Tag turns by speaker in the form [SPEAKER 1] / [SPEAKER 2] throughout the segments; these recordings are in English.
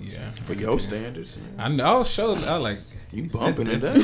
[SPEAKER 1] now.
[SPEAKER 2] For your standards,
[SPEAKER 1] I know. I'll show. I like.
[SPEAKER 2] you bumping it up.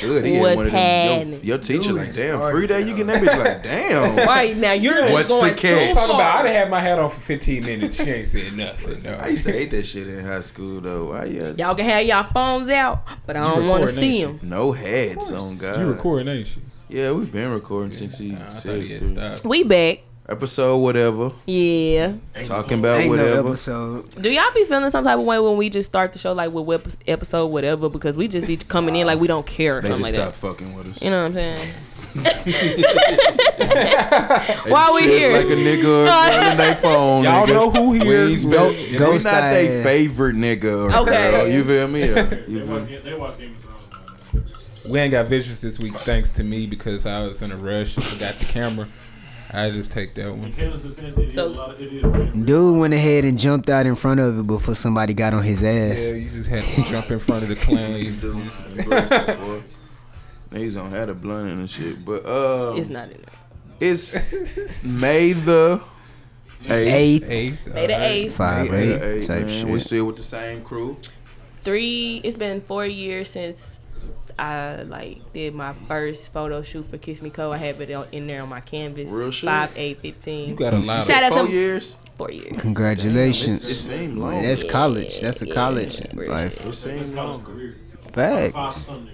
[SPEAKER 2] Good, he had
[SPEAKER 3] What's
[SPEAKER 2] one of them- your,
[SPEAKER 3] happening?
[SPEAKER 2] your teacher
[SPEAKER 4] Dude,
[SPEAKER 2] like,
[SPEAKER 4] it's
[SPEAKER 2] damn,
[SPEAKER 4] hard,
[SPEAKER 2] free day. You getting that bitch like, damn.
[SPEAKER 3] Right now, you're just
[SPEAKER 2] What's the
[SPEAKER 3] going
[SPEAKER 2] catch? Talk
[SPEAKER 1] Talking
[SPEAKER 3] too
[SPEAKER 1] about, I'd
[SPEAKER 3] far.
[SPEAKER 1] have had my hat on for 15 minutes. She ain't said nothing. No.
[SPEAKER 2] I used to hate that shit in high school though. I yeah,
[SPEAKER 3] Y'all can have y'all phones out, but I don't want to
[SPEAKER 1] recording,
[SPEAKER 3] see
[SPEAKER 1] ain't
[SPEAKER 3] them.
[SPEAKER 2] no heads on God.
[SPEAKER 1] You recording, ain't you?
[SPEAKER 2] Yeah, we've been recording since he
[SPEAKER 1] I thought
[SPEAKER 2] said
[SPEAKER 1] he had
[SPEAKER 2] three.
[SPEAKER 1] stopped.
[SPEAKER 3] We back.
[SPEAKER 2] episode whatever.
[SPEAKER 3] Yeah.
[SPEAKER 2] Talking about
[SPEAKER 4] Ain't
[SPEAKER 2] whatever.
[SPEAKER 4] no episode.
[SPEAKER 3] Do y'all be feeling some type of way when we just start the show like with wep- episode whatever because we just be coming in like we don't care or
[SPEAKER 2] they
[SPEAKER 3] something
[SPEAKER 2] just
[SPEAKER 3] like
[SPEAKER 2] stopped fucking with us.
[SPEAKER 3] that. You know what I'm saying? why we
[SPEAKER 2] Just
[SPEAKER 3] here?
[SPEAKER 2] Like a nigga running their phone.
[SPEAKER 1] Y'all
[SPEAKER 2] nigga.
[SPEAKER 1] know who here.
[SPEAKER 2] We ain't
[SPEAKER 1] Go-
[SPEAKER 2] spend-
[SPEAKER 4] go
[SPEAKER 2] we not
[SPEAKER 4] style.
[SPEAKER 2] they favorite nigga or
[SPEAKER 3] Okay.
[SPEAKER 2] girl. You feel me? Yeah.
[SPEAKER 5] They
[SPEAKER 2] You feel
[SPEAKER 5] watch,
[SPEAKER 2] me?
[SPEAKER 5] they watch Game of Thrones. man.
[SPEAKER 1] We ain't got visuals this week, thanks to me because I was in a rush and forgot the camera. I just take that one.
[SPEAKER 5] In Taylor's defense, it is
[SPEAKER 3] So-
[SPEAKER 5] a lot of it is. Rated.
[SPEAKER 4] Dude went ahead and jumped out in front of it before somebody got on his ass.
[SPEAKER 1] Yeah, you just had to jump in front of the claims.
[SPEAKER 2] Niggas don't have a blunt and shit, but uh,
[SPEAKER 3] It's not in there.
[SPEAKER 2] it's May the eighth.
[SPEAKER 4] Eight,
[SPEAKER 1] Eighth,
[SPEAKER 3] They the
[SPEAKER 1] alright.
[SPEAKER 3] eighth.
[SPEAKER 4] five,
[SPEAKER 2] May the
[SPEAKER 4] eight,
[SPEAKER 2] eighth,
[SPEAKER 4] type
[SPEAKER 2] man.
[SPEAKER 4] shit.
[SPEAKER 2] We still with the same crew.
[SPEAKER 3] Three. It's been four years since I like did my first photo shoot for Kiss Me Co. I have it on, in there on my canvas.
[SPEAKER 2] Real shit?
[SPEAKER 3] Five eight
[SPEAKER 1] You
[SPEAKER 3] fifteen.
[SPEAKER 1] got a lot
[SPEAKER 3] Shout
[SPEAKER 1] of.
[SPEAKER 3] out
[SPEAKER 2] Four
[SPEAKER 3] to-
[SPEAKER 2] years.
[SPEAKER 3] Four years.
[SPEAKER 4] Congratulations.
[SPEAKER 2] It's- It seemed long.
[SPEAKER 4] Boy, that's
[SPEAKER 3] Yeah,
[SPEAKER 4] college. That's a
[SPEAKER 3] yeah,
[SPEAKER 4] college
[SPEAKER 3] real
[SPEAKER 4] life.
[SPEAKER 3] shit.
[SPEAKER 2] it seemed long.
[SPEAKER 5] Five
[SPEAKER 4] Facts.
[SPEAKER 5] something. niggas.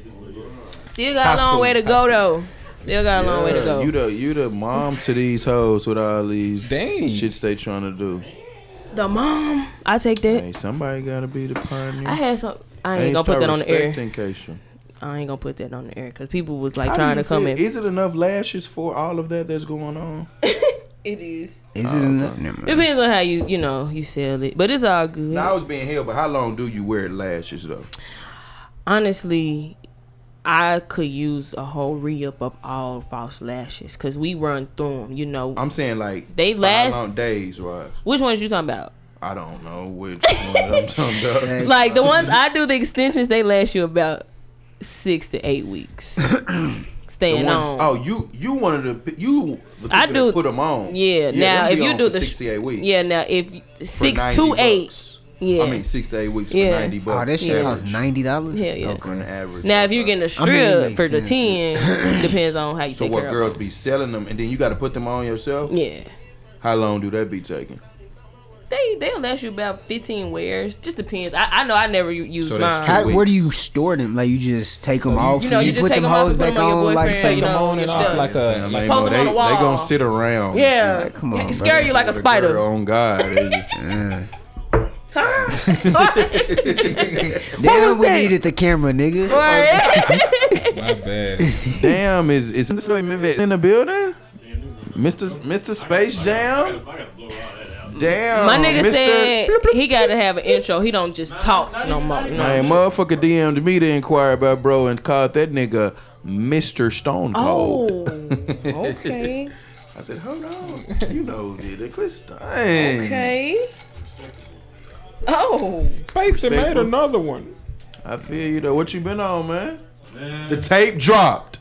[SPEAKER 3] Still got a long way to go though. Still got a long way to
[SPEAKER 2] Yeah,
[SPEAKER 3] go.
[SPEAKER 2] You the you the mom to these hoes with all these
[SPEAKER 1] Dang.
[SPEAKER 2] shits they trying to do.
[SPEAKER 3] the mom. I take that.
[SPEAKER 2] Hey, somebody gotta be the pioneer.
[SPEAKER 3] I had some. I ain't gonna put that on the air.
[SPEAKER 2] Keisha.
[SPEAKER 3] I ain't gonna put that on the air because people was like
[SPEAKER 2] How do
[SPEAKER 3] trying
[SPEAKER 2] you
[SPEAKER 3] to come
[SPEAKER 2] feel?
[SPEAKER 3] in.
[SPEAKER 2] Is it enough lashes for all of that that's going on?
[SPEAKER 3] It is.
[SPEAKER 4] Is it enough? Never mind.
[SPEAKER 3] Depends on how you you know you sell it, but it's all good.
[SPEAKER 2] Now I was being held, but how long do you wear lashes though?
[SPEAKER 3] Honestly, I could use a whole re up of all false lashes because we run through them. You know,
[SPEAKER 2] I'm saying like
[SPEAKER 3] They
[SPEAKER 2] how
[SPEAKER 3] last-
[SPEAKER 2] long days, right?
[SPEAKER 3] which ones you talking about?
[SPEAKER 2] I don't know which one I'm talking about.
[SPEAKER 3] Like the ones I do the extensions, they last you about six to eight weeks.
[SPEAKER 2] The
[SPEAKER 3] Staying
[SPEAKER 2] ones-
[SPEAKER 3] on.
[SPEAKER 2] oh, you you one of the you the
[SPEAKER 3] I
[SPEAKER 2] people
[SPEAKER 3] do-
[SPEAKER 2] that put them on.
[SPEAKER 3] yeah. Now
[SPEAKER 2] them
[SPEAKER 3] if
[SPEAKER 2] be
[SPEAKER 3] you
[SPEAKER 2] on
[SPEAKER 3] do
[SPEAKER 2] for
[SPEAKER 3] the
[SPEAKER 2] 68 weeks,
[SPEAKER 3] yeah. Now if you-
[SPEAKER 2] for
[SPEAKER 3] six
[SPEAKER 2] 90
[SPEAKER 3] to eight.
[SPEAKER 2] bucks.
[SPEAKER 3] Yeah.
[SPEAKER 2] I mean six to eight weeks
[SPEAKER 3] Yeah.
[SPEAKER 2] for ninety
[SPEAKER 4] Oh,
[SPEAKER 2] bucks.
[SPEAKER 4] this shit
[SPEAKER 3] Yeah.
[SPEAKER 4] costs ninety dollars.
[SPEAKER 3] Hell yeah.
[SPEAKER 2] on
[SPEAKER 4] Okay.
[SPEAKER 2] average.
[SPEAKER 3] now if
[SPEAKER 2] so
[SPEAKER 3] you're
[SPEAKER 2] far.
[SPEAKER 3] getting a
[SPEAKER 4] I
[SPEAKER 3] strip
[SPEAKER 4] mean, it makes
[SPEAKER 3] for the
[SPEAKER 4] sense,
[SPEAKER 3] ten, depends on how you
[SPEAKER 2] So
[SPEAKER 3] take
[SPEAKER 2] what
[SPEAKER 3] care
[SPEAKER 2] girls
[SPEAKER 3] of
[SPEAKER 2] be selling them, and then you got to put them on yourself.
[SPEAKER 3] them. Yeah.
[SPEAKER 2] How long do that be taking?
[SPEAKER 3] They they'll last you about fifteen wears. Just depends. I, I know I never u- use
[SPEAKER 2] So
[SPEAKER 3] mine.
[SPEAKER 2] that's
[SPEAKER 4] How,
[SPEAKER 2] Two
[SPEAKER 4] where do
[SPEAKER 2] weeks.
[SPEAKER 4] you store them? Like you just take them off?
[SPEAKER 3] you know,
[SPEAKER 4] and
[SPEAKER 3] you just
[SPEAKER 4] put
[SPEAKER 3] take
[SPEAKER 4] them
[SPEAKER 3] 'em off
[SPEAKER 4] hoes
[SPEAKER 3] and put
[SPEAKER 4] back
[SPEAKER 3] 'em on your
[SPEAKER 4] on, like
[SPEAKER 3] boyfriend,
[SPEAKER 4] some.
[SPEAKER 3] you
[SPEAKER 1] Take them
[SPEAKER 3] know,
[SPEAKER 1] on and
[SPEAKER 3] your
[SPEAKER 1] off
[SPEAKER 3] stuff.
[SPEAKER 1] like a.
[SPEAKER 2] Man,
[SPEAKER 1] like-
[SPEAKER 2] they, know,
[SPEAKER 3] post them on
[SPEAKER 2] they,
[SPEAKER 3] the
[SPEAKER 2] they
[SPEAKER 3] wall.
[SPEAKER 2] gonna sit around.
[SPEAKER 3] Yeah,
[SPEAKER 4] Like, come on,
[SPEAKER 3] it
[SPEAKER 4] bro.
[SPEAKER 3] scare you like a
[SPEAKER 2] With
[SPEAKER 3] spider.
[SPEAKER 2] girl on God.
[SPEAKER 4] Damn, we
[SPEAKER 3] that?
[SPEAKER 4] needed the camera, nigga.
[SPEAKER 3] Right.
[SPEAKER 1] my bad.
[SPEAKER 2] Damn, is is this boy Mivette in the building? Mr. Mr. Space Jam.
[SPEAKER 5] I gotta blow all that out.
[SPEAKER 2] Damn.
[SPEAKER 3] My nigga
[SPEAKER 2] Mr.
[SPEAKER 3] said he gotta have an intro. He don't just talk no more. you know?
[SPEAKER 2] Man, motherfucker DM'd me to inquire about bro and called that nigga Mr. Stone Cold.
[SPEAKER 3] Oh, okay,
[SPEAKER 2] I said, hold on. You know, dude, quit stunning.
[SPEAKER 3] okay. Oh,
[SPEAKER 1] Space to made
[SPEAKER 2] Respectful.
[SPEAKER 1] another one.
[SPEAKER 2] I feel you though. What you been on, man?
[SPEAKER 5] Man,
[SPEAKER 2] The tape dropped.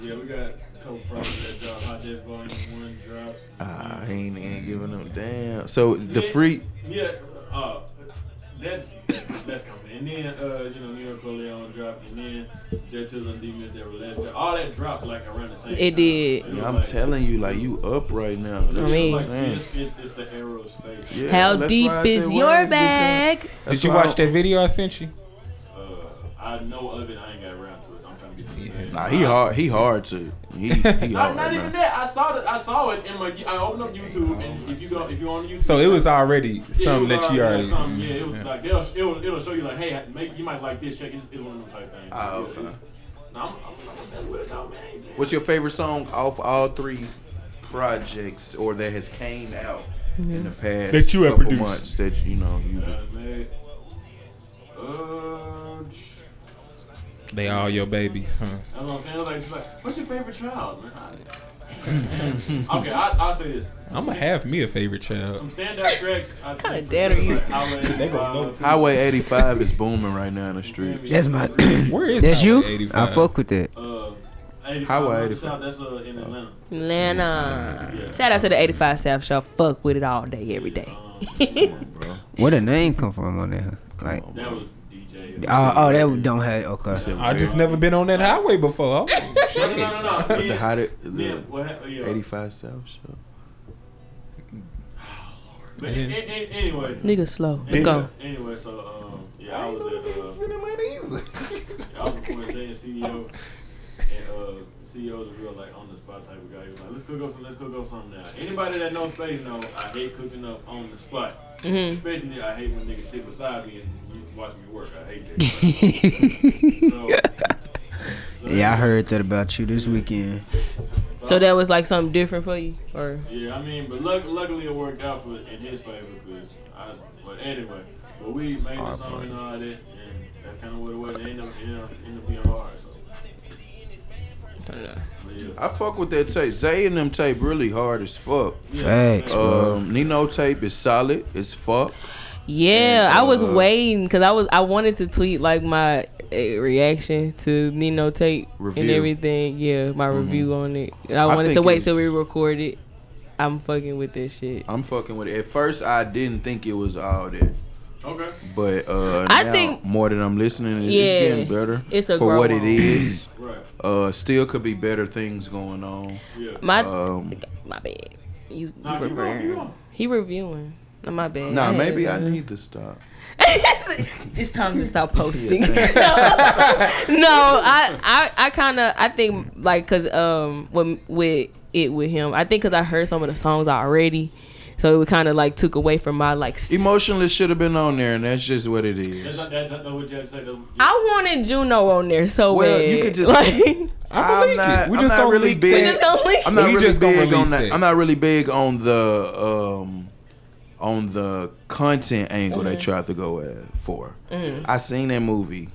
[SPEAKER 5] yeah, we got a couple projects that dropped. Hot Dead Volume One dropped.
[SPEAKER 2] I Ah, ain't, ain't giving up. Damn. So the free.
[SPEAKER 5] Yeah, uh, that's that's coming. And then uh, you know, New York Leon dropped, and then Jet Till and Demons that were last. year. All that dropped like around the same.
[SPEAKER 3] it
[SPEAKER 5] time.
[SPEAKER 3] did.
[SPEAKER 5] was
[SPEAKER 2] I'm
[SPEAKER 5] like-
[SPEAKER 2] telling you, like you up right now.
[SPEAKER 5] it
[SPEAKER 2] That's
[SPEAKER 5] was
[SPEAKER 2] what
[SPEAKER 3] mean-
[SPEAKER 2] I'm
[SPEAKER 5] like,
[SPEAKER 2] saying.
[SPEAKER 5] it's, it's, it's the aerospace.
[SPEAKER 2] Yeah,
[SPEAKER 3] How
[SPEAKER 2] that's
[SPEAKER 3] deep
[SPEAKER 2] why I
[SPEAKER 3] is
[SPEAKER 2] said,
[SPEAKER 3] your
[SPEAKER 2] why?
[SPEAKER 3] bag?
[SPEAKER 2] That's
[SPEAKER 1] Did you
[SPEAKER 2] why I-
[SPEAKER 1] watch that video I sent you?
[SPEAKER 5] Uh, I know of it. I ain't got around to it. I'm trying to get to it.
[SPEAKER 2] Nah, he hard. He hard to. He, he hard.
[SPEAKER 5] Not, not even
[SPEAKER 2] man.
[SPEAKER 5] that. I saw that. I saw it in my. I opened up YouTube, and if you go, if you're on YouTube,
[SPEAKER 1] So it was already
[SPEAKER 5] yeah, it was
[SPEAKER 1] something that you
[SPEAKER 5] already-
[SPEAKER 1] already.
[SPEAKER 5] Yeah, something, yeah, it was like they'll, it'll, it'll show you like, hey, make, you might like this. Check, it's, it's one of them type things.
[SPEAKER 2] Ah,
[SPEAKER 5] Yeah,
[SPEAKER 2] okay.
[SPEAKER 5] it's- Nah, I'm, I'm, I'm, that's what it called, man.
[SPEAKER 2] What's your favorite song off all three projects or that has came out in the past
[SPEAKER 1] That you have
[SPEAKER 2] couple
[SPEAKER 1] produced.
[SPEAKER 2] months that you know you
[SPEAKER 5] Uh, man. Uh, ch-
[SPEAKER 1] They all your babies, huh?
[SPEAKER 5] that's what I'm saying. I was like, she's like, what's your favorite child, man? I- okay, I, I'll say this.
[SPEAKER 1] I'm gonna have me a favorite child.
[SPEAKER 5] Some standout tracks. I think,
[SPEAKER 3] Kinda
[SPEAKER 5] for
[SPEAKER 3] dead
[SPEAKER 5] sure,
[SPEAKER 3] are you?
[SPEAKER 5] like, uh, Highway 85,
[SPEAKER 2] Highway 85 is booming right now in the streets.
[SPEAKER 4] That's my.
[SPEAKER 1] Where is
[SPEAKER 4] that's
[SPEAKER 1] Highway
[SPEAKER 4] you.
[SPEAKER 1] 85?
[SPEAKER 4] I fuck with that.
[SPEAKER 5] Uh, 85,
[SPEAKER 2] Highway 85.
[SPEAKER 5] South, That's uh, in Atlanta.
[SPEAKER 3] Atlanta.
[SPEAKER 5] Yeah. um,
[SPEAKER 3] Shout out to the 85 South Show. Fuck with it all day, every day.
[SPEAKER 2] Bro.
[SPEAKER 4] Where the name come from on there? Like, oh,
[SPEAKER 5] That was DJ.
[SPEAKER 4] oh, that don't have. Okay.
[SPEAKER 1] Uh, I just never been on that highway before. Oh,
[SPEAKER 5] No, no, no, no, no. Me
[SPEAKER 2] the
[SPEAKER 5] and-
[SPEAKER 2] hottest
[SPEAKER 5] me
[SPEAKER 2] the
[SPEAKER 5] and- what hap- yeah.
[SPEAKER 2] 85 South show.
[SPEAKER 5] But a- a- a- anyway.
[SPEAKER 3] Nigga slow.
[SPEAKER 5] Anyway,
[SPEAKER 3] Go.
[SPEAKER 5] Anyway, so um, yeah, I was at uh, I was recording Jay E and CEO, and uh, CEO was a real like on the spot type of guy. He was like, "Let's cook up some, let's cook up something now." Anybody that knows space know I hate cooking up on the spot.
[SPEAKER 3] Mm. Mm-hmm.
[SPEAKER 5] Especially I hate when niggas sit beside me and you watch me work. I hate that. so, so-
[SPEAKER 4] yeah, I heard that about you this weekend.
[SPEAKER 3] So that was like something different for you, or
[SPEAKER 5] Yeah, I mean, but luck, luckily it worked out for in his favor because I. But anyway, but we made the song and all that, and that's kind of what it was. It ended up, it ended up, ended up being hard. So, but yeah.
[SPEAKER 2] I fuck with that tape. Zay and them tape really hard as fuck.
[SPEAKER 4] Facts, bro.
[SPEAKER 2] Um, Nino tape is solid as fuck.
[SPEAKER 3] yeah, I was
[SPEAKER 2] Uh,
[SPEAKER 3] waiting because I was I wanted to tweet like my eh, reaction to Nino tape and
[SPEAKER 2] Review. Mm-hmm.
[SPEAKER 3] everything. Yeah, my review on it. And I
[SPEAKER 2] I
[SPEAKER 3] wanted to
[SPEAKER 2] think
[SPEAKER 3] wait till we
[SPEAKER 2] it's-
[SPEAKER 3] record it. I'm fucking with this shit.
[SPEAKER 2] I'm fucking with it. At first, I didn't think it was all that,
[SPEAKER 5] Okay.
[SPEAKER 2] but uh,
[SPEAKER 3] I
[SPEAKER 2] now,
[SPEAKER 3] think-
[SPEAKER 2] more than I'm listening, it's
[SPEAKER 3] Yeah.
[SPEAKER 2] getting better
[SPEAKER 3] It's a
[SPEAKER 2] for what
[SPEAKER 3] grow
[SPEAKER 2] it
[SPEAKER 3] on.
[SPEAKER 2] is.
[SPEAKER 5] Right.
[SPEAKER 2] Uh, still could be better things going on.
[SPEAKER 5] Yeah.
[SPEAKER 3] My
[SPEAKER 2] Um,
[SPEAKER 3] my bad. You,
[SPEAKER 5] Nah,
[SPEAKER 3] you
[SPEAKER 5] keep going, keep
[SPEAKER 3] reviewing.
[SPEAKER 5] going.
[SPEAKER 3] He reviewing. No, my bad.
[SPEAKER 2] nah,
[SPEAKER 3] had
[SPEAKER 2] maybe I
[SPEAKER 3] it.
[SPEAKER 2] need to stop.
[SPEAKER 3] it's time to stop posting.
[SPEAKER 2] Yeah,
[SPEAKER 3] no,
[SPEAKER 2] thank
[SPEAKER 3] I, I, I kind of, I think like, cause um, when with it with him, I think cause I heard some of the songs already, so it would kind of like took away from my like. s-
[SPEAKER 2] Emotionless should have been on there, and that's just what it
[SPEAKER 5] That's
[SPEAKER 2] is.
[SPEAKER 5] not, that's not what you had to say. That's what you-
[SPEAKER 3] I wanted Juno on there so
[SPEAKER 2] Well,
[SPEAKER 3] bad.
[SPEAKER 2] you could just-
[SPEAKER 3] Like,
[SPEAKER 2] I'm
[SPEAKER 1] believe
[SPEAKER 2] not-
[SPEAKER 1] it. We
[SPEAKER 2] I'm not
[SPEAKER 1] just don't
[SPEAKER 2] really
[SPEAKER 1] leak
[SPEAKER 2] big.
[SPEAKER 3] we
[SPEAKER 1] things.
[SPEAKER 3] just don't link.
[SPEAKER 2] I'm not
[SPEAKER 1] We
[SPEAKER 2] really
[SPEAKER 1] just gonna
[SPEAKER 2] big on
[SPEAKER 1] release
[SPEAKER 2] that.
[SPEAKER 1] it.
[SPEAKER 2] I'm not really big on the um on the content angle they
[SPEAKER 3] Mm-hmm.
[SPEAKER 2] tried to go at for. I seen that movie.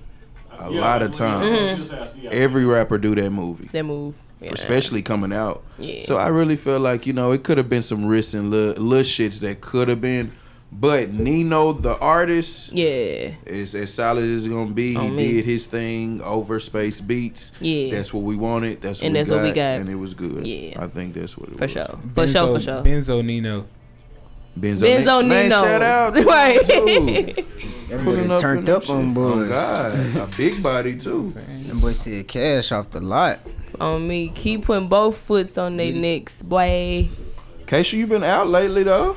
[SPEAKER 2] A
[SPEAKER 5] yeah,
[SPEAKER 2] lot of
[SPEAKER 5] that's what you-
[SPEAKER 2] times.
[SPEAKER 5] you just say, I see, I-
[SPEAKER 2] Every rapper do that movie,
[SPEAKER 3] That move, yeah.
[SPEAKER 2] especially coming out.
[SPEAKER 3] Yeah.
[SPEAKER 2] So I really feel like you know it could have been some risks and little, little shits that could have been, but Nino the artist
[SPEAKER 3] Yeah,
[SPEAKER 2] is as solid as it's gonna be. he
[SPEAKER 3] On me.
[SPEAKER 2] did his thing over Space Beats.
[SPEAKER 3] Yeah.
[SPEAKER 2] that's what we wanted. That's what
[SPEAKER 3] And
[SPEAKER 2] we
[SPEAKER 3] that's
[SPEAKER 2] got,
[SPEAKER 3] what we got.
[SPEAKER 2] and it was good.
[SPEAKER 3] Yeah.
[SPEAKER 2] I think that's what it
[SPEAKER 3] for
[SPEAKER 2] was.
[SPEAKER 3] sure, for sure, for sure.
[SPEAKER 1] Benzo Nino.
[SPEAKER 2] Benzo,
[SPEAKER 3] Benzo
[SPEAKER 2] Ni- Man,
[SPEAKER 3] Nino.
[SPEAKER 2] shout out. to
[SPEAKER 3] Right.
[SPEAKER 2] them, too. Pulling
[SPEAKER 4] Everybody
[SPEAKER 2] in
[SPEAKER 4] turned
[SPEAKER 2] them
[SPEAKER 4] up on
[SPEAKER 2] shit.
[SPEAKER 4] boys.
[SPEAKER 2] Oh, God, a big body too.
[SPEAKER 4] Them boys said cash off the lot.
[SPEAKER 3] On me, keep putting both foots on their necks, boy.
[SPEAKER 2] Keisha, you been out lately though.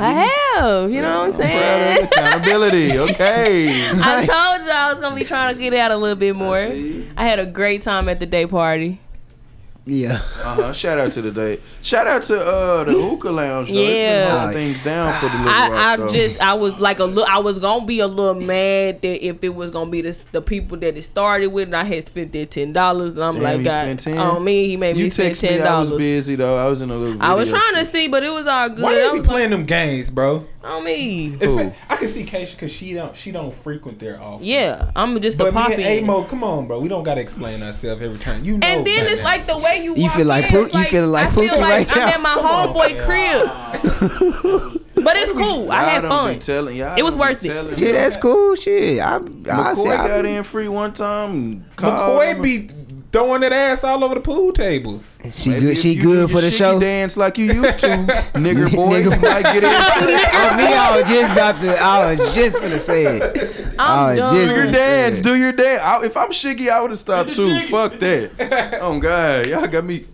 [SPEAKER 3] I have, you know what I'm
[SPEAKER 2] Proud
[SPEAKER 3] saying.
[SPEAKER 2] of accountability. Okay.
[SPEAKER 3] I told you I was gonna be trying to get out a little bit more.
[SPEAKER 2] see.
[SPEAKER 3] I had a great time at the day party.
[SPEAKER 4] Yeah.
[SPEAKER 2] Uh huh. Shout out to the day. Shout out to uh the hookah lounge. Though. It's been
[SPEAKER 3] Yeah.
[SPEAKER 2] holding things down for the little
[SPEAKER 3] I,
[SPEAKER 2] rock,
[SPEAKER 3] I
[SPEAKER 2] though.
[SPEAKER 3] just I was like a little I was gonna be a little mad that if it was gonna be this, the people that it started with and I had spent their ten dollars and I'm
[SPEAKER 2] Damn,
[SPEAKER 3] like
[SPEAKER 2] you
[SPEAKER 3] God
[SPEAKER 2] spent 10?
[SPEAKER 3] on me he made
[SPEAKER 2] you
[SPEAKER 3] me spend
[SPEAKER 2] text me.
[SPEAKER 3] ten
[SPEAKER 2] I was
[SPEAKER 3] dollars.
[SPEAKER 2] busy though. I was in a little.
[SPEAKER 3] I was
[SPEAKER 2] video
[SPEAKER 3] trying to
[SPEAKER 2] shoot.
[SPEAKER 3] see, but it was all good.
[SPEAKER 1] Why
[SPEAKER 3] I
[SPEAKER 1] do you
[SPEAKER 3] was
[SPEAKER 1] be
[SPEAKER 3] like,
[SPEAKER 1] playing them games, bro?
[SPEAKER 3] on me.
[SPEAKER 1] It's
[SPEAKER 2] Who?
[SPEAKER 1] like- I can see Keisha because she don't she don't frequent there often.
[SPEAKER 3] Yeah, I'm just a
[SPEAKER 1] But
[SPEAKER 3] poppy.
[SPEAKER 1] me and Amo, come on, bro. We don't gotta explain ourselves every time. You know.
[SPEAKER 3] And then
[SPEAKER 1] by
[SPEAKER 3] it's
[SPEAKER 1] now.
[SPEAKER 3] like the way you
[SPEAKER 4] You
[SPEAKER 3] walk
[SPEAKER 4] feel like
[SPEAKER 3] in,
[SPEAKER 4] Pooh-
[SPEAKER 3] it's
[SPEAKER 4] you feeling like
[SPEAKER 3] I feel
[SPEAKER 4] Pookie
[SPEAKER 3] like
[SPEAKER 4] right
[SPEAKER 3] I'm
[SPEAKER 4] now.
[SPEAKER 3] at my
[SPEAKER 1] Come
[SPEAKER 2] Oh,
[SPEAKER 1] on,
[SPEAKER 3] homeboy crib. but it's cool. I
[SPEAKER 2] Y'all
[SPEAKER 3] had
[SPEAKER 2] don't
[SPEAKER 3] fun.
[SPEAKER 2] Be telling, y'all
[SPEAKER 3] It was
[SPEAKER 2] don't be
[SPEAKER 3] worth it.
[SPEAKER 2] telling.
[SPEAKER 4] Shit, that's cool. Shit, I, I
[SPEAKER 2] McCoy
[SPEAKER 4] say I
[SPEAKER 2] got
[SPEAKER 4] be-
[SPEAKER 2] in free one time. called him.
[SPEAKER 1] McCoy be throwing that ass all over the pool tables.
[SPEAKER 4] She
[SPEAKER 2] Maybe
[SPEAKER 4] good.
[SPEAKER 2] if
[SPEAKER 4] She
[SPEAKER 2] you
[SPEAKER 4] good
[SPEAKER 2] do
[SPEAKER 4] for
[SPEAKER 2] your
[SPEAKER 4] the
[SPEAKER 2] shiggy
[SPEAKER 4] show.
[SPEAKER 2] Dance like you used to, nigger boy.
[SPEAKER 4] Nigga
[SPEAKER 2] you might get in.
[SPEAKER 4] Oh, me, I was just about to. I was just gonna say it.
[SPEAKER 3] I'm
[SPEAKER 4] Oh,
[SPEAKER 3] done.
[SPEAKER 2] Do
[SPEAKER 4] just-
[SPEAKER 2] your dance. Do your dance. I, if I'm shiggy, I would have stopped too. Fuck that. Oh God, y'all got me.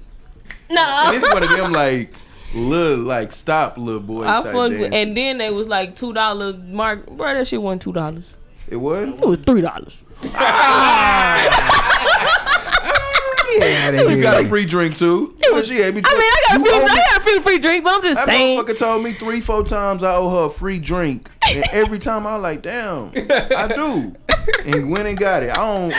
[SPEAKER 3] No.
[SPEAKER 2] And it's one of them like little like stop little boy.
[SPEAKER 3] I
[SPEAKER 2] type
[SPEAKER 3] fucked with,
[SPEAKER 2] dance.
[SPEAKER 3] and then they was like two dollars mark, bro. That shit wasn't two dollars.
[SPEAKER 2] it was.
[SPEAKER 3] It was three dollars.
[SPEAKER 4] Get outta
[SPEAKER 2] You got a
[SPEAKER 4] here.
[SPEAKER 2] free drink too. But she had me.
[SPEAKER 3] I mean, I got a
[SPEAKER 2] You
[SPEAKER 3] free,
[SPEAKER 2] owe me-
[SPEAKER 3] I got a free free drink, but I'm just
[SPEAKER 2] That
[SPEAKER 3] saying.
[SPEAKER 2] motherfucker told me three, four times I owe her a free drink, and every time I like, damn, I do, and went and got it. I don't,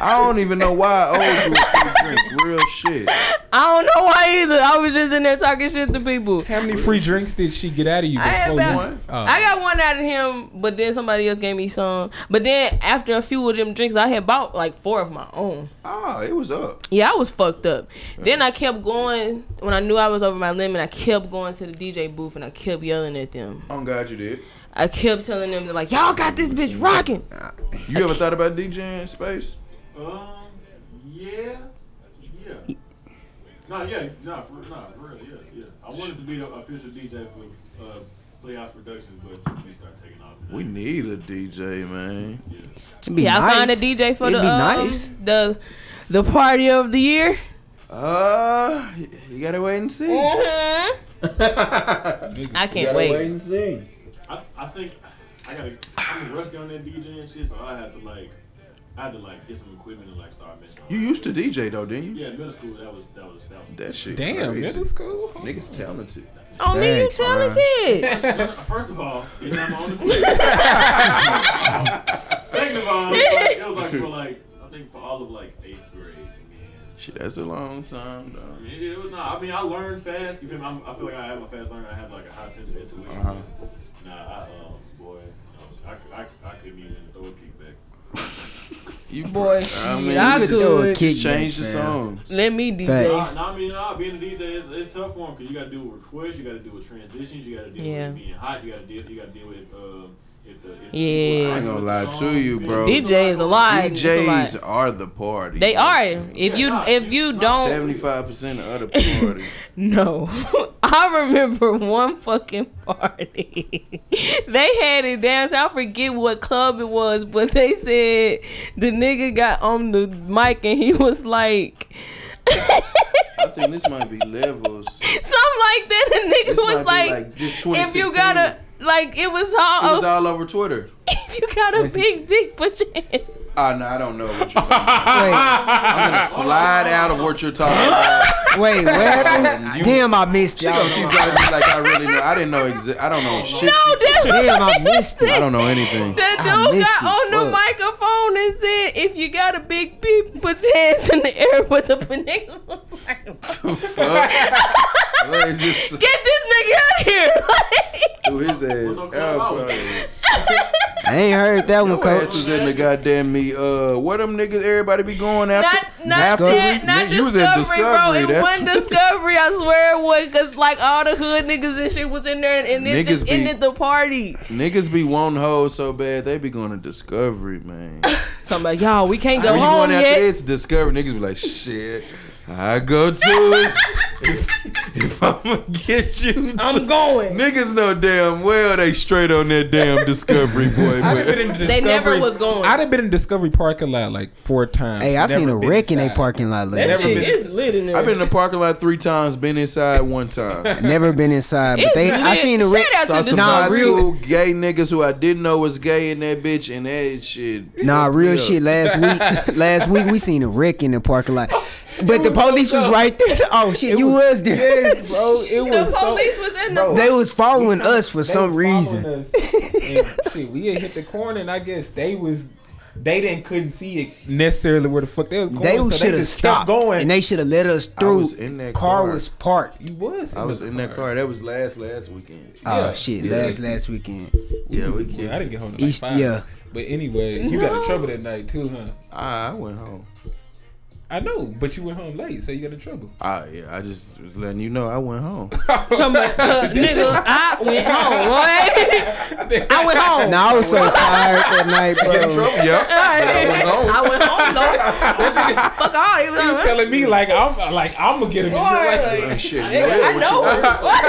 [SPEAKER 2] I don't even know why I owe you a free drink. Real shit.
[SPEAKER 3] I don't know why either. I was just in there talking shit to people.
[SPEAKER 1] How many free drinks did she get out of you
[SPEAKER 3] I had
[SPEAKER 1] before you? Oh,
[SPEAKER 3] about- I got one out of him, but then somebody else gave me some. But then after a few of them drinks, I had bought like four of my own.
[SPEAKER 2] Ah, it was up.
[SPEAKER 3] Yeah, I was fucked up. Then I kept going when I knew I was over my limit. I kept going to the DJ booth and I kept yelling at them.
[SPEAKER 2] Oh God, you did.
[SPEAKER 3] I kept telling them like, "Y'all got this bitch rocking."
[SPEAKER 2] You ever thought about DJing space?
[SPEAKER 5] Um, yeah, yeah. No, yeah, nah, for, nah, for real, yeah, yeah. I wanted to be the official DJ for uh, Playhouse Productions, but we start taking off.
[SPEAKER 2] We need a DJ, man.
[SPEAKER 4] It'd be
[SPEAKER 3] yeah, I find a
[SPEAKER 4] nice.
[SPEAKER 3] DJ for
[SPEAKER 4] It'd
[SPEAKER 3] the
[SPEAKER 4] be
[SPEAKER 3] um,
[SPEAKER 4] nice.
[SPEAKER 3] the the party of the year.
[SPEAKER 2] Uh, you gotta wait and see.
[SPEAKER 4] Uh-huh.
[SPEAKER 3] I can't wait.
[SPEAKER 2] and see.
[SPEAKER 5] I, I think I gotta. I'm rusty on that DJ and shit, so I have to like, I had to like get some equipment and like start messing.
[SPEAKER 2] You used to DJ though, didn't you?
[SPEAKER 5] Yeah, middle school that was that was that was.
[SPEAKER 2] That shit.
[SPEAKER 1] Damn,
[SPEAKER 2] crazy.
[SPEAKER 1] middle school.
[SPEAKER 2] Niggas talented.
[SPEAKER 3] Oh man, you
[SPEAKER 4] Thanks,
[SPEAKER 3] talented.
[SPEAKER 5] First of all, it was on the Second of all, it was like for like I think for all of like eighth grade. man.
[SPEAKER 2] Shit, that's a long time
[SPEAKER 5] I
[SPEAKER 2] though.
[SPEAKER 5] mean, it was not. I mean, I learned fast. You feel me? I'm, I feel like I have my fast learner. I have like a high sense of intuition.
[SPEAKER 2] Uh-huh.
[SPEAKER 5] Nah, I um, boy, I, I, I couldn't even throw a kickback.
[SPEAKER 2] You
[SPEAKER 3] Boy,
[SPEAKER 2] I
[SPEAKER 3] shit,
[SPEAKER 2] mean,
[SPEAKER 3] I
[SPEAKER 2] you could
[SPEAKER 3] could.
[SPEAKER 4] do a
[SPEAKER 2] just
[SPEAKER 4] kick
[SPEAKER 2] change the
[SPEAKER 4] back,
[SPEAKER 2] song.
[SPEAKER 3] Let me
[SPEAKER 4] Facts.
[SPEAKER 3] DJ.
[SPEAKER 5] Nah, nah, I mean, nah, being a DJ is it's tough for him because you got to deal with requests, you got to deal with transitions, you got to deal
[SPEAKER 3] Yeah.
[SPEAKER 5] with it being hot, you got to deal, you got to deal with um, if the if
[SPEAKER 3] Yeah.
[SPEAKER 5] the,
[SPEAKER 3] I
[SPEAKER 2] ain't gonna lie to
[SPEAKER 5] song,
[SPEAKER 2] you,
[SPEAKER 5] feel
[SPEAKER 2] bro.
[SPEAKER 5] me?
[SPEAKER 3] DJ is a lot. It's a lot.
[SPEAKER 2] DJs are the party.
[SPEAKER 3] They are. If you if you don't
[SPEAKER 2] Seventy-five percent of the party.
[SPEAKER 3] No, I remember one fucking party. they had it downtown. I forget what club it was, but they said the nigga got on the mic and he was like,
[SPEAKER 2] I think this might be levels.
[SPEAKER 3] something like that. The nigga
[SPEAKER 2] This might
[SPEAKER 3] was
[SPEAKER 2] be
[SPEAKER 3] like,
[SPEAKER 2] like this
[SPEAKER 3] if
[SPEAKER 2] 2016.
[SPEAKER 3] you oh. got a like, it was all,
[SPEAKER 2] It was all over Twitter.
[SPEAKER 3] if you got a big dick, but you.
[SPEAKER 2] Ah, no, I don't know what you're talking about.
[SPEAKER 4] Wait,
[SPEAKER 2] I'm gonna slide out of what you're talking about.
[SPEAKER 4] wait, what happened?
[SPEAKER 2] You-
[SPEAKER 4] Damn, I missed
[SPEAKER 2] She gonna
[SPEAKER 4] y'all.
[SPEAKER 2] keep trying to be like I really know. I didn't know. Exi- I don't know shit.
[SPEAKER 3] No, that's
[SPEAKER 4] Damn, I missed
[SPEAKER 2] I
[SPEAKER 4] it.
[SPEAKER 2] don't know anything.
[SPEAKER 3] That
[SPEAKER 4] I
[SPEAKER 3] dude
[SPEAKER 4] missed
[SPEAKER 3] got
[SPEAKER 4] it.
[SPEAKER 3] on the
[SPEAKER 4] Fuck.
[SPEAKER 3] microphone and said, "If you got a big beep, put your hands in the air." But the niggas was like,
[SPEAKER 2] Fuck. Well, it's just
[SPEAKER 3] "Get this nigga out of here!" Like,
[SPEAKER 2] through his ass.
[SPEAKER 5] What's up,
[SPEAKER 2] out,
[SPEAKER 5] Clubhouse?
[SPEAKER 2] probably.
[SPEAKER 4] I ain't heard that one,
[SPEAKER 2] Your ass
[SPEAKER 4] coach.
[SPEAKER 2] was in the goddamn me. Uh, where them niggas? Everybody be going
[SPEAKER 3] not,
[SPEAKER 2] after?
[SPEAKER 3] not
[SPEAKER 4] Discovery?
[SPEAKER 3] that, not
[SPEAKER 2] Nigga, you was at
[SPEAKER 3] discovery, bro.
[SPEAKER 2] Discovery,
[SPEAKER 3] It
[SPEAKER 2] that's-
[SPEAKER 3] wasn't discovery. I swear it was, cause like all the hood niggas and shit was in there, and it
[SPEAKER 2] Niggas
[SPEAKER 3] just
[SPEAKER 2] be-
[SPEAKER 3] ended the party.
[SPEAKER 2] Niggas be wanting hoes so bad they be going to Discovery, man.
[SPEAKER 3] So I'm like, y'all, we can't go
[SPEAKER 2] When you
[SPEAKER 3] home
[SPEAKER 2] going after
[SPEAKER 3] yet.
[SPEAKER 2] this Discovery, niggas be like, shit, I go to it. if, if I'ma get you,
[SPEAKER 3] I'm
[SPEAKER 2] to-
[SPEAKER 3] going.
[SPEAKER 2] Niggas know damn well they straight on that damn Discovery boy.
[SPEAKER 1] I'd have
[SPEAKER 2] but-
[SPEAKER 1] been in Discovery.
[SPEAKER 3] They never was going.
[SPEAKER 1] I'd have been in Discovery parking lot like four times.
[SPEAKER 4] Hey, I seen a
[SPEAKER 1] Never been
[SPEAKER 4] wreck in a
[SPEAKER 1] inside.
[SPEAKER 4] parking lot.
[SPEAKER 3] That
[SPEAKER 1] never
[SPEAKER 4] Never
[SPEAKER 3] shit
[SPEAKER 1] been-
[SPEAKER 3] is lit in there.
[SPEAKER 2] I've been in the parking lot three times, been inside one time.
[SPEAKER 4] never been inside, but
[SPEAKER 3] It's
[SPEAKER 4] they. I
[SPEAKER 3] lit.
[SPEAKER 4] seen the
[SPEAKER 3] Shout
[SPEAKER 4] wreck.
[SPEAKER 3] out to
[SPEAKER 2] Saw some
[SPEAKER 4] Nah,
[SPEAKER 2] high
[SPEAKER 3] Discovery.
[SPEAKER 4] real-
[SPEAKER 2] school gay niggas who I didn't know was gay in that bitch, and that shit.
[SPEAKER 4] Nah, real
[SPEAKER 2] Yeah.
[SPEAKER 4] shit. Last week, last week we seen a wreck in the parking lot, but the police was right there. Oh shit, you was, there.
[SPEAKER 1] Yes, bro. It
[SPEAKER 3] the
[SPEAKER 1] was so.
[SPEAKER 3] police was in the
[SPEAKER 1] Bro.
[SPEAKER 4] They was following us for
[SPEAKER 1] they
[SPEAKER 4] some
[SPEAKER 1] was
[SPEAKER 4] reason.
[SPEAKER 1] following us. And, shit, we had hit the corner, and I guess they was they didn't couldn't see it necessarily where the fuck they was going.
[SPEAKER 4] They
[SPEAKER 1] so
[SPEAKER 4] should have
[SPEAKER 1] just kept
[SPEAKER 4] stopped
[SPEAKER 1] going.
[SPEAKER 4] and they should have let us through.
[SPEAKER 2] was in that
[SPEAKER 4] car,
[SPEAKER 2] car.
[SPEAKER 4] was parked.
[SPEAKER 1] you was.
[SPEAKER 2] I was in that car. That was last last weekend.
[SPEAKER 4] Oh
[SPEAKER 1] Yeah.
[SPEAKER 4] shit!
[SPEAKER 2] Yeah.
[SPEAKER 4] Last last weekend,
[SPEAKER 2] Yeah, we
[SPEAKER 1] Yeah, I
[SPEAKER 2] can.
[SPEAKER 1] didn't get home till like
[SPEAKER 4] East-
[SPEAKER 1] five.
[SPEAKER 4] yeah.
[SPEAKER 1] But anyway, you got in trouble that night too, huh?
[SPEAKER 2] I, I went home.
[SPEAKER 1] I know, but you went home late, so you got in trouble.
[SPEAKER 2] Ah, yeah. I just was letting you know I went home.
[SPEAKER 3] Talking about, uh, nigga, I went home. What? I went home.
[SPEAKER 4] Nah, I was so tired that night, bro.
[SPEAKER 2] yep.
[SPEAKER 3] I went
[SPEAKER 2] home.
[SPEAKER 3] home. I went home though. Fuck all. He was
[SPEAKER 1] He was
[SPEAKER 3] like, huh?
[SPEAKER 1] telling me like I'm like I'm gonna get him. in trouble.
[SPEAKER 3] Boy,
[SPEAKER 1] Like,
[SPEAKER 2] Like, Oh, shit. you what
[SPEAKER 3] nigga, I
[SPEAKER 2] you-
[SPEAKER 3] know. What?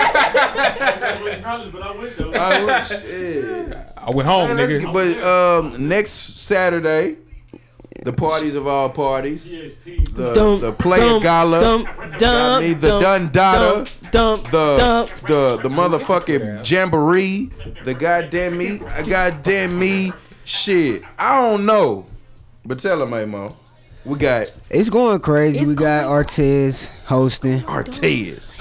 [SPEAKER 5] I wasn't college, but I went though.
[SPEAKER 2] I went- Oh, shit.
[SPEAKER 1] I went home,
[SPEAKER 2] Man, let's
[SPEAKER 1] nigga.
[SPEAKER 2] get- but um, next Saturday, the parties of all parties,
[SPEAKER 5] PSP.
[SPEAKER 2] the
[SPEAKER 3] Dump,
[SPEAKER 2] the player
[SPEAKER 3] dump,
[SPEAKER 2] gala,
[SPEAKER 3] Dump,
[SPEAKER 2] I mean,
[SPEAKER 3] dump,
[SPEAKER 2] the
[SPEAKER 3] dump,
[SPEAKER 2] Dundada,
[SPEAKER 3] dump,
[SPEAKER 2] the
[SPEAKER 3] dump.
[SPEAKER 2] the the motherfucking jamboree, the goddamn me, uh, goddamn me, shit. I don't know, but tell him, Mo. We got
[SPEAKER 4] It's going crazy. we got Artez hosting,
[SPEAKER 2] Artez,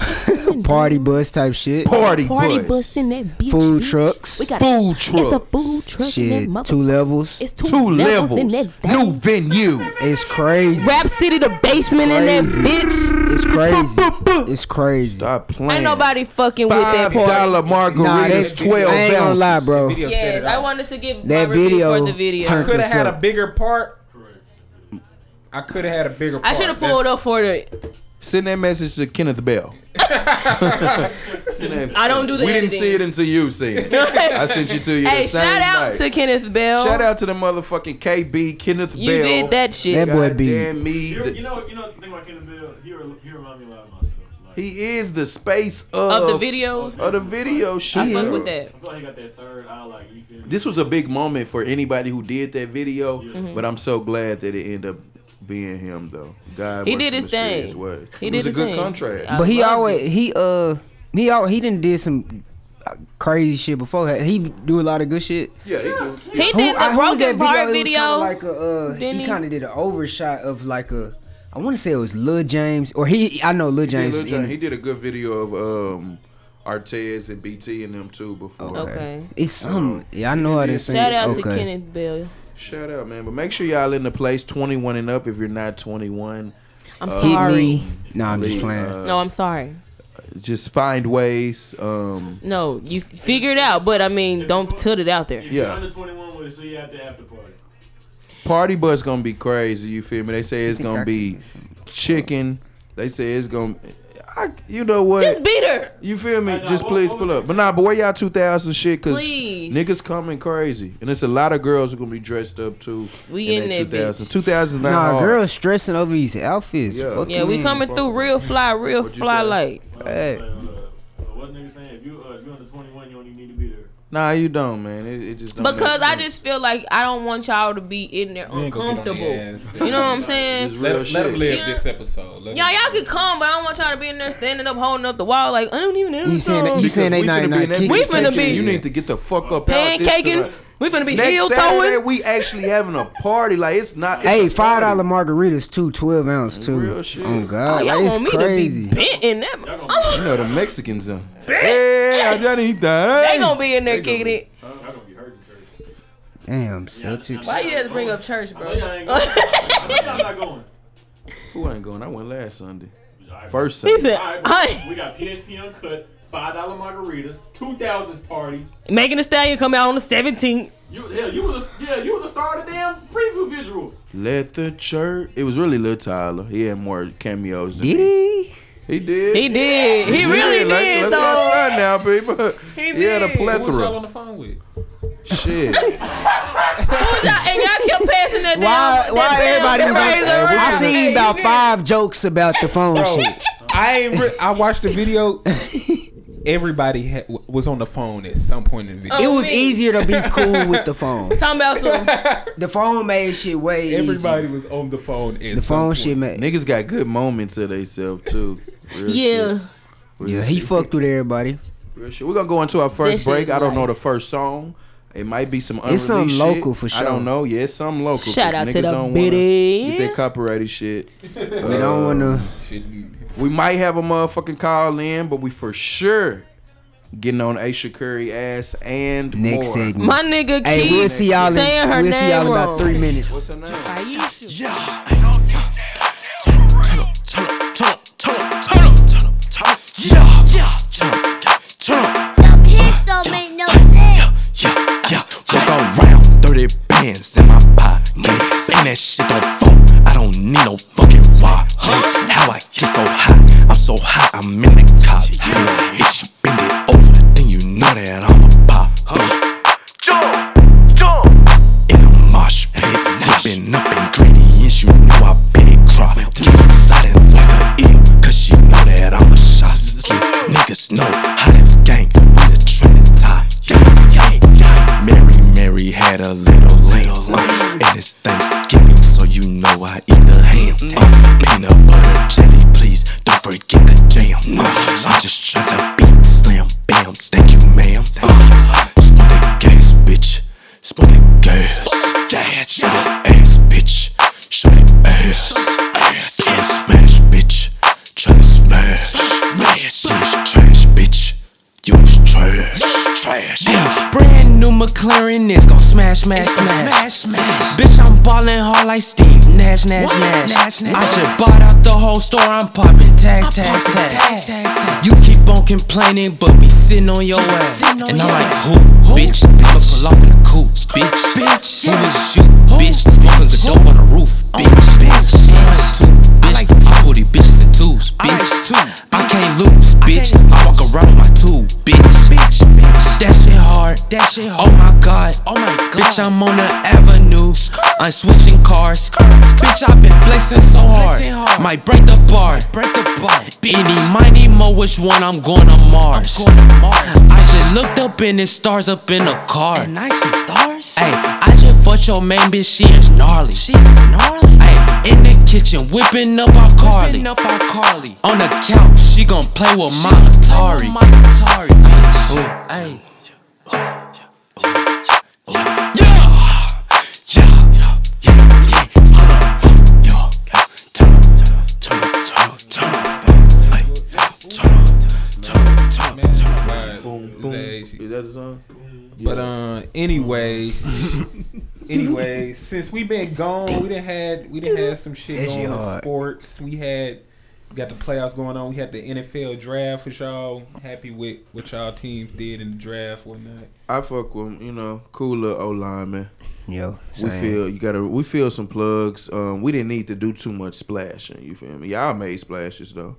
[SPEAKER 4] party bus type shit,
[SPEAKER 2] party,
[SPEAKER 6] Party
[SPEAKER 2] bus,
[SPEAKER 6] bus in that bitch.
[SPEAKER 4] food
[SPEAKER 6] bitch.
[SPEAKER 4] trucks,
[SPEAKER 6] We got
[SPEAKER 2] food
[SPEAKER 6] it's a
[SPEAKER 2] truck,
[SPEAKER 6] food truck in that
[SPEAKER 4] shit,
[SPEAKER 6] mother.
[SPEAKER 4] two levels.
[SPEAKER 6] it's two,
[SPEAKER 2] two
[SPEAKER 6] levels, in
[SPEAKER 2] levels,
[SPEAKER 6] that
[SPEAKER 2] new
[SPEAKER 6] thing.
[SPEAKER 2] venue.
[SPEAKER 4] It's crazy.
[SPEAKER 6] Rap City, the basement in that
[SPEAKER 4] Crazy.
[SPEAKER 6] bitch.
[SPEAKER 4] It's crazy. It's crazy.
[SPEAKER 2] Stop playing.
[SPEAKER 3] Ain't nobody fucking with
[SPEAKER 2] Five
[SPEAKER 3] that part.
[SPEAKER 2] dollar margaritas,
[SPEAKER 4] that's-
[SPEAKER 2] twelve
[SPEAKER 4] I ain't gonna
[SPEAKER 2] ounces.
[SPEAKER 4] lie, bro.
[SPEAKER 1] Video set
[SPEAKER 3] Yes,
[SPEAKER 1] it
[SPEAKER 3] I
[SPEAKER 1] off.
[SPEAKER 3] wanted to give
[SPEAKER 4] That
[SPEAKER 3] my review
[SPEAKER 4] video
[SPEAKER 3] for the video.
[SPEAKER 1] I
[SPEAKER 4] turned-
[SPEAKER 1] could have
[SPEAKER 4] this
[SPEAKER 1] had a
[SPEAKER 4] up.
[SPEAKER 1] bigger part. I could have had a bigger part.
[SPEAKER 3] I should have pulled up for the.
[SPEAKER 2] Send that message to Kenneth Bell. Send that-
[SPEAKER 3] I don't do the
[SPEAKER 2] we didn't see it
[SPEAKER 3] editing.
[SPEAKER 2] until you see it. I sent you to you.
[SPEAKER 3] Hey,
[SPEAKER 2] the same
[SPEAKER 3] shout out
[SPEAKER 2] night.
[SPEAKER 3] to Kenneth Bell.
[SPEAKER 2] shout out to the motherfucking KB Kenneth
[SPEAKER 3] You
[SPEAKER 2] Bell.
[SPEAKER 3] did that shit.
[SPEAKER 4] That boy beat.
[SPEAKER 2] Goddamn me.
[SPEAKER 5] You,
[SPEAKER 2] th-
[SPEAKER 5] you know, you know the thing about Kenneth Bill. He, re- he remind me a lot of myself. Like,
[SPEAKER 2] He is the space of,
[SPEAKER 3] of the video.
[SPEAKER 2] of the video shit.
[SPEAKER 3] I fuck with that.
[SPEAKER 5] I feel like he got that third eye, like you feel me?
[SPEAKER 2] This was a big moment for anybody who did that video,
[SPEAKER 3] Mm-hmm.
[SPEAKER 2] but I'm so glad that it ended up being him though. God,
[SPEAKER 3] He
[SPEAKER 2] works
[SPEAKER 3] did
[SPEAKER 2] in
[SPEAKER 3] his thing.
[SPEAKER 2] mysterious ways.
[SPEAKER 3] He
[SPEAKER 2] it
[SPEAKER 3] did
[SPEAKER 2] was a
[SPEAKER 3] his
[SPEAKER 2] good
[SPEAKER 3] thing.
[SPEAKER 2] contract.
[SPEAKER 3] I
[SPEAKER 4] But he
[SPEAKER 3] love
[SPEAKER 4] always he uh he al he didn't did some uh, crazy shit before. He do a lot of good shit.
[SPEAKER 2] yeah, he do.
[SPEAKER 3] He did the
[SPEAKER 4] I- who was
[SPEAKER 3] broken
[SPEAKER 4] that
[SPEAKER 3] part
[SPEAKER 4] It was kinda
[SPEAKER 3] video.
[SPEAKER 4] Like a, uh,
[SPEAKER 3] Didn't
[SPEAKER 4] he
[SPEAKER 3] he?
[SPEAKER 4] kind of did an overshot of like a, I want to say it was Lil James or he. I know Lil
[SPEAKER 2] He
[SPEAKER 4] James.
[SPEAKER 2] did,
[SPEAKER 4] was
[SPEAKER 2] Lil Jon-
[SPEAKER 4] in
[SPEAKER 2] he
[SPEAKER 4] it.
[SPEAKER 2] did a good video of um, Artez and BT and them too before.
[SPEAKER 3] Okay.
[SPEAKER 4] It's some. Yeah, I know I didn't say.
[SPEAKER 3] Shout out to
[SPEAKER 4] okay.
[SPEAKER 3] Kenneth Bell.
[SPEAKER 2] Shout out, man! But make sure y'all in the place 21 and up. If you're not 21,
[SPEAKER 3] I'm
[SPEAKER 4] Hit
[SPEAKER 3] sorry.
[SPEAKER 4] me. Nah, I'm just
[SPEAKER 2] Lee,
[SPEAKER 4] playing.
[SPEAKER 2] uh,
[SPEAKER 3] No, I'm sorry.
[SPEAKER 2] just find ways. Um,
[SPEAKER 3] No, you figure it out, but I mean, don't put it out there.
[SPEAKER 5] If you're
[SPEAKER 2] Yeah.
[SPEAKER 5] under 21, we'll see you at the after party.
[SPEAKER 2] party bus gonna be crazy. You feel me? They say it's gonna be chicken. They say it's gonna. I, you know what?
[SPEAKER 3] Just beat her.
[SPEAKER 2] You feel me?
[SPEAKER 5] Hey, nah,
[SPEAKER 2] Just
[SPEAKER 5] what-
[SPEAKER 2] please
[SPEAKER 5] what
[SPEAKER 2] pull
[SPEAKER 5] was
[SPEAKER 2] up. But nah, but wear y'all 2000 shit because
[SPEAKER 3] Please.
[SPEAKER 2] niggas coming crazy. And it's a lot of girls who going to be dressed up too.
[SPEAKER 3] We in
[SPEAKER 2] that
[SPEAKER 3] that
[SPEAKER 2] 2000.
[SPEAKER 3] bitch.
[SPEAKER 2] 2000 not
[SPEAKER 4] Nah,
[SPEAKER 2] hard.
[SPEAKER 4] girls stressing over these outfits.
[SPEAKER 2] Yeah.
[SPEAKER 4] Fuck
[SPEAKER 3] Yeah,
[SPEAKER 4] you
[SPEAKER 3] we
[SPEAKER 4] mean?
[SPEAKER 3] coming through real fly, real
[SPEAKER 2] What'd you
[SPEAKER 3] fly
[SPEAKER 2] say?
[SPEAKER 3] like.
[SPEAKER 5] Well,
[SPEAKER 4] Hey.
[SPEAKER 5] uh, uh, what nigga saying? If you uh, if you're under 21, you don't even need to be there.
[SPEAKER 2] Nah, you don't, man. It, it just don't make
[SPEAKER 3] Because I
[SPEAKER 2] sense.
[SPEAKER 3] just feel like I don't want y'all to be in there
[SPEAKER 1] You ain't gonna get on
[SPEAKER 3] uncomfortable.
[SPEAKER 1] their ass.
[SPEAKER 3] You know what I'm
[SPEAKER 2] It's
[SPEAKER 3] saying?
[SPEAKER 2] real
[SPEAKER 1] Let, let
[SPEAKER 2] shit.
[SPEAKER 1] him live
[SPEAKER 3] Yeah.
[SPEAKER 1] this episode. Let
[SPEAKER 3] Y'all,
[SPEAKER 1] him-
[SPEAKER 3] y'all could come, but I don't want y'all to be in there standing up, holding up the wall like I don't even know.
[SPEAKER 4] You saying that- you
[SPEAKER 3] something.
[SPEAKER 2] Because
[SPEAKER 4] saying they
[SPEAKER 2] we
[SPEAKER 4] not-
[SPEAKER 2] finna
[SPEAKER 4] not
[SPEAKER 2] be in that
[SPEAKER 4] kicking
[SPEAKER 3] We finna
[SPEAKER 2] contention.
[SPEAKER 3] be-
[SPEAKER 2] You need to get the fuck up out this
[SPEAKER 3] pancaking?
[SPEAKER 2] tonight.
[SPEAKER 3] We finna be heel
[SPEAKER 2] Next Saturday,
[SPEAKER 3] towing.
[SPEAKER 2] we actually having a party. Like, it's not.
[SPEAKER 4] Hey,
[SPEAKER 2] it's a party.
[SPEAKER 4] five dollar margaritas, two 12 ounce too.
[SPEAKER 2] Real shit.
[SPEAKER 4] Oh
[SPEAKER 3] Oh,
[SPEAKER 4] God,
[SPEAKER 3] y'all
[SPEAKER 4] like, it's
[SPEAKER 3] want me
[SPEAKER 4] crazy.
[SPEAKER 3] to be bent in that?
[SPEAKER 5] Y'all gonna,
[SPEAKER 2] You know, the Mexicans in. Hey, I done eat that.
[SPEAKER 3] They gonna be in there kicking it.
[SPEAKER 5] be, y'all gonna be hurting church.
[SPEAKER 4] Damn, Celtics.
[SPEAKER 3] Why you had to bring up church,
[SPEAKER 5] I know
[SPEAKER 3] bro?
[SPEAKER 5] y'all ain't going. I know y'all not going.
[SPEAKER 2] Who ain't going? I went last Sunday.
[SPEAKER 5] Alright, bro.
[SPEAKER 2] First
[SPEAKER 3] He
[SPEAKER 2] Sunday.
[SPEAKER 3] said,
[SPEAKER 5] Alright, bro.
[SPEAKER 3] "Hey,
[SPEAKER 5] we got PSP Uncut, $5 margaritas, 2000s party.
[SPEAKER 3] Megan Thee Stallion come out on the 17th.
[SPEAKER 5] You, hell, you was a, yeah, you was a star of the damn preview visual.
[SPEAKER 2] Let the church. It was really Lil Tyler. He had more cameos than me.
[SPEAKER 4] Diddy.
[SPEAKER 2] He did.
[SPEAKER 3] He did. He really
[SPEAKER 2] like,
[SPEAKER 3] did,
[SPEAKER 2] Let's
[SPEAKER 3] though.
[SPEAKER 2] outside now, people.
[SPEAKER 3] He
[SPEAKER 2] He, had a
[SPEAKER 3] did.
[SPEAKER 1] Who was y'all
[SPEAKER 2] plethora.
[SPEAKER 1] on the phone with?
[SPEAKER 2] Shit.
[SPEAKER 3] Who y'all- And y'all kept passing that down.
[SPEAKER 4] Why?
[SPEAKER 3] that
[SPEAKER 4] Why
[SPEAKER 3] damn
[SPEAKER 4] everybody was
[SPEAKER 3] razor
[SPEAKER 4] on? I
[SPEAKER 3] around.
[SPEAKER 4] seen
[SPEAKER 3] Hey,
[SPEAKER 4] about
[SPEAKER 3] you
[SPEAKER 4] five jokes about the phone
[SPEAKER 1] Bro,
[SPEAKER 4] shit.
[SPEAKER 1] Oh, I ain't. Re- I watched the video. Everybody ha- w- was on the phone at some point in the video.
[SPEAKER 3] Oh,
[SPEAKER 4] It was
[SPEAKER 3] me.
[SPEAKER 4] easier to be cool with the phone.
[SPEAKER 3] Talking about some.
[SPEAKER 4] The phone made shit way
[SPEAKER 1] Everybody
[SPEAKER 4] easier.
[SPEAKER 1] was on the phone at
[SPEAKER 4] The
[SPEAKER 1] some
[SPEAKER 4] phone
[SPEAKER 1] point.
[SPEAKER 4] shit made.
[SPEAKER 2] Niggas got good moments of themselves too. Real
[SPEAKER 3] Yeah.
[SPEAKER 2] shit. Real
[SPEAKER 4] Yeah, he
[SPEAKER 2] shit.
[SPEAKER 4] fucked with everybody.
[SPEAKER 2] Real shit. We're gonna go into our
[SPEAKER 3] That
[SPEAKER 2] first
[SPEAKER 3] shit
[SPEAKER 2] break. I don't know
[SPEAKER 3] nice.
[SPEAKER 2] the first song. It might be some unreleased
[SPEAKER 4] It's something
[SPEAKER 2] shit.
[SPEAKER 4] local for
[SPEAKER 2] I
[SPEAKER 4] sure.
[SPEAKER 2] don't know. Yeah, it's something local. 'cause
[SPEAKER 3] Shout out to
[SPEAKER 2] niggas
[SPEAKER 3] the
[SPEAKER 2] don't wanna
[SPEAKER 3] bitty.
[SPEAKER 2] Get that copyrighted shit.
[SPEAKER 4] We
[SPEAKER 2] Uh,
[SPEAKER 4] don't want to.
[SPEAKER 1] Shit.
[SPEAKER 2] We might have a motherfucking call in, but we for sure getting on Aisha Curry ass and
[SPEAKER 4] Next
[SPEAKER 2] more.
[SPEAKER 4] segment.
[SPEAKER 3] My nigga
[SPEAKER 4] Hey,
[SPEAKER 3] keep
[SPEAKER 4] we'll see y'all in.
[SPEAKER 3] saying her
[SPEAKER 4] We'll see
[SPEAKER 3] name
[SPEAKER 4] y'all in
[SPEAKER 3] wrong.
[SPEAKER 4] about three minutes.
[SPEAKER 2] What's her name?
[SPEAKER 3] Aisha.
[SPEAKER 7] Your pants don't make no sense.
[SPEAKER 8] Niggas know how this gang we the Trinity. Mary, Mary had a little lamb, uh, and it's Thanksgiving, so you know I eat the ham. Uh, peanut butter jelly, please don't forget the jam. Uh, I'm just tryna beat slam, bam. Thank you, ma'am. Uh, smoke that gas, bitch. Smoke that gas. Gas, show that ass, bitch. Show that ass. Ass, ass, smash, bitch. Tryna smash, smash. You was trash, bitch. You was trash. Trash. Yeah. Brand new McLaren is gon' smash, smash, smash. smash, Bitch, I'm ballin' hard like Steve Nash, Nash, Nash. I just bought out the whole store. I'm poppin' tax, tax, tax, tax, You keep on complaining, but be sittin' on your ass. and I'm like, who, bitch? I'ma pull off in the coupe, bitch. Bitch. Who is you, bitch? Smoking the dope on the roof, bitch. Bitch. Two, bitch. I like I pull these bitches in twos, bitch. I can't lose, bitch. I walk around with my two, bitch. Bitch, bitch. That shit hard. That shit hard. Oh my God. Oh my God. Bitch, I'm on the avenue. I'm switching cars. Bitch, I've been flexing so hard. Might break the bar. Break the bar. Any mighty mo, which one I'm going to Mars? I just looked up in the stars up in the car. And I see stars. Hey, I just fucked your main bitch. She is gnarly. She is gnarly. Hey, in the kitchen whipping up our Carly. up our Carly. On the couch, she gon' play with my Atari. My Atari, bitch. Hey.
[SPEAKER 2] Is that um, the song?
[SPEAKER 1] But uh, anyways, anyways, since we been gone, we done had we done had some shit
[SPEAKER 4] That shit
[SPEAKER 1] going on in
[SPEAKER 4] hard.
[SPEAKER 1] sports. We had we got the playoffs going on. We had the NFL draft for y'all. Happy with what y'all teams did in the draft, whatnot.
[SPEAKER 2] I fuck with 'em, you know, cooler O lineman.
[SPEAKER 4] Yo,
[SPEAKER 2] We
[SPEAKER 4] same.
[SPEAKER 2] feel you gotta. We feel some plugs. Um, we didn't need to do too much splashing. You feel me? Y'all made splashes though.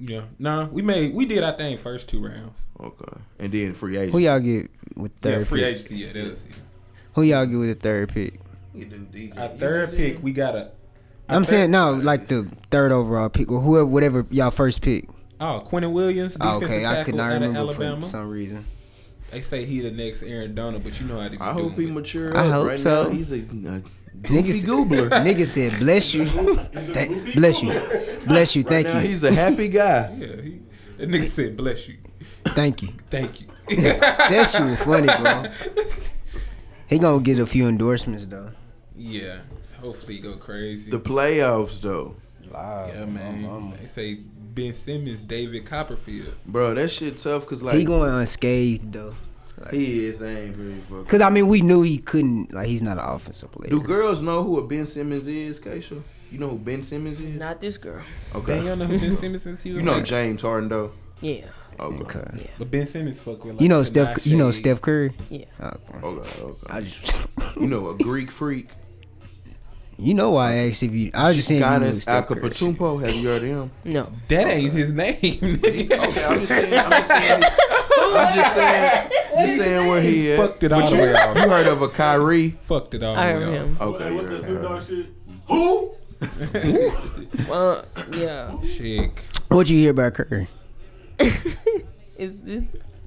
[SPEAKER 1] Yeah, nah, we made we did our thing first two rounds.
[SPEAKER 2] Okay, and then free agent.
[SPEAKER 4] Who y'all get with third
[SPEAKER 1] yeah, free
[SPEAKER 4] pick?
[SPEAKER 1] agency. Yeah, that was it.
[SPEAKER 4] Who y'all get with the third pick?
[SPEAKER 1] Our third pick, we got a. our
[SPEAKER 4] I'm
[SPEAKER 1] third-
[SPEAKER 4] saying no, like the third overall pick or whoever, whatever y'all first pick.
[SPEAKER 1] Oh, Quentin Williams,
[SPEAKER 4] Oh,
[SPEAKER 1] defensive
[SPEAKER 4] okay, I
[SPEAKER 1] tackle
[SPEAKER 4] could not
[SPEAKER 1] out of
[SPEAKER 4] remember for
[SPEAKER 1] Alabama.
[SPEAKER 4] some reason.
[SPEAKER 1] They say he the next Aaron Donald, but you know how to do.
[SPEAKER 2] I hope he mature.
[SPEAKER 4] I
[SPEAKER 2] up.
[SPEAKER 4] hope
[SPEAKER 2] right
[SPEAKER 4] so.
[SPEAKER 2] Now, he's a, a
[SPEAKER 4] Nigga,
[SPEAKER 2] goofy
[SPEAKER 4] s-
[SPEAKER 2] goobler.
[SPEAKER 4] nigga said, "Bless you, Thank- bless you, bless you, thank
[SPEAKER 2] Now
[SPEAKER 4] you,
[SPEAKER 2] he's a happy guy.
[SPEAKER 1] Yeah, he, that nigga said, "Bless you,
[SPEAKER 4] thank you."
[SPEAKER 1] thank you."
[SPEAKER 4] That shit was funny, bro. He gonna get a few endorsements though.
[SPEAKER 1] yeah, hopefully he go crazy.
[SPEAKER 2] The playoffs though,
[SPEAKER 1] yeah, man. They say Ben Simmons, David Copperfield.
[SPEAKER 2] bro. That shit tough because like
[SPEAKER 4] He going unscathed though,
[SPEAKER 2] he is. They ain't really fucking.
[SPEAKER 4] cause I mean we knew he couldn't. Like he's not an offensive player.
[SPEAKER 2] Do girls know who a Ben Simmons is, Keisha? You know who Ben Simmons is?
[SPEAKER 3] Not this girl.
[SPEAKER 1] Man,
[SPEAKER 2] okay.
[SPEAKER 1] y'all know who Ben Simmons is? He was
[SPEAKER 2] You know
[SPEAKER 1] like-
[SPEAKER 2] James Harden though.
[SPEAKER 3] Yeah.
[SPEAKER 2] Okay.
[SPEAKER 4] Okay.
[SPEAKER 1] but Ben Simmons fuck with. Like
[SPEAKER 4] You know Steph. You know
[SPEAKER 1] Tinashe.
[SPEAKER 4] Steph Curry.
[SPEAKER 3] Yeah.
[SPEAKER 4] Okay.
[SPEAKER 2] Okay. Okay.
[SPEAKER 4] I just.
[SPEAKER 2] You know a Greek freak.
[SPEAKER 4] You know why I asked if you. I was just saying. You knew
[SPEAKER 2] Giannis
[SPEAKER 4] Steph Curry.
[SPEAKER 2] Akapatumpo. Have you heard of him?
[SPEAKER 3] No.
[SPEAKER 1] That ain't his name. nigga.
[SPEAKER 2] Okay, I'm just saying. I'm just saying. I'm just saying. I'm just saying where he is.
[SPEAKER 1] Fucked it all the way off.
[SPEAKER 2] You heard of a Kyrie?
[SPEAKER 1] Fucked it all.
[SPEAKER 4] Oh,
[SPEAKER 3] I
[SPEAKER 1] the way
[SPEAKER 3] heard
[SPEAKER 1] off.
[SPEAKER 3] him.
[SPEAKER 5] Hey,
[SPEAKER 2] Okay.
[SPEAKER 5] what's that
[SPEAKER 2] you
[SPEAKER 5] Snoop Dogg
[SPEAKER 2] heard.
[SPEAKER 5] shit? Who?
[SPEAKER 3] Uh, yeah.
[SPEAKER 1] Shit.
[SPEAKER 4] What you hear about Curry?
[SPEAKER 3] Is this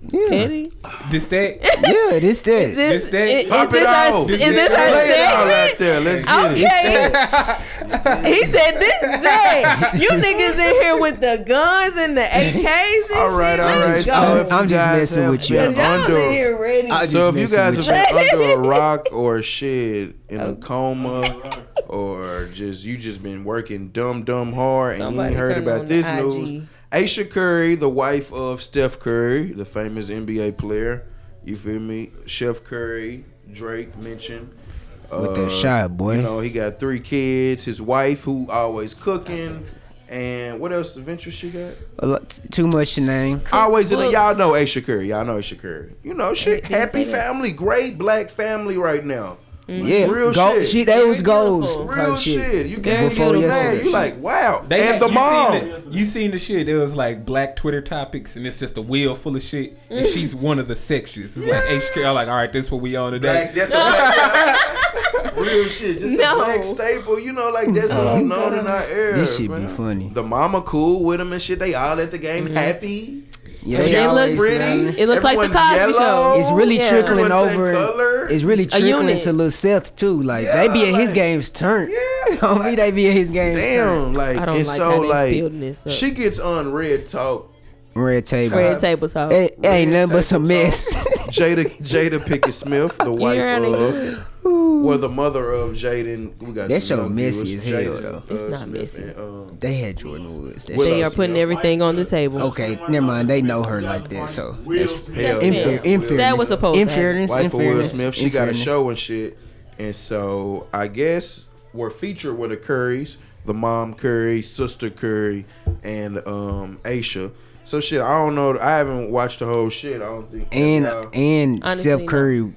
[SPEAKER 4] Yeah.
[SPEAKER 3] petty?
[SPEAKER 1] This that.
[SPEAKER 4] Yeah, it is that.
[SPEAKER 3] This,
[SPEAKER 1] This that-
[SPEAKER 3] is,
[SPEAKER 2] Pop
[SPEAKER 3] is
[SPEAKER 2] it
[SPEAKER 3] this
[SPEAKER 2] off.
[SPEAKER 3] our, is
[SPEAKER 1] This
[SPEAKER 3] this
[SPEAKER 1] that-
[SPEAKER 3] our
[SPEAKER 2] Lay it all out
[SPEAKER 3] segment?
[SPEAKER 2] there. Let's get it.
[SPEAKER 3] Okay. he said this that. You niggas in here with the guns and the AKs and
[SPEAKER 2] All right,
[SPEAKER 3] shit.
[SPEAKER 2] all
[SPEAKER 3] Let's
[SPEAKER 2] right.
[SPEAKER 3] go.
[SPEAKER 2] So if
[SPEAKER 4] I'm
[SPEAKER 2] you
[SPEAKER 4] just
[SPEAKER 2] guys
[SPEAKER 4] messing
[SPEAKER 2] have
[SPEAKER 4] with you.
[SPEAKER 2] been
[SPEAKER 3] Y'all in
[SPEAKER 2] Under,
[SPEAKER 3] here ready.
[SPEAKER 4] I just
[SPEAKER 2] so if you
[SPEAKER 4] messing
[SPEAKER 2] guys
[SPEAKER 4] with
[SPEAKER 2] have
[SPEAKER 4] you.
[SPEAKER 2] been under a rock or a shed in a coma or just you just been working dumb dumb hard and
[SPEAKER 3] Somebody
[SPEAKER 2] you ain't heard
[SPEAKER 3] turn
[SPEAKER 2] about
[SPEAKER 3] on
[SPEAKER 2] this
[SPEAKER 3] the
[SPEAKER 2] news.
[SPEAKER 3] IG.
[SPEAKER 2] Aisha Curry, the wife of Steph Curry, the famous NBA player. You feel me? Chef Curry, Drake mentioned.
[SPEAKER 4] with that
[SPEAKER 2] uh,
[SPEAKER 4] shot, boy.
[SPEAKER 2] You know, he got three kids, his wife who always cooking. And what else adventures she got?
[SPEAKER 4] A lot- t- too much to name.
[SPEAKER 2] Always in the,
[SPEAKER 3] Books.
[SPEAKER 2] y'all know A Curry. Y'all know A Curry. You know, shit. Happy family, great black family right now.
[SPEAKER 3] Mm-hmm.
[SPEAKER 4] Yeah,
[SPEAKER 2] Real
[SPEAKER 4] gold,
[SPEAKER 2] shit.
[SPEAKER 4] She, they was
[SPEAKER 3] beautiful.
[SPEAKER 4] goals. type
[SPEAKER 2] Real shit. You
[SPEAKER 4] Very
[SPEAKER 2] can't get mad.
[SPEAKER 4] beautiful.
[SPEAKER 2] You like, wow.
[SPEAKER 1] They
[SPEAKER 2] and the
[SPEAKER 1] you
[SPEAKER 2] mom.
[SPEAKER 1] Seen the, you seen the shit? It was like black Twitter topics, and it's just a wheel full of shit. And
[SPEAKER 3] Mm.
[SPEAKER 1] she's one of the sexiest. It's like HK. I'm like, all right, this what we on today.
[SPEAKER 2] Black, that's a black Real shit. Just
[SPEAKER 3] No. Uh-huh.
[SPEAKER 2] a black staple. You know, like that's going on in our era.
[SPEAKER 4] This shit be
[SPEAKER 2] man.
[SPEAKER 4] funny.
[SPEAKER 2] The mama cool with them and shit. They all at the game
[SPEAKER 3] Mm-hmm.
[SPEAKER 2] happy.
[SPEAKER 4] Yeah,
[SPEAKER 3] They look
[SPEAKER 4] always
[SPEAKER 3] pretty.
[SPEAKER 4] smiling.
[SPEAKER 3] It looks like the
[SPEAKER 2] Everyone's
[SPEAKER 3] Cosby Show.
[SPEAKER 2] yellow.
[SPEAKER 4] It's really
[SPEAKER 3] Yeah.
[SPEAKER 4] trickling
[SPEAKER 2] Everyone's in
[SPEAKER 4] over.
[SPEAKER 2] color.
[SPEAKER 4] It's really trickling
[SPEAKER 3] unit.
[SPEAKER 4] to little Seth too. Like they
[SPEAKER 2] Yeah,
[SPEAKER 4] be at his
[SPEAKER 2] like-
[SPEAKER 4] games turn.
[SPEAKER 2] Yeah,
[SPEAKER 4] Homie,
[SPEAKER 2] like-
[SPEAKER 4] they be at his games. Damn.
[SPEAKER 2] Damn, like
[SPEAKER 3] I don't
[SPEAKER 2] it's
[SPEAKER 3] like
[SPEAKER 2] so
[SPEAKER 3] how they
[SPEAKER 2] like
[SPEAKER 3] building this up.
[SPEAKER 2] she gets on red talk
[SPEAKER 4] Red table.
[SPEAKER 3] Red table talk.
[SPEAKER 4] It, it ain't nothing but some
[SPEAKER 2] table
[SPEAKER 4] mess.
[SPEAKER 2] Jada Jada Pickett Smith, the wife
[SPEAKER 3] already
[SPEAKER 2] of, well, the mother of Jaden. We got
[SPEAKER 4] That
[SPEAKER 2] some
[SPEAKER 4] show
[SPEAKER 2] young
[SPEAKER 4] messy
[SPEAKER 2] viewers.
[SPEAKER 4] as hell,
[SPEAKER 2] Jaden,
[SPEAKER 4] though.
[SPEAKER 3] It's not
[SPEAKER 2] Smith
[SPEAKER 3] messy.
[SPEAKER 2] and, um,
[SPEAKER 4] they had Jordan Woods. That
[SPEAKER 2] Will
[SPEAKER 4] shit-
[SPEAKER 3] They are putting everything on the table.
[SPEAKER 4] okay, never mind. They know her like that, so
[SPEAKER 5] Will
[SPEAKER 4] that's
[SPEAKER 5] Smith.
[SPEAKER 2] hell,
[SPEAKER 3] That's
[SPEAKER 2] yeah.
[SPEAKER 3] fair.
[SPEAKER 4] infer- infairness.
[SPEAKER 3] That was supposed to happen.
[SPEAKER 4] infairness.
[SPEAKER 2] wife of Will
[SPEAKER 4] infairness,
[SPEAKER 2] Smith. She got a
[SPEAKER 4] infairness.
[SPEAKER 2] show and shit, and so I guess we're featured with the Currys, the mom Curry, sister Curry, and um Aisha. So shit, I don't know. I haven't watched the whole shit. I don't think.
[SPEAKER 4] and uh,
[SPEAKER 2] Y'all-
[SPEAKER 4] and
[SPEAKER 3] Honestly,
[SPEAKER 4] Seth
[SPEAKER 3] no.
[SPEAKER 4] Curry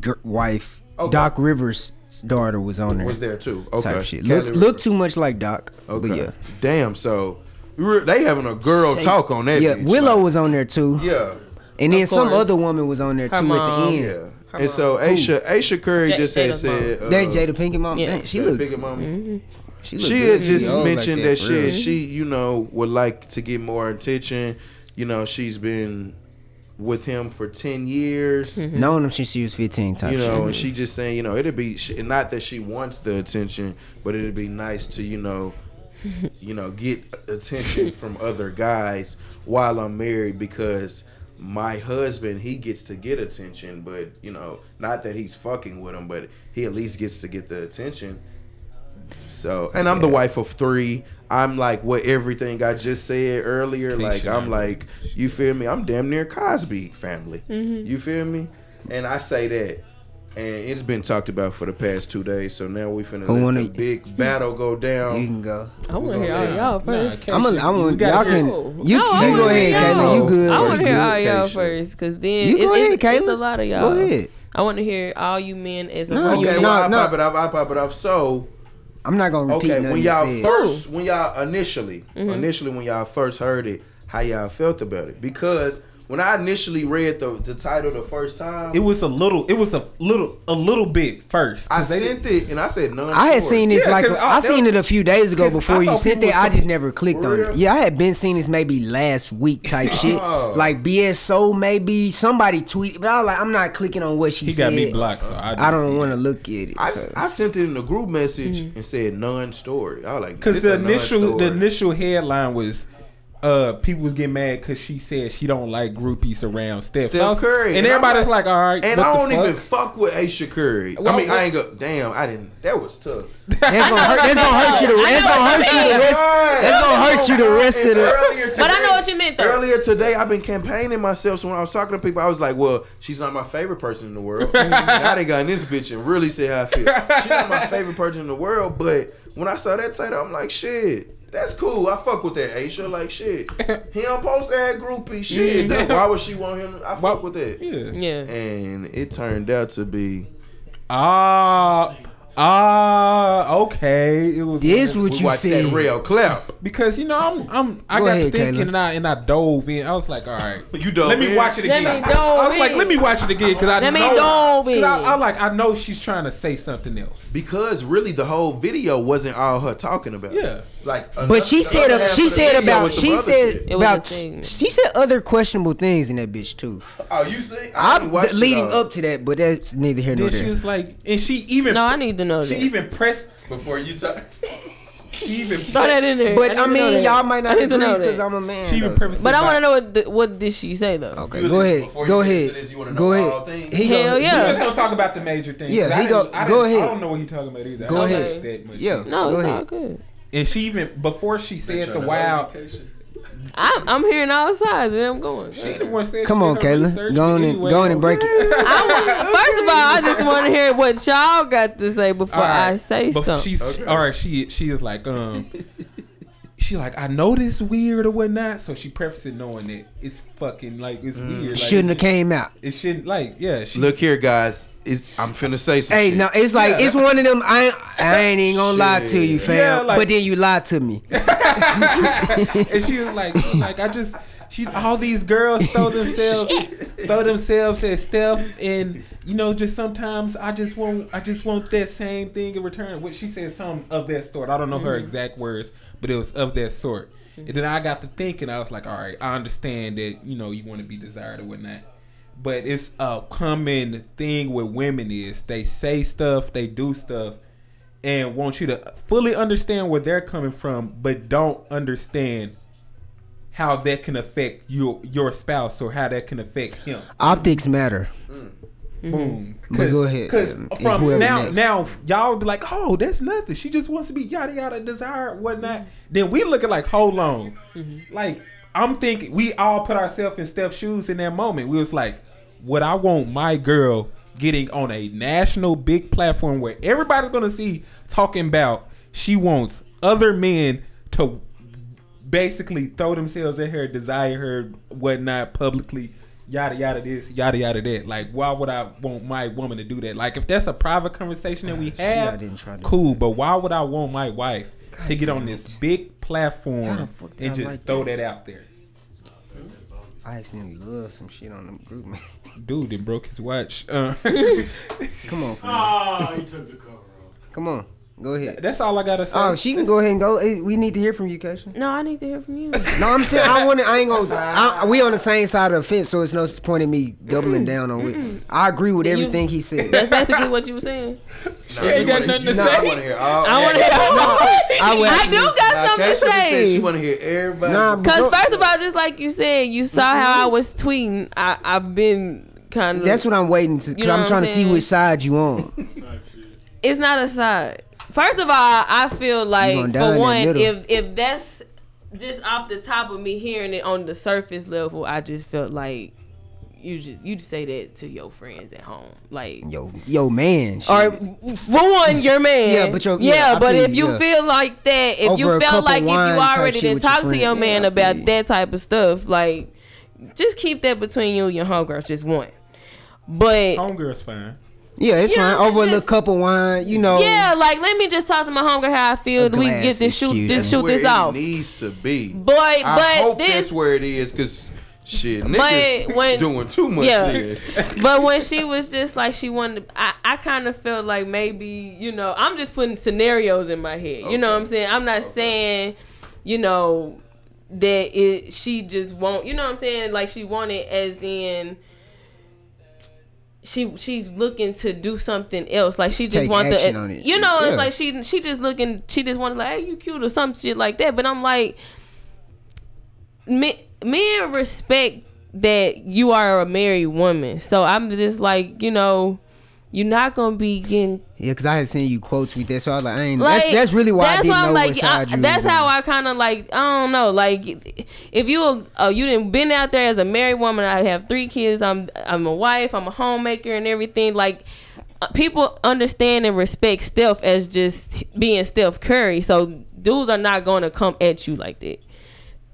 [SPEAKER 4] g- wife
[SPEAKER 2] Okay.
[SPEAKER 4] Doc Rivers' daughter was on there.
[SPEAKER 2] was there too. Okay.
[SPEAKER 4] Type shit.
[SPEAKER 2] Kelly
[SPEAKER 4] Look,
[SPEAKER 2] Ripa.
[SPEAKER 4] look too much like Doc. But
[SPEAKER 2] Okay.
[SPEAKER 4] yeah,
[SPEAKER 2] Damn. So we were- they having a girl talk on that.
[SPEAKER 4] yeah.
[SPEAKER 2] bitch,
[SPEAKER 4] Willow
[SPEAKER 2] like-
[SPEAKER 4] was on there too.
[SPEAKER 2] Yeah.
[SPEAKER 4] And then some
[SPEAKER 3] course.
[SPEAKER 4] other woman was on there too
[SPEAKER 3] Her
[SPEAKER 4] at
[SPEAKER 3] mom.
[SPEAKER 4] the end.
[SPEAKER 2] Yeah. And so Aisha, Aisha Curry
[SPEAKER 3] J-
[SPEAKER 2] just had
[SPEAKER 3] Jada's mom. Mm-hmm.
[SPEAKER 2] said uh,
[SPEAKER 4] That Jada Pinkett mom,
[SPEAKER 3] Yeah.
[SPEAKER 4] dang, she
[SPEAKER 2] that
[SPEAKER 4] look,
[SPEAKER 2] bigger mama.
[SPEAKER 4] she look
[SPEAKER 2] She
[SPEAKER 4] good.
[SPEAKER 2] had just
[SPEAKER 4] She old like
[SPEAKER 2] mentioned that,
[SPEAKER 4] that for
[SPEAKER 2] shit.
[SPEAKER 4] real.
[SPEAKER 2] She, you know, would like to get more attention. You know, she's been with him for ten
[SPEAKER 3] Hmm.
[SPEAKER 2] years.
[SPEAKER 3] Mm-hmm.
[SPEAKER 4] Knowing him since she was fifteen, type
[SPEAKER 2] You know,
[SPEAKER 4] shit.
[SPEAKER 2] and she just saying, you know, it'd be sh- not that she wants the attention, but it'd be nice to, you know, you know, get attention from other guys while I'm married because my husband he gets to get attention, but you know, not that he's fucking with him, but he at least gets to get the attention. So, and I'm the wife of three. I'm like what everything I just said earlier. Like I'm like you feel me. I'm damn near Cosby family.
[SPEAKER 4] Mm-hmm.
[SPEAKER 2] You feel me? And I say that, and it's been talked about for the past two days. So now we finna
[SPEAKER 4] Who
[SPEAKER 2] let
[SPEAKER 4] wanna-
[SPEAKER 2] the big battle go down.
[SPEAKER 4] You can go.
[SPEAKER 3] I want to hear all y'all first.
[SPEAKER 4] I'm gonna. I'm
[SPEAKER 1] We
[SPEAKER 4] gonna. Y'all
[SPEAKER 1] gotta
[SPEAKER 4] can.
[SPEAKER 3] go.
[SPEAKER 4] You,
[SPEAKER 3] No, I
[SPEAKER 4] you go
[SPEAKER 3] wanna
[SPEAKER 4] ahead,
[SPEAKER 3] hear
[SPEAKER 4] Caitlin. You
[SPEAKER 3] y'all.
[SPEAKER 4] good?
[SPEAKER 3] I want to
[SPEAKER 2] Versus
[SPEAKER 3] hear all y'all
[SPEAKER 2] Kayla.
[SPEAKER 3] first, because then
[SPEAKER 4] You
[SPEAKER 3] it,
[SPEAKER 4] go
[SPEAKER 3] it's,
[SPEAKER 4] ahead,
[SPEAKER 3] it's a
[SPEAKER 4] Kayla.
[SPEAKER 3] lot of y'all.
[SPEAKER 4] Go ahead.
[SPEAKER 3] I want to hear all you men as a
[SPEAKER 4] No,
[SPEAKER 3] whole.
[SPEAKER 2] Okay,
[SPEAKER 4] No,
[SPEAKER 2] well, I
[SPEAKER 4] no.
[SPEAKER 2] pop it off. I pop it off. So
[SPEAKER 4] I'm not gonna repeat
[SPEAKER 2] okay,
[SPEAKER 4] nothing
[SPEAKER 2] when
[SPEAKER 4] you
[SPEAKER 2] y'all
[SPEAKER 4] said.
[SPEAKER 2] first, when y'all initially,
[SPEAKER 1] Mm-hmm.
[SPEAKER 2] initially when y'all first heard it, how y'all felt about it? Because when I initially read the the title the first time,
[SPEAKER 1] It was a little. It was a little. A little bit first.
[SPEAKER 2] I
[SPEAKER 1] 'cause they
[SPEAKER 2] sent it and I said none.
[SPEAKER 4] I had
[SPEAKER 2] sure."
[SPEAKER 4] seen this
[SPEAKER 1] Yeah,
[SPEAKER 4] like
[SPEAKER 2] uh,
[SPEAKER 1] 'cause
[SPEAKER 4] I,
[SPEAKER 1] I- that
[SPEAKER 4] seen
[SPEAKER 1] was-
[SPEAKER 4] it a few days ago
[SPEAKER 1] 'cause
[SPEAKER 4] before
[SPEAKER 1] I
[SPEAKER 4] you
[SPEAKER 1] thought
[SPEAKER 4] sent
[SPEAKER 1] people
[SPEAKER 4] it. I
[SPEAKER 1] was
[SPEAKER 4] just never clicked
[SPEAKER 2] For
[SPEAKER 4] on it.
[SPEAKER 2] real?
[SPEAKER 4] Yeah, I had been seeing this maybe last week type shit,
[SPEAKER 2] Oh.
[SPEAKER 4] like BS. So maybe somebody tweeted, but I was like, I'm not clicking on what she
[SPEAKER 1] He
[SPEAKER 4] said.
[SPEAKER 1] got me blocked, so I, didn't
[SPEAKER 4] I don't want
[SPEAKER 1] want
[SPEAKER 4] to look at it.
[SPEAKER 2] I,
[SPEAKER 4] so.
[SPEAKER 2] I sent it in the group message and said none story. I was like
[SPEAKER 1] because
[SPEAKER 2] "This
[SPEAKER 1] Mm-hmm. the
[SPEAKER 2] a
[SPEAKER 1] initial the
[SPEAKER 2] non-story."
[SPEAKER 1] initial headline was. Uh, people was getting mad because she said she don't like groupies around Steph,
[SPEAKER 2] Steph
[SPEAKER 1] I was-
[SPEAKER 2] Curry.
[SPEAKER 1] and,
[SPEAKER 2] And I'm
[SPEAKER 1] everybody's
[SPEAKER 2] like-
[SPEAKER 1] like, "All right,"
[SPEAKER 2] And
[SPEAKER 1] what
[SPEAKER 2] I
[SPEAKER 1] the
[SPEAKER 2] don't
[SPEAKER 1] fuck?
[SPEAKER 2] even fuck with Aisha Curry. I
[SPEAKER 1] Well,
[SPEAKER 2] mean,
[SPEAKER 1] well-
[SPEAKER 2] I ain't go. Damn, I didn't. That was tough.
[SPEAKER 4] That's gonna hurt. That's gonna hurt you. The, that's gonna hurt you the rest. That's gonna hurt you the rest of the.
[SPEAKER 2] Earlier
[SPEAKER 3] But I
[SPEAKER 2] today-
[SPEAKER 3] know what you meant, though.
[SPEAKER 2] Earlier today, I've been campaigning myself. So when I was talking to people, I was like, "Well, she's not my favorite person in the world." and I done gotten this bitch and really said how I feel. She's not my favorite person in the world, but when I saw that title, I'm like, "Shit, that's cool. I fuck with that Aisha. Like, shit, he don't post that groupie shit.
[SPEAKER 1] Yeah.
[SPEAKER 2] though. Why would she want him? I fuck
[SPEAKER 1] Why-
[SPEAKER 2] with that."
[SPEAKER 1] Yeah.
[SPEAKER 3] Yeah.
[SPEAKER 2] And it turned out to be
[SPEAKER 1] Ah, ah, okay. It was
[SPEAKER 4] This what
[SPEAKER 2] we
[SPEAKER 4] you
[SPEAKER 2] watched
[SPEAKER 4] said.
[SPEAKER 2] that real clap.
[SPEAKER 1] because you know I'm I'm I
[SPEAKER 4] Go
[SPEAKER 1] got
[SPEAKER 4] ahead,
[SPEAKER 1] thinking
[SPEAKER 4] Kayla.
[SPEAKER 1] and I and I dove in. I was like, all right,
[SPEAKER 2] You dove
[SPEAKER 1] Let me
[SPEAKER 2] in?
[SPEAKER 1] watch it
[SPEAKER 3] Let
[SPEAKER 1] again.
[SPEAKER 3] me dove
[SPEAKER 1] I was like,
[SPEAKER 3] in.
[SPEAKER 1] let me watch it again because I
[SPEAKER 3] Let me
[SPEAKER 1] know
[SPEAKER 3] dove
[SPEAKER 1] 'cause I,
[SPEAKER 3] in.
[SPEAKER 1] I like I know she's trying to say something else.
[SPEAKER 2] because really the whole video wasn't all her talking about. it.
[SPEAKER 1] Yeah.
[SPEAKER 2] like
[SPEAKER 4] But she
[SPEAKER 2] enough-
[SPEAKER 4] said.
[SPEAKER 2] the other
[SPEAKER 4] uh, She
[SPEAKER 2] half of the
[SPEAKER 4] said
[SPEAKER 2] video
[SPEAKER 4] about.
[SPEAKER 2] was some
[SPEAKER 4] She
[SPEAKER 2] other
[SPEAKER 4] said
[SPEAKER 2] shit.
[SPEAKER 3] It was a
[SPEAKER 4] about.
[SPEAKER 3] thing.
[SPEAKER 4] She said other questionable things in that bitch too.
[SPEAKER 2] Oh, you see, I
[SPEAKER 4] I'm
[SPEAKER 2] didn't watch it
[SPEAKER 4] leading
[SPEAKER 2] all.
[SPEAKER 4] up to that, but that's neither here nor
[SPEAKER 1] Then she
[SPEAKER 4] there.
[SPEAKER 1] was like, and she even
[SPEAKER 3] No, I need to know
[SPEAKER 1] she
[SPEAKER 3] that.
[SPEAKER 1] even pressed
[SPEAKER 2] before you talk.
[SPEAKER 1] she even
[SPEAKER 3] Throw that in there. need
[SPEAKER 4] But I
[SPEAKER 3] to know
[SPEAKER 4] mean,
[SPEAKER 3] that.
[SPEAKER 4] y'all might not
[SPEAKER 3] I need to
[SPEAKER 4] agree
[SPEAKER 3] know that.
[SPEAKER 4] because I'm a man.
[SPEAKER 1] she even
[SPEAKER 4] though, so.
[SPEAKER 1] prefaced
[SPEAKER 3] But
[SPEAKER 1] it
[SPEAKER 3] I
[SPEAKER 1] by-
[SPEAKER 3] want to know what th- what did she say though?
[SPEAKER 4] Okay, go ahead.
[SPEAKER 2] Before you
[SPEAKER 4] Go
[SPEAKER 2] get into
[SPEAKER 4] ahead.
[SPEAKER 2] this, you wanna know
[SPEAKER 4] go
[SPEAKER 2] all
[SPEAKER 4] ahead.
[SPEAKER 2] things?
[SPEAKER 4] He
[SPEAKER 3] Hell
[SPEAKER 4] gonna-
[SPEAKER 3] yeah.
[SPEAKER 1] We're just gonna talk about the major things.
[SPEAKER 4] Yeah,
[SPEAKER 1] 'cause I
[SPEAKER 4] he
[SPEAKER 1] didn't-
[SPEAKER 4] go-
[SPEAKER 1] I
[SPEAKER 4] go
[SPEAKER 1] didn't- I
[SPEAKER 4] ahead.
[SPEAKER 1] don't know what he talking about either. I
[SPEAKER 4] Go
[SPEAKER 1] don't
[SPEAKER 4] ahead.
[SPEAKER 1] watch That much.
[SPEAKER 4] Yeah.
[SPEAKER 3] No,
[SPEAKER 4] go
[SPEAKER 3] it's all
[SPEAKER 4] ahead.
[SPEAKER 3] good.
[SPEAKER 1] and she even before she said the wild.
[SPEAKER 3] I'm I'm hearing all sides, and I'm going.
[SPEAKER 1] She the one said
[SPEAKER 4] Come
[SPEAKER 1] she
[SPEAKER 4] on,
[SPEAKER 1] did her
[SPEAKER 4] Kayla.
[SPEAKER 1] research,
[SPEAKER 4] Go on and
[SPEAKER 1] anyway.
[SPEAKER 4] go on and break it.
[SPEAKER 3] I want, first of all, I just want to hear what y'all got to say before I say
[SPEAKER 1] But
[SPEAKER 3] something.
[SPEAKER 1] She's all right. She she is like um. She like I know this weird or whatnot, so she prefaced it knowing that it's fucking like it's weird. Like,
[SPEAKER 4] Mm. Shouldn't have came out.
[SPEAKER 1] It shouldn't like yeah. She,
[SPEAKER 2] Look here, guys. It's, I'm finna say some
[SPEAKER 4] Hey,
[SPEAKER 2] shit.
[SPEAKER 4] no, it's like
[SPEAKER 1] Yeah.
[SPEAKER 4] it's one of them. I ain't, I ain't even gonna lie to you,
[SPEAKER 2] Shit.
[SPEAKER 4] fam.
[SPEAKER 1] Yeah, like-
[SPEAKER 4] but then you lied to me.
[SPEAKER 1] and she was like she was like I just she all these girls throw themselves throw themselves at Steph, and you know just sometimes I just want I just want that same thing in return. What she said, some of that sort. I don't know her exact words, but it was of that sort. And then I got to thinking, I was like, all right, I understand that you know you want to be desired or whatnot. But it's a common thing with women is they say stuff, they do stuff, and want you to fully understand where they're coming from, but don't understand how that can affect your your spouse or how that can affect him.
[SPEAKER 4] Optics matter.
[SPEAKER 1] Boom.
[SPEAKER 4] But go ahead,
[SPEAKER 1] Because
[SPEAKER 4] um,
[SPEAKER 1] Mm-hmm. from
[SPEAKER 4] whoever
[SPEAKER 1] now
[SPEAKER 4] next.
[SPEAKER 1] now y'all would be like, oh, that's nothing. She just wants to be yada yada desired whatnot.
[SPEAKER 4] Mm-hmm.
[SPEAKER 1] Then we look at like, hold on, like I'm thinking we all put ourselves in Steph's shoes in that moment. We was like, would I want my girl getting on a national big platform where everybody's gonna see talking about she wants other men to basically throw themselves at her, desire her, whatnot, publicly, yada yada this, yada yada that. Like, why would I want my woman to do that? Like, if that's a private conversation that we
[SPEAKER 4] I
[SPEAKER 1] have,
[SPEAKER 4] didn't try to-
[SPEAKER 1] cool. But why would I want my wife to get on this big
[SPEAKER 4] How the
[SPEAKER 1] platform
[SPEAKER 4] fuck did
[SPEAKER 1] and
[SPEAKER 4] I
[SPEAKER 1] just
[SPEAKER 4] like
[SPEAKER 1] throw
[SPEAKER 4] that?
[SPEAKER 1] that out there?
[SPEAKER 4] I accidentally love some shit on the group, man.
[SPEAKER 1] Dude, and broke his watch. Uh,
[SPEAKER 4] Come on, fam.
[SPEAKER 5] Ah, he took the cover off.
[SPEAKER 4] come on, go ahead.
[SPEAKER 1] that's all I gotta say.
[SPEAKER 4] Oh, she can go ahead and go. Eh, We need to hear from you, Kesha.
[SPEAKER 3] No, I need to hear from you.
[SPEAKER 4] No, I'm saying I want to. I ain't gonna. I, we on the same side of the fence, so it's no point in me doubling down on it. I agree with everything he said.
[SPEAKER 3] That's basically what you were saying.
[SPEAKER 1] she ain't got nothing to say.
[SPEAKER 2] I want to hear all.
[SPEAKER 3] I want to hear. I,
[SPEAKER 4] would-
[SPEAKER 3] do got something to
[SPEAKER 2] said she
[SPEAKER 3] say.
[SPEAKER 2] want to hear everybody.
[SPEAKER 4] Nah, but
[SPEAKER 3] Cause
[SPEAKER 4] go-
[SPEAKER 3] first of all, just like you said, you saw how I was tweeting. I, I've been kind of.
[SPEAKER 4] that's what I'm waiting to.
[SPEAKER 3] You
[SPEAKER 4] Cause
[SPEAKER 3] know
[SPEAKER 4] I'm
[SPEAKER 3] what
[SPEAKER 4] trying
[SPEAKER 3] I'm
[SPEAKER 4] to see
[SPEAKER 3] saying?
[SPEAKER 4] which side you on.
[SPEAKER 5] Type shit.
[SPEAKER 3] it's not a side. First of all, I feel
[SPEAKER 4] gonna
[SPEAKER 3] like
[SPEAKER 4] die in
[SPEAKER 3] for
[SPEAKER 4] the
[SPEAKER 3] one,
[SPEAKER 4] middle.
[SPEAKER 3] if if that's just off the top of me hearing it on the surface level, I just felt like you just you just say that to your friends at home, like.
[SPEAKER 4] Yo, yo, man. shit.
[SPEAKER 3] Or for one, your man.
[SPEAKER 4] Yeah, but your-
[SPEAKER 3] yeah,
[SPEAKER 4] yeah, I
[SPEAKER 3] but
[SPEAKER 4] feel
[SPEAKER 3] if
[SPEAKER 4] you,
[SPEAKER 3] you
[SPEAKER 4] yeah.
[SPEAKER 3] feel like that, if
[SPEAKER 4] Over a
[SPEAKER 3] you
[SPEAKER 4] cup
[SPEAKER 3] felt
[SPEAKER 4] of
[SPEAKER 3] like if you
[SPEAKER 4] wine type
[SPEAKER 3] already
[SPEAKER 4] shit
[SPEAKER 3] did
[SPEAKER 4] with your
[SPEAKER 3] talk to
[SPEAKER 4] friend.
[SPEAKER 3] your
[SPEAKER 4] Yeah,
[SPEAKER 3] man
[SPEAKER 4] I feel you.
[SPEAKER 3] about that type of stuff, like just keep that between you and your homegirl, just one. But
[SPEAKER 1] Homegirl's fine.
[SPEAKER 4] Yeah, it's
[SPEAKER 3] You know,
[SPEAKER 4] fine. Over a
[SPEAKER 3] it's
[SPEAKER 4] little
[SPEAKER 3] just-
[SPEAKER 4] cup of wine, you know.
[SPEAKER 3] Yeah, like let me just talk to my homegirl how I feel.
[SPEAKER 4] A
[SPEAKER 3] We
[SPEAKER 4] glass,
[SPEAKER 3] get this shoot
[SPEAKER 4] excuse
[SPEAKER 3] this
[SPEAKER 4] me.
[SPEAKER 3] shoot
[SPEAKER 2] where
[SPEAKER 3] this
[SPEAKER 2] it
[SPEAKER 3] off.
[SPEAKER 2] needs to be.
[SPEAKER 3] But
[SPEAKER 2] I
[SPEAKER 3] but
[SPEAKER 2] hope
[SPEAKER 3] this
[SPEAKER 2] that's where it is, cause shit, niggas
[SPEAKER 3] when-
[SPEAKER 2] doing too much.
[SPEAKER 3] Yeah.
[SPEAKER 2] shit.
[SPEAKER 3] but when she was just like she wanted I, I kinda felt like maybe, you know, I'm just putting scenarios in my head. You know what I'm saying? I'm not saying, you know, that it she just won't you know what I'm saying? Like she wanted as in she she's looking to do something else. Like she just
[SPEAKER 4] Take
[SPEAKER 3] wants
[SPEAKER 4] action
[SPEAKER 3] to,
[SPEAKER 4] on it.
[SPEAKER 3] you know,
[SPEAKER 4] Yeah.
[SPEAKER 3] it's like she she just looking. She just wanted like, hey, you cute or some shit like that. But I'm like, men, men respect that you are a married woman. So I'm just like, you know, you're not gonna be getting
[SPEAKER 4] Yeah, because I had seen you quote tweet that, so I was like, I ain't.
[SPEAKER 3] like
[SPEAKER 4] that's, that's really why I
[SPEAKER 3] that's
[SPEAKER 4] didn't
[SPEAKER 3] why I'm
[SPEAKER 4] know
[SPEAKER 3] like,
[SPEAKER 4] what side
[SPEAKER 3] I-
[SPEAKER 4] you.
[SPEAKER 3] That's
[SPEAKER 4] was
[SPEAKER 3] how
[SPEAKER 4] on.
[SPEAKER 3] I kind of like I don't know like if you a- uh, you didn't been out there as a married woman. I have three kids. I'm I'm a wife. I'm a homemaker and everything. Like uh, people understand and respect Steph as just being Steph Curry. So dudes are not going to come at you like that.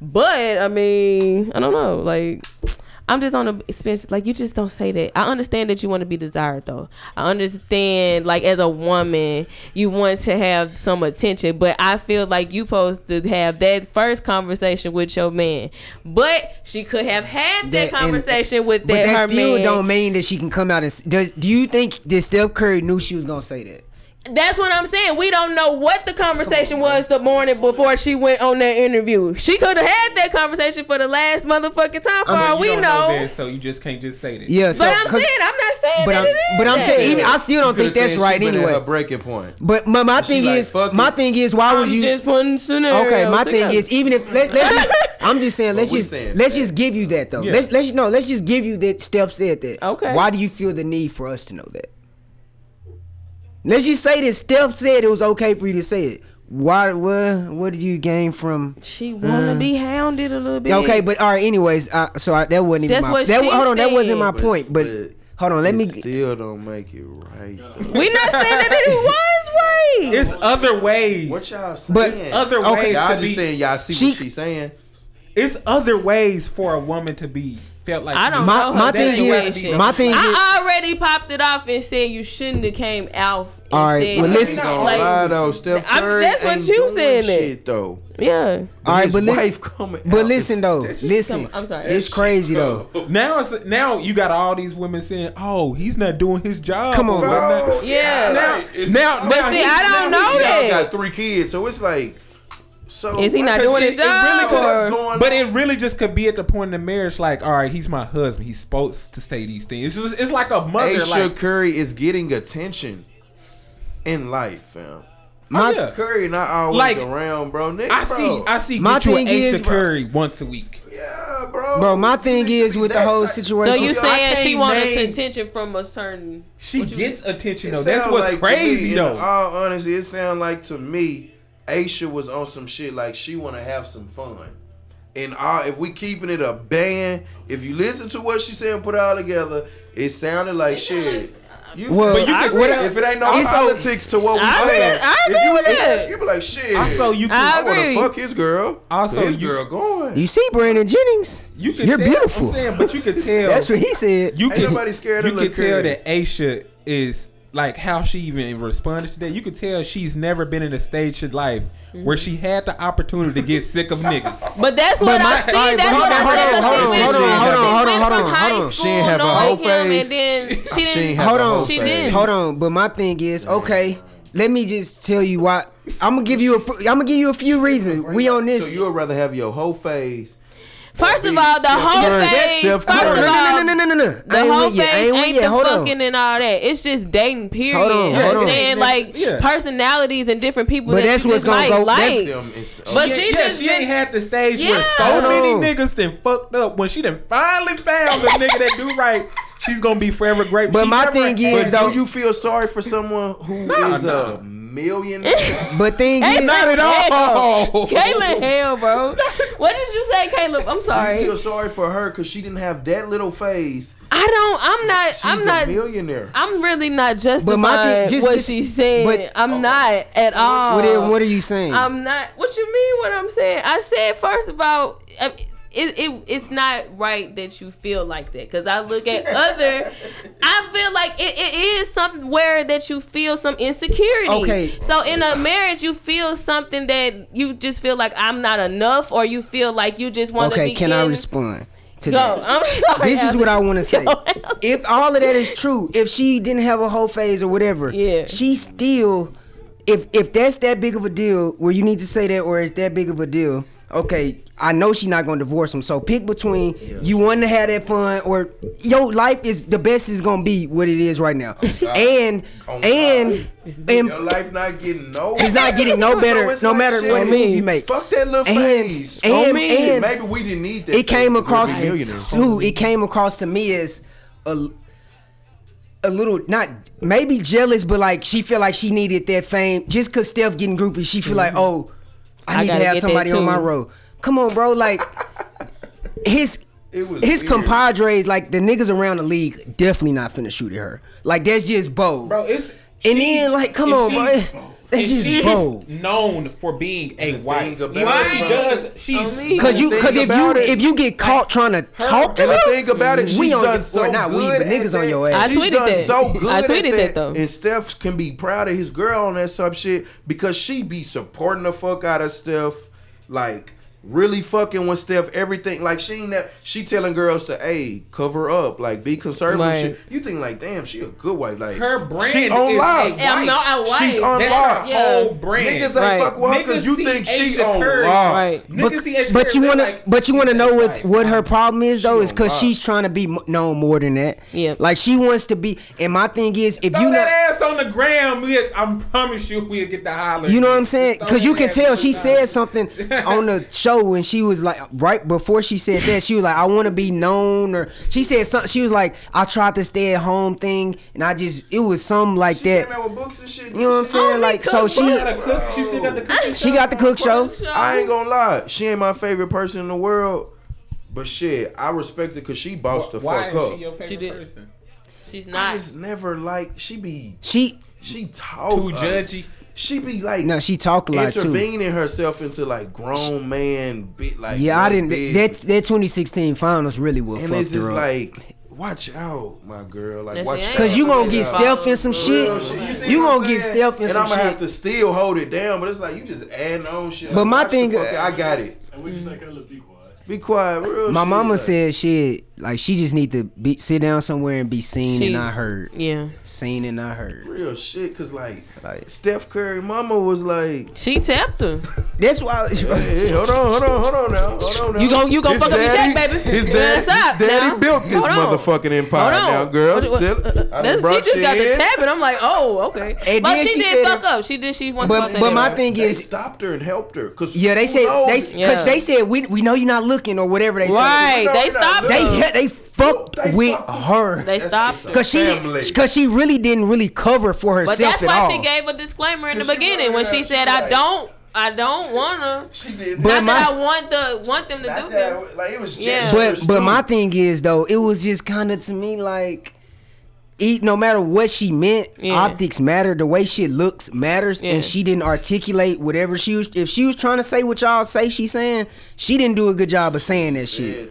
[SPEAKER 3] But I mean, I don't know. Like, I'm just on a expensive. Like, you just don't say that. I understand that you want to be desired, though. I understand, like, as a woman, you want to have some attention. But I feel like you supposed to have that first conversation with your man. But she could have had that,
[SPEAKER 4] That- and-
[SPEAKER 3] conversation with
[SPEAKER 4] But
[SPEAKER 3] that, her
[SPEAKER 4] that still
[SPEAKER 3] man.
[SPEAKER 4] don't mean that she can come out and. s- Does do you think that Steph Curry knew she was gonna say that?
[SPEAKER 3] That's what I'm saying. We don't know what the conversation was the morning before she went on that interview. She could have had that conversation for the last motherfucking time. For
[SPEAKER 1] But
[SPEAKER 3] all Oh, we
[SPEAKER 1] you don't
[SPEAKER 3] know.
[SPEAKER 1] that, so you just can't just say that.
[SPEAKER 4] Yeah, so,
[SPEAKER 3] But I'm
[SPEAKER 4] 'cause-
[SPEAKER 3] saying I'm not saying
[SPEAKER 4] but
[SPEAKER 3] that
[SPEAKER 4] I'm,
[SPEAKER 3] it is.
[SPEAKER 4] but I'm
[SPEAKER 3] that.
[SPEAKER 4] saying even, I still don't
[SPEAKER 2] Could've
[SPEAKER 4] think that's
[SPEAKER 2] said
[SPEAKER 4] right
[SPEAKER 2] she been at
[SPEAKER 4] anyway.
[SPEAKER 2] her breaking point.
[SPEAKER 4] But my, my
[SPEAKER 2] she
[SPEAKER 4] thing
[SPEAKER 2] like,
[SPEAKER 4] is,
[SPEAKER 2] "Fuck
[SPEAKER 4] my
[SPEAKER 2] it."
[SPEAKER 4] thing is, why would
[SPEAKER 3] I'm
[SPEAKER 4] you?
[SPEAKER 3] just putting scenarios.
[SPEAKER 4] Okay, my
[SPEAKER 3] together.
[SPEAKER 4] thing is, even if let, let's just, I'm just saying, let's
[SPEAKER 2] we
[SPEAKER 4] just
[SPEAKER 2] saying
[SPEAKER 4] let's
[SPEAKER 2] facts.
[SPEAKER 4] just give you that though. Let's let's no, let's just give you that. Steph said that.
[SPEAKER 3] Okay.
[SPEAKER 4] Why do you feel the need for us to know that? Let's just say that Steph said it was okay for you to say it. Why? What? What did you gain from?
[SPEAKER 3] she wanna be hounded a little bit.
[SPEAKER 4] Okay, but all right. Anyways, uh, so I, that wasn't even
[SPEAKER 3] That's
[SPEAKER 4] my.
[SPEAKER 3] what
[SPEAKER 4] that,
[SPEAKER 3] she
[SPEAKER 4] hold on, that wasn't my
[SPEAKER 2] But-
[SPEAKER 4] point. But,
[SPEAKER 2] but
[SPEAKER 4] hold on, let
[SPEAKER 2] it
[SPEAKER 4] me.
[SPEAKER 2] Still don't make it right. though.
[SPEAKER 3] we not saying that it was right.
[SPEAKER 1] It's other ways.
[SPEAKER 2] What y'all saying?
[SPEAKER 4] But-
[SPEAKER 1] other
[SPEAKER 4] Okay.
[SPEAKER 1] ways
[SPEAKER 2] y'all
[SPEAKER 1] to
[SPEAKER 2] just
[SPEAKER 1] be.
[SPEAKER 2] saying y'all see
[SPEAKER 4] She-
[SPEAKER 2] what she's saying.
[SPEAKER 1] It's other ways for a woman to be felt like.
[SPEAKER 3] I
[SPEAKER 1] she
[SPEAKER 3] don't
[SPEAKER 1] was-
[SPEAKER 4] My
[SPEAKER 3] know her
[SPEAKER 4] my thing is
[SPEAKER 3] situation.
[SPEAKER 4] my thing is.
[SPEAKER 3] I already popped it off and said you shouldn't have came out. and
[SPEAKER 4] All right,
[SPEAKER 3] said
[SPEAKER 4] well,
[SPEAKER 3] you
[SPEAKER 4] listen-
[SPEAKER 3] didn't
[SPEAKER 2] Don't
[SPEAKER 3] like-
[SPEAKER 2] lie though, Steph
[SPEAKER 3] I'm-
[SPEAKER 2] Curry
[SPEAKER 3] that's what
[SPEAKER 2] ain't
[SPEAKER 3] you
[SPEAKER 2] doing
[SPEAKER 3] saying it.
[SPEAKER 2] Shit though.
[SPEAKER 3] yeah.
[SPEAKER 4] All right,
[SPEAKER 2] His
[SPEAKER 4] but li-
[SPEAKER 2] wife coming.
[SPEAKER 4] But
[SPEAKER 2] out
[SPEAKER 4] listen
[SPEAKER 2] is-
[SPEAKER 4] though, listen.
[SPEAKER 3] Come- I'm sorry.
[SPEAKER 4] It's crazy though.
[SPEAKER 1] Now it's now you got all these women saying, "Oh, he's not doing his job."
[SPEAKER 4] Come on,
[SPEAKER 1] or
[SPEAKER 4] bro.
[SPEAKER 1] whatnot."
[SPEAKER 3] Yeah.
[SPEAKER 1] Now,
[SPEAKER 2] It's-
[SPEAKER 1] now,
[SPEAKER 3] But
[SPEAKER 1] now
[SPEAKER 3] see,
[SPEAKER 1] he-
[SPEAKER 3] I don't
[SPEAKER 1] now
[SPEAKER 3] know
[SPEAKER 1] he-
[SPEAKER 2] Y'all
[SPEAKER 3] that.
[SPEAKER 2] got three kids, so it's like. So
[SPEAKER 3] Is he
[SPEAKER 2] what-
[SPEAKER 3] not
[SPEAKER 1] 'cause
[SPEAKER 3] doing
[SPEAKER 1] it-
[SPEAKER 3] his
[SPEAKER 1] it really
[SPEAKER 3] job?
[SPEAKER 1] could've-
[SPEAKER 3] or-
[SPEAKER 2] What's going
[SPEAKER 1] But
[SPEAKER 2] on?
[SPEAKER 1] it really just could be at the point in marriage, like, all right, he's my husband. He's supposed to say these things. It's just, it's like a mother.
[SPEAKER 2] Aisha
[SPEAKER 1] like,
[SPEAKER 2] Curry is getting attention in life, fam.
[SPEAKER 1] oh,
[SPEAKER 4] My-
[SPEAKER 1] yeah.
[SPEAKER 2] Curry not always
[SPEAKER 1] Like,
[SPEAKER 2] around, bro. Nigga,
[SPEAKER 1] I
[SPEAKER 2] bro.
[SPEAKER 1] see, I see.
[SPEAKER 4] My
[SPEAKER 1] get you an
[SPEAKER 4] thing is,
[SPEAKER 1] Aisha
[SPEAKER 4] bro-
[SPEAKER 1] Curry once a week.
[SPEAKER 2] yeah, bro.
[SPEAKER 4] Bro, my thing is with the
[SPEAKER 2] That
[SPEAKER 4] whole
[SPEAKER 2] type-
[SPEAKER 4] situation.
[SPEAKER 3] So
[SPEAKER 2] Well,
[SPEAKER 3] you
[SPEAKER 2] so I
[SPEAKER 3] saying she
[SPEAKER 1] can't
[SPEAKER 3] wanted
[SPEAKER 1] name-
[SPEAKER 3] attention from a certain?
[SPEAKER 1] She
[SPEAKER 3] you
[SPEAKER 1] gets attention
[SPEAKER 2] It
[SPEAKER 1] though. That's
[SPEAKER 2] sound
[SPEAKER 1] what's
[SPEAKER 2] like to
[SPEAKER 1] crazy
[SPEAKER 2] me,
[SPEAKER 1] though.
[SPEAKER 2] In all honesty, it sound like to me, Aisha was on some shit like she want to have some fun. And all, if we keeping it a band, if you listen to what she said and put it all together, it sounded like uh, shit. You,
[SPEAKER 4] Well,
[SPEAKER 1] But you can
[SPEAKER 4] what
[SPEAKER 1] tell-
[SPEAKER 2] if it ain't no
[SPEAKER 4] it's-
[SPEAKER 2] politics to what we
[SPEAKER 3] I agree-
[SPEAKER 2] saying,
[SPEAKER 3] I
[SPEAKER 2] if
[SPEAKER 3] agree
[SPEAKER 2] you-
[SPEAKER 3] with
[SPEAKER 2] if-
[SPEAKER 3] that.
[SPEAKER 2] You be like shit.
[SPEAKER 1] Also, you
[SPEAKER 3] I
[SPEAKER 1] can
[SPEAKER 2] I want to
[SPEAKER 3] agree.
[SPEAKER 2] fuck his girl.
[SPEAKER 1] Also,
[SPEAKER 2] Also, his
[SPEAKER 1] you-
[SPEAKER 2] girl going.
[SPEAKER 4] You see, Brandon Jennings,
[SPEAKER 1] you can
[SPEAKER 4] you're
[SPEAKER 1] tell,
[SPEAKER 4] beautiful.
[SPEAKER 1] I'm saying, but you can tell.
[SPEAKER 4] That's what he said.
[SPEAKER 1] you
[SPEAKER 2] Ain't
[SPEAKER 1] can,
[SPEAKER 2] nobody scared of
[SPEAKER 1] You can
[SPEAKER 2] little
[SPEAKER 1] tell
[SPEAKER 2] Curry.
[SPEAKER 1] that Aisha is like how she even responded to that, you could tell she's never been in a stage in life where she had the opportunity to get sick of niggas.
[SPEAKER 3] But that's what I
[SPEAKER 4] my-
[SPEAKER 3] see.
[SPEAKER 4] all right,
[SPEAKER 3] that's
[SPEAKER 4] but
[SPEAKER 3] what
[SPEAKER 4] hold on,
[SPEAKER 3] I
[SPEAKER 4] hold
[SPEAKER 3] think.
[SPEAKER 4] on,
[SPEAKER 3] Hold on,
[SPEAKER 4] hold
[SPEAKER 3] hold
[SPEAKER 4] on, hold on, hold
[SPEAKER 3] on,
[SPEAKER 4] on, hold on,
[SPEAKER 3] From high
[SPEAKER 4] hold
[SPEAKER 3] school,
[SPEAKER 4] on.
[SPEAKER 2] She ain't have her
[SPEAKER 3] knowing
[SPEAKER 2] whole
[SPEAKER 3] him,
[SPEAKER 2] face.
[SPEAKER 3] and then she
[SPEAKER 2] She ain't
[SPEAKER 3] didn't.
[SPEAKER 2] have
[SPEAKER 4] Hold
[SPEAKER 2] her
[SPEAKER 4] on.
[SPEAKER 2] whole
[SPEAKER 3] She
[SPEAKER 2] face.
[SPEAKER 3] didn't.
[SPEAKER 4] Hold on, but my thing is, okay, let me just tell you why. I'm gonna give you a. I'm gonna give you a few reasons. We on this.
[SPEAKER 2] So you would rather have your whole face.
[SPEAKER 3] First of all, the whole
[SPEAKER 2] Steph
[SPEAKER 3] face.
[SPEAKER 2] Curry.
[SPEAKER 3] First of
[SPEAKER 2] Steph Curry.
[SPEAKER 3] all,
[SPEAKER 4] no, no, no, no, no, no, no. I
[SPEAKER 3] The
[SPEAKER 4] ain't
[SPEAKER 3] whole
[SPEAKER 4] with you. I
[SPEAKER 3] thing
[SPEAKER 4] with
[SPEAKER 3] ain't
[SPEAKER 4] you.
[SPEAKER 3] the
[SPEAKER 4] Hold
[SPEAKER 3] fucking
[SPEAKER 4] on.
[SPEAKER 3] and all that. It's just dating, period.
[SPEAKER 4] Hold on, hold
[SPEAKER 3] and
[SPEAKER 4] on.
[SPEAKER 3] then like
[SPEAKER 1] Yeah.
[SPEAKER 3] personalities and different people.
[SPEAKER 4] But
[SPEAKER 3] that
[SPEAKER 4] that's
[SPEAKER 3] you
[SPEAKER 4] what's
[SPEAKER 3] just might
[SPEAKER 4] gonna go- that's
[SPEAKER 3] Like.
[SPEAKER 2] Them inst-
[SPEAKER 3] But
[SPEAKER 1] Yeah,
[SPEAKER 3] she
[SPEAKER 1] yeah,
[SPEAKER 3] just
[SPEAKER 1] she
[SPEAKER 3] been-
[SPEAKER 1] ain't had the stage where
[SPEAKER 3] Yeah.
[SPEAKER 1] so many
[SPEAKER 4] Hold on.
[SPEAKER 1] niggas done fucked up. When she done finally found the nigga that do right, she's gonna be forever grateful.
[SPEAKER 4] But
[SPEAKER 1] She
[SPEAKER 4] my
[SPEAKER 1] never
[SPEAKER 4] thing
[SPEAKER 1] had-
[SPEAKER 4] is,
[SPEAKER 2] But
[SPEAKER 4] though,
[SPEAKER 2] do you feel sorry for someone who is
[SPEAKER 1] nah.
[SPEAKER 2] a million?
[SPEAKER 4] but thing is,
[SPEAKER 3] Not at
[SPEAKER 1] all.
[SPEAKER 3] Caitlyn, hell, bro. what did you say, Caleb? I'm
[SPEAKER 2] I
[SPEAKER 3] sorry.
[SPEAKER 2] feel sorry for her because she didn't have that little face.
[SPEAKER 3] I don't. I'm not.
[SPEAKER 2] She's
[SPEAKER 3] I'm not.
[SPEAKER 2] a millionaire.
[SPEAKER 3] I'm really not justifying
[SPEAKER 4] my thing- just
[SPEAKER 3] what
[SPEAKER 4] listen-
[SPEAKER 3] she said.
[SPEAKER 4] but-
[SPEAKER 3] I'm not at all.
[SPEAKER 4] Oh, what, are, what are you saying?
[SPEAKER 3] I'm not. What you mean? What I'm saying? I said first of all, I- it, it it's not right that you feel like that because I look at other. I feel like it, it is somewhere that you feel some insecurity.
[SPEAKER 4] Okay.
[SPEAKER 3] So in a marriage, you feel something that you just feel like I'm not enough, or you feel like you just want to.
[SPEAKER 4] okay,
[SPEAKER 3] be
[SPEAKER 4] can I
[SPEAKER 3] getting-
[SPEAKER 4] respond to
[SPEAKER 3] Go.
[SPEAKER 4] that?
[SPEAKER 3] I'm sorry.
[SPEAKER 4] This is
[SPEAKER 3] Alex.
[SPEAKER 4] what I want to say.
[SPEAKER 3] Go, Alex.
[SPEAKER 4] If all of that is true, if she didn't have a whole phase or whatever,
[SPEAKER 3] Yeah.
[SPEAKER 4] she still, if if that's that big of a deal, where you need to say that, or it's that big of a deal, okay, I know she not gonna divorce him. So pick between you want to have that fun, or your life is the best is gonna be what it is right now, and
[SPEAKER 2] On
[SPEAKER 4] and and
[SPEAKER 2] Your life not getting no.
[SPEAKER 4] it's not getting no better,
[SPEAKER 2] it's
[SPEAKER 4] no
[SPEAKER 2] like
[SPEAKER 4] matter
[SPEAKER 2] shit.
[SPEAKER 4] what
[SPEAKER 2] Me.
[SPEAKER 4] move you make.
[SPEAKER 2] Fuck that little
[SPEAKER 4] And-
[SPEAKER 2] face.
[SPEAKER 4] and-
[SPEAKER 2] Oh, man.
[SPEAKER 4] and-
[SPEAKER 2] maybe we didn't need that.
[SPEAKER 4] it came
[SPEAKER 2] face.
[SPEAKER 4] across
[SPEAKER 2] We're millionaire.
[SPEAKER 4] too. It came across to me as a a little not maybe jealous, but like she feel like she needed that fame just cause Steph getting groupie. She feel
[SPEAKER 2] Mm-hmm.
[SPEAKER 4] like oh,
[SPEAKER 3] I
[SPEAKER 4] I need to
[SPEAKER 3] gotta
[SPEAKER 4] have
[SPEAKER 3] get that
[SPEAKER 4] somebody on my
[SPEAKER 3] too.
[SPEAKER 4] road. Come on, bro. Like his
[SPEAKER 2] It was
[SPEAKER 4] his
[SPEAKER 2] weird.
[SPEAKER 4] compadres, like the niggas around the league, definitely not finna shoot at her. Like that's just bold,
[SPEAKER 1] bro. It's
[SPEAKER 4] And
[SPEAKER 1] she's-
[SPEAKER 4] then like, come
[SPEAKER 1] if
[SPEAKER 4] on,
[SPEAKER 1] she's-
[SPEAKER 4] bro. That's
[SPEAKER 1] if she's
[SPEAKER 4] just bold.
[SPEAKER 1] known for being a wife.
[SPEAKER 2] about
[SPEAKER 1] You know what she
[SPEAKER 2] it,
[SPEAKER 1] does? She's
[SPEAKER 4] Cause you,
[SPEAKER 2] Think
[SPEAKER 4] cause if you,
[SPEAKER 2] about it.
[SPEAKER 4] if you get caught trying to talk to
[SPEAKER 2] And
[SPEAKER 4] her,
[SPEAKER 2] the thing about it, she's
[SPEAKER 4] We on-
[SPEAKER 2] done
[SPEAKER 4] or
[SPEAKER 2] so
[SPEAKER 4] not
[SPEAKER 2] good.
[SPEAKER 4] we, but
[SPEAKER 2] at
[SPEAKER 4] niggas on
[SPEAKER 2] that.
[SPEAKER 4] your ass.
[SPEAKER 3] I
[SPEAKER 2] She's
[SPEAKER 3] tweeted
[SPEAKER 2] done
[SPEAKER 3] that.
[SPEAKER 2] So good
[SPEAKER 3] I tweeted
[SPEAKER 2] at
[SPEAKER 3] that, though.
[SPEAKER 2] And Steph can be proud of his girl on that type shit because she be supporting the fuck out of Steph, like really fucking with Steph. Everything like she ain't that she telling girls to hey cover up, like be conservative.
[SPEAKER 3] Right.
[SPEAKER 2] Shit. You think like damn, she a good wife. Like
[SPEAKER 1] Her brand
[SPEAKER 2] she on
[SPEAKER 1] is
[SPEAKER 2] live.
[SPEAKER 1] a-
[SPEAKER 3] Yeah, I'm not. I
[SPEAKER 2] She's
[SPEAKER 3] wife.
[SPEAKER 2] on
[SPEAKER 1] that's
[SPEAKER 2] lock.
[SPEAKER 1] her whole
[SPEAKER 3] Yeah.
[SPEAKER 1] brand.
[SPEAKER 2] Niggas ain't
[SPEAKER 3] Right.
[SPEAKER 2] fuck with her because
[SPEAKER 1] Niggas
[SPEAKER 2] you
[SPEAKER 1] see
[SPEAKER 2] think she
[SPEAKER 1] Aisha
[SPEAKER 2] on
[SPEAKER 1] Curry.
[SPEAKER 2] live.
[SPEAKER 3] Right.
[SPEAKER 4] But,
[SPEAKER 1] Niggas see Aisha
[SPEAKER 4] but you
[SPEAKER 1] Curry,
[SPEAKER 4] wanna,
[SPEAKER 1] they're like,
[SPEAKER 4] but you wanna know what
[SPEAKER 1] right.
[SPEAKER 4] what her problem is though is
[SPEAKER 2] on
[SPEAKER 4] cause
[SPEAKER 2] live.
[SPEAKER 4] she's trying to be m- known more than that.
[SPEAKER 3] Yeah.
[SPEAKER 4] like she wants to be. And my thing is, if
[SPEAKER 1] Throw
[SPEAKER 4] you
[SPEAKER 1] that
[SPEAKER 4] know,
[SPEAKER 1] ass on the ground, we I promise you we'll get the holler.
[SPEAKER 4] you know what I'm
[SPEAKER 1] Just
[SPEAKER 4] saying,
[SPEAKER 1] throw
[SPEAKER 4] cause you
[SPEAKER 1] that
[SPEAKER 4] can
[SPEAKER 1] ass
[SPEAKER 4] tell
[SPEAKER 1] on
[SPEAKER 4] she
[SPEAKER 1] the
[SPEAKER 4] said
[SPEAKER 1] ground.
[SPEAKER 4] something on the show and she was like, right before she said that, she was like, I want to be known, or she said something. She was like, I tried to stay at home thing, and I just it was something like
[SPEAKER 2] She
[SPEAKER 4] that.
[SPEAKER 2] came out with books and shit.
[SPEAKER 4] You know what I'm saying? Like so
[SPEAKER 1] She
[SPEAKER 4] she
[SPEAKER 1] got a cook. She still got the cooking
[SPEAKER 4] she
[SPEAKER 1] show.
[SPEAKER 4] got the cook show.
[SPEAKER 2] I ain't gonna lie, she ain't my favorite person in the world. But shit, I respect it because she bossed the fuck
[SPEAKER 1] Why is
[SPEAKER 2] up.
[SPEAKER 1] she your
[SPEAKER 3] She
[SPEAKER 1] favorite
[SPEAKER 3] did.
[SPEAKER 1] person?
[SPEAKER 3] She's
[SPEAKER 2] I
[SPEAKER 3] not.
[SPEAKER 2] just never like she be
[SPEAKER 4] She
[SPEAKER 2] she talk
[SPEAKER 1] Too
[SPEAKER 2] uh,
[SPEAKER 1] judgy.
[SPEAKER 2] She be like
[SPEAKER 4] no, she talk a lot too.
[SPEAKER 2] intervening herself into like grown man bit like
[SPEAKER 4] Yeah, I
[SPEAKER 2] grown
[SPEAKER 4] didn't.
[SPEAKER 2] big.
[SPEAKER 4] That that 2016 finals really will
[SPEAKER 2] and
[SPEAKER 4] fuck
[SPEAKER 2] it's
[SPEAKER 4] her
[SPEAKER 2] just
[SPEAKER 4] up.
[SPEAKER 2] like watch out, my girl. Like
[SPEAKER 3] That's
[SPEAKER 2] watch
[SPEAKER 3] it.
[SPEAKER 2] out.
[SPEAKER 4] Cause you gonna get
[SPEAKER 3] Yeah.
[SPEAKER 4] stealth in some
[SPEAKER 2] Real
[SPEAKER 4] shit.
[SPEAKER 2] shit. see
[SPEAKER 4] You
[SPEAKER 2] what
[SPEAKER 4] gonna
[SPEAKER 2] I'm
[SPEAKER 4] get
[SPEAKER 2] saying?
[SPEAKER 4] stealth in
[SPEAKER 2] and
[SPEAKER 4] some
[SPEAKER 2] I'm gonna have
[SPEAKER 4] shit.
[SPEAKER 2] to still hold it down, but it's like you just add on shit.
[SPEAKER 4] But
[SPEAKER 2] Like,
[SPEAKER 4] my
[SPEAKER 2] watch the
[SPEAKER 4] thing-
[SPEAKER 2] fuck out. I got it.
[SPEAKER 5] And we just like, Caleb, be quiet.
[SPEAKER 2] Be quiet. Real
[SPEAKER 4] My
[SPEAKER 2] shit,
[SPEAKER 4] mama
[SPEAKER 2] like,
[SPEAKER 4] said shit like she just need to be sit down somewhere and be seen
[SPEAKER 3] She-
[SPEAKER 4] and not heard.
[SPEAKER 3] yeah.
[SPEAKER 4] Seen and not heard.
[SPEAKER 2] real shit because like, Steph Curry mama was like
[SPEAKER 3] She tapped her.
[SPEAKER 4] That's why.
[SPEAKER 2] hey, hey, hold on hold on hold on now hold on now
[SPEAKER 3] You gon' you gon'
[SPEAKER 2] His
[SPEAKER 3] fuck up your
[SPEAKER 2] daddy-
[SPEAKER 3] check, baby.
[SPEAKER 2] his
[SPEAKER 3] You
[SPEAKER 2] daddy,
[SPEAKER 3] know what's up
[SPEAKER 2] his daddy
[SPEAKER 3] now?
[SPEAKER 2] built this
[SPEAKER 3] Hold on.
[SPEAKER 2] motherfucking empire
[SPEAKER 3] Hold
[SPEAKER 2] now
[SPEAKER 3] on.
[SPEAKER 2] girl
[SPEAKER 3] What- uh, what-
[SPEAKER 2] Still- I done
[SPEAKER 3] That's- she
[SPEAKER 2] brought
[SPEAKER 3] just
[SPEAKER 2] you
[SPEAKER 3] got the
[SPEAKER 2] in.
[SPEAKER 3] tab, and I'm like, oh, okay.
[SPEAKER 4] And
[SPEAKER 3] but
[SPEAKER 4] then
[SPEAKER 3] she,
[SPEAKER 4] she
[SPEAKER 3] did
[SPEAKER 4] said
[SPEAKER 3] fuck
[SPEAKER 4] it-
[SPEAKER 3] up. She did. She wants to
[SPEAKER 4] But but my thing
[SPEAKER 2] they
[SPEAKER 4] is,
[SPEAKER 2] stopped her and helped her because
[SPEAKER 4] yeah, they said they cause
[SPEAKER 3] Yeah.
[SPEAKER 4] they said we we know you're not looking or whatever they
[SPEAKER 3] Right.
[SPEAKER 2] No,
[SPEAKER 3] they
[SPEAKER 2] no, no.
[SPEAKER 3] stopped.
[SPEAKER 4] said.
[SPEAKER 3] They,
[SPEAKER 4] They they fucked
[SPEAKER 2] They
[SPEAKER 4] with
[SPEAKER 2] fucked with-
[SPEAKER 4] her.
[SPEAKER 3] they stopped. her.
[SPEAKER 4] Cause she,
[SPEAKER 2] Family.
[SPEAKER 4] cause she really didn't really cover for
[SPEAKER 3] But
[SPEAKER 4] herself
[SPEAKER 3] that's
[SPEAKER 4] at
[SPEAKER 3] why
[SPEAKER 4] all.
[SPEAKER 3] she gave a disclaimer in the
[SPEAKER 2] 'Cause she
[SPEAKER 3] beginning
[SPEAKER 2] wanted
[SPEAKER 3] when
[SPEAKER 2] her-
[SPEAKER 3] she
[SPEAKER 2] she
[SPEAKER 3] said, "I
[SPEAKER 2] like-
[SPEAKER 3] don't, I don't wanna."
[SPEAKER 2] she did
[SPEAKER 4] But
[SPEAKER 3] Not
[SPEAKER 4] my-
[SPEAKER 3] that I want the want them to
[SPEAKER 2] that,
[SPEAKER 3] do
[SPEAKER 2] not
[SPEAKER 3] that.
[SPEAKER 2] that, like it was
[SPEAKER 3] Yeah.
[SPEAKER 2] yeah.
[SPEAKER 4] But but my thing is though, it was just kind of to me like, eat no matter what she meant,
[SPEAKER 3] Yeah.
[SPEAKER 4] optics matter. The way she looks matters,
[SPEAKER 3] Yeah.
[SPEAKER 4] and she didn't articulate whatever she was. If she was trying to say what y'all say she's saying, she didn't do a good job of saying that shit.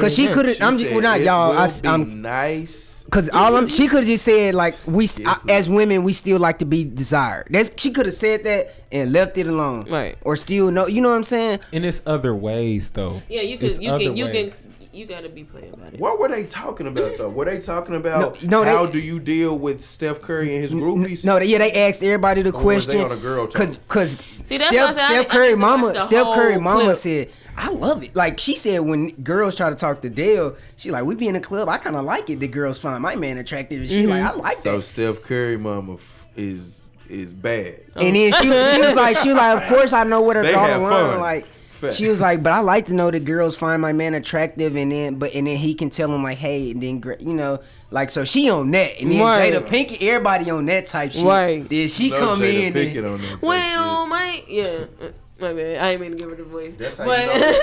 [SPEAKER 4] Cause she could have. I'm just, well, not y'all. I,
[SPEAKER 2] be
[SPEAKER 4] am
[SPEAKER 2] nice
[SPEAKER 4] Cause all I'm, she could have just said like we st- I- as women we still like to be desired. That's she could have said that and left it alone,
[SPEAKER 3] Right.
[SPEAKER 4] Or still no, you know what I'm saying?
[SPEAKER 1] And it's other ways though.
[SPEAKER 3] Yeah, you
[SPEAKER 1] It's
[SPEAKER 3] can. You
[SPEAKER 1] other
[SPEAKER 3] can. You
[SPEAKER 1] ways.
[SPEAKER 3] can. You gotta be playing about it.
[SPEAKER 2] What were they talking about though? Were they talking about
[SPEAKER 4] No, no, they-
[SPEAKER 2] how do you deal with Steph Curry and his groupies?
[SPEAKER 4] No, they, yeah, they asked everybody the
[SPEAKER 2] was they
[SPEAKER 4] question.
[SPEAKER 2] on a girl talk?
[SPEAKER 4] Cause, cause
[SPEAKER 3] See, that's what I said.
[SPEAKER 4] Steph,
[SPEAKER 3] I
[SPEAKER 4] Steph
[SPEAKER 3] didn't- I
[SPEAKER 4] Curry
[SPEAKER 3] didn't watch
[SPEAKER 4] mama,
[SPEAKER 3] the
[SPEAKER 4] Steph Curry
[SPEAKER 3] whole
[SPEAKER 4] mama
[SPEAKER 3] clip.
[SPEAKER 4] said, "I love it." Like she said, when girls try to talk to Dale, she like, "We be in a club. I kind of like it. The girls find my man attractive." And she like,
[SPEAKER 3] Mm-hmm.
[SPEAKER 4] "I like
[SPEAKER 2] So
[SPEAKER 4] that."
[SPEAKER 2] Steph Curry mama f- is is bad.
[SPEAKER 4] And then she, she was like, she was like, of course I know what her
[SPEAKER 2] They
[SPEAKER 4] daughter
[SPEAKER 2] had
[SPEAKER 4] wants.
[SPEAKER 2] fun.
[SPEAKER 4] Like
[SPEAKER 2] Fact.
[SPEAKER 4] she was like, but I like to know that girls find my man attractive, and then but and then he can tell him like, hey, and then gr- you know, like so she on that, and then
[SPEAKER 3] Right.
[SPEAKER 4] Jada Pinkett, everybody on that type shit.
[SPEAKER 3] Right.
[SPEAKER 4] Then she
[SPEAKER 2] No
[SPEAKER 4] come
[SPEAKER 2] Jada
[SPEAKER 4] in.
[SPEAKER 2] Pinkett
[SPEAKER 4] And,
[SPEAKER 2] on that type
[SPEAKER 3] Well, my yeah, uh, my bad. I ain't mean to give her the voice. That's
[SPEAKER 2] how
[SPEAKER 3] but,
[SPEAKER 2] you know.
[SPEAKER 5] Nah,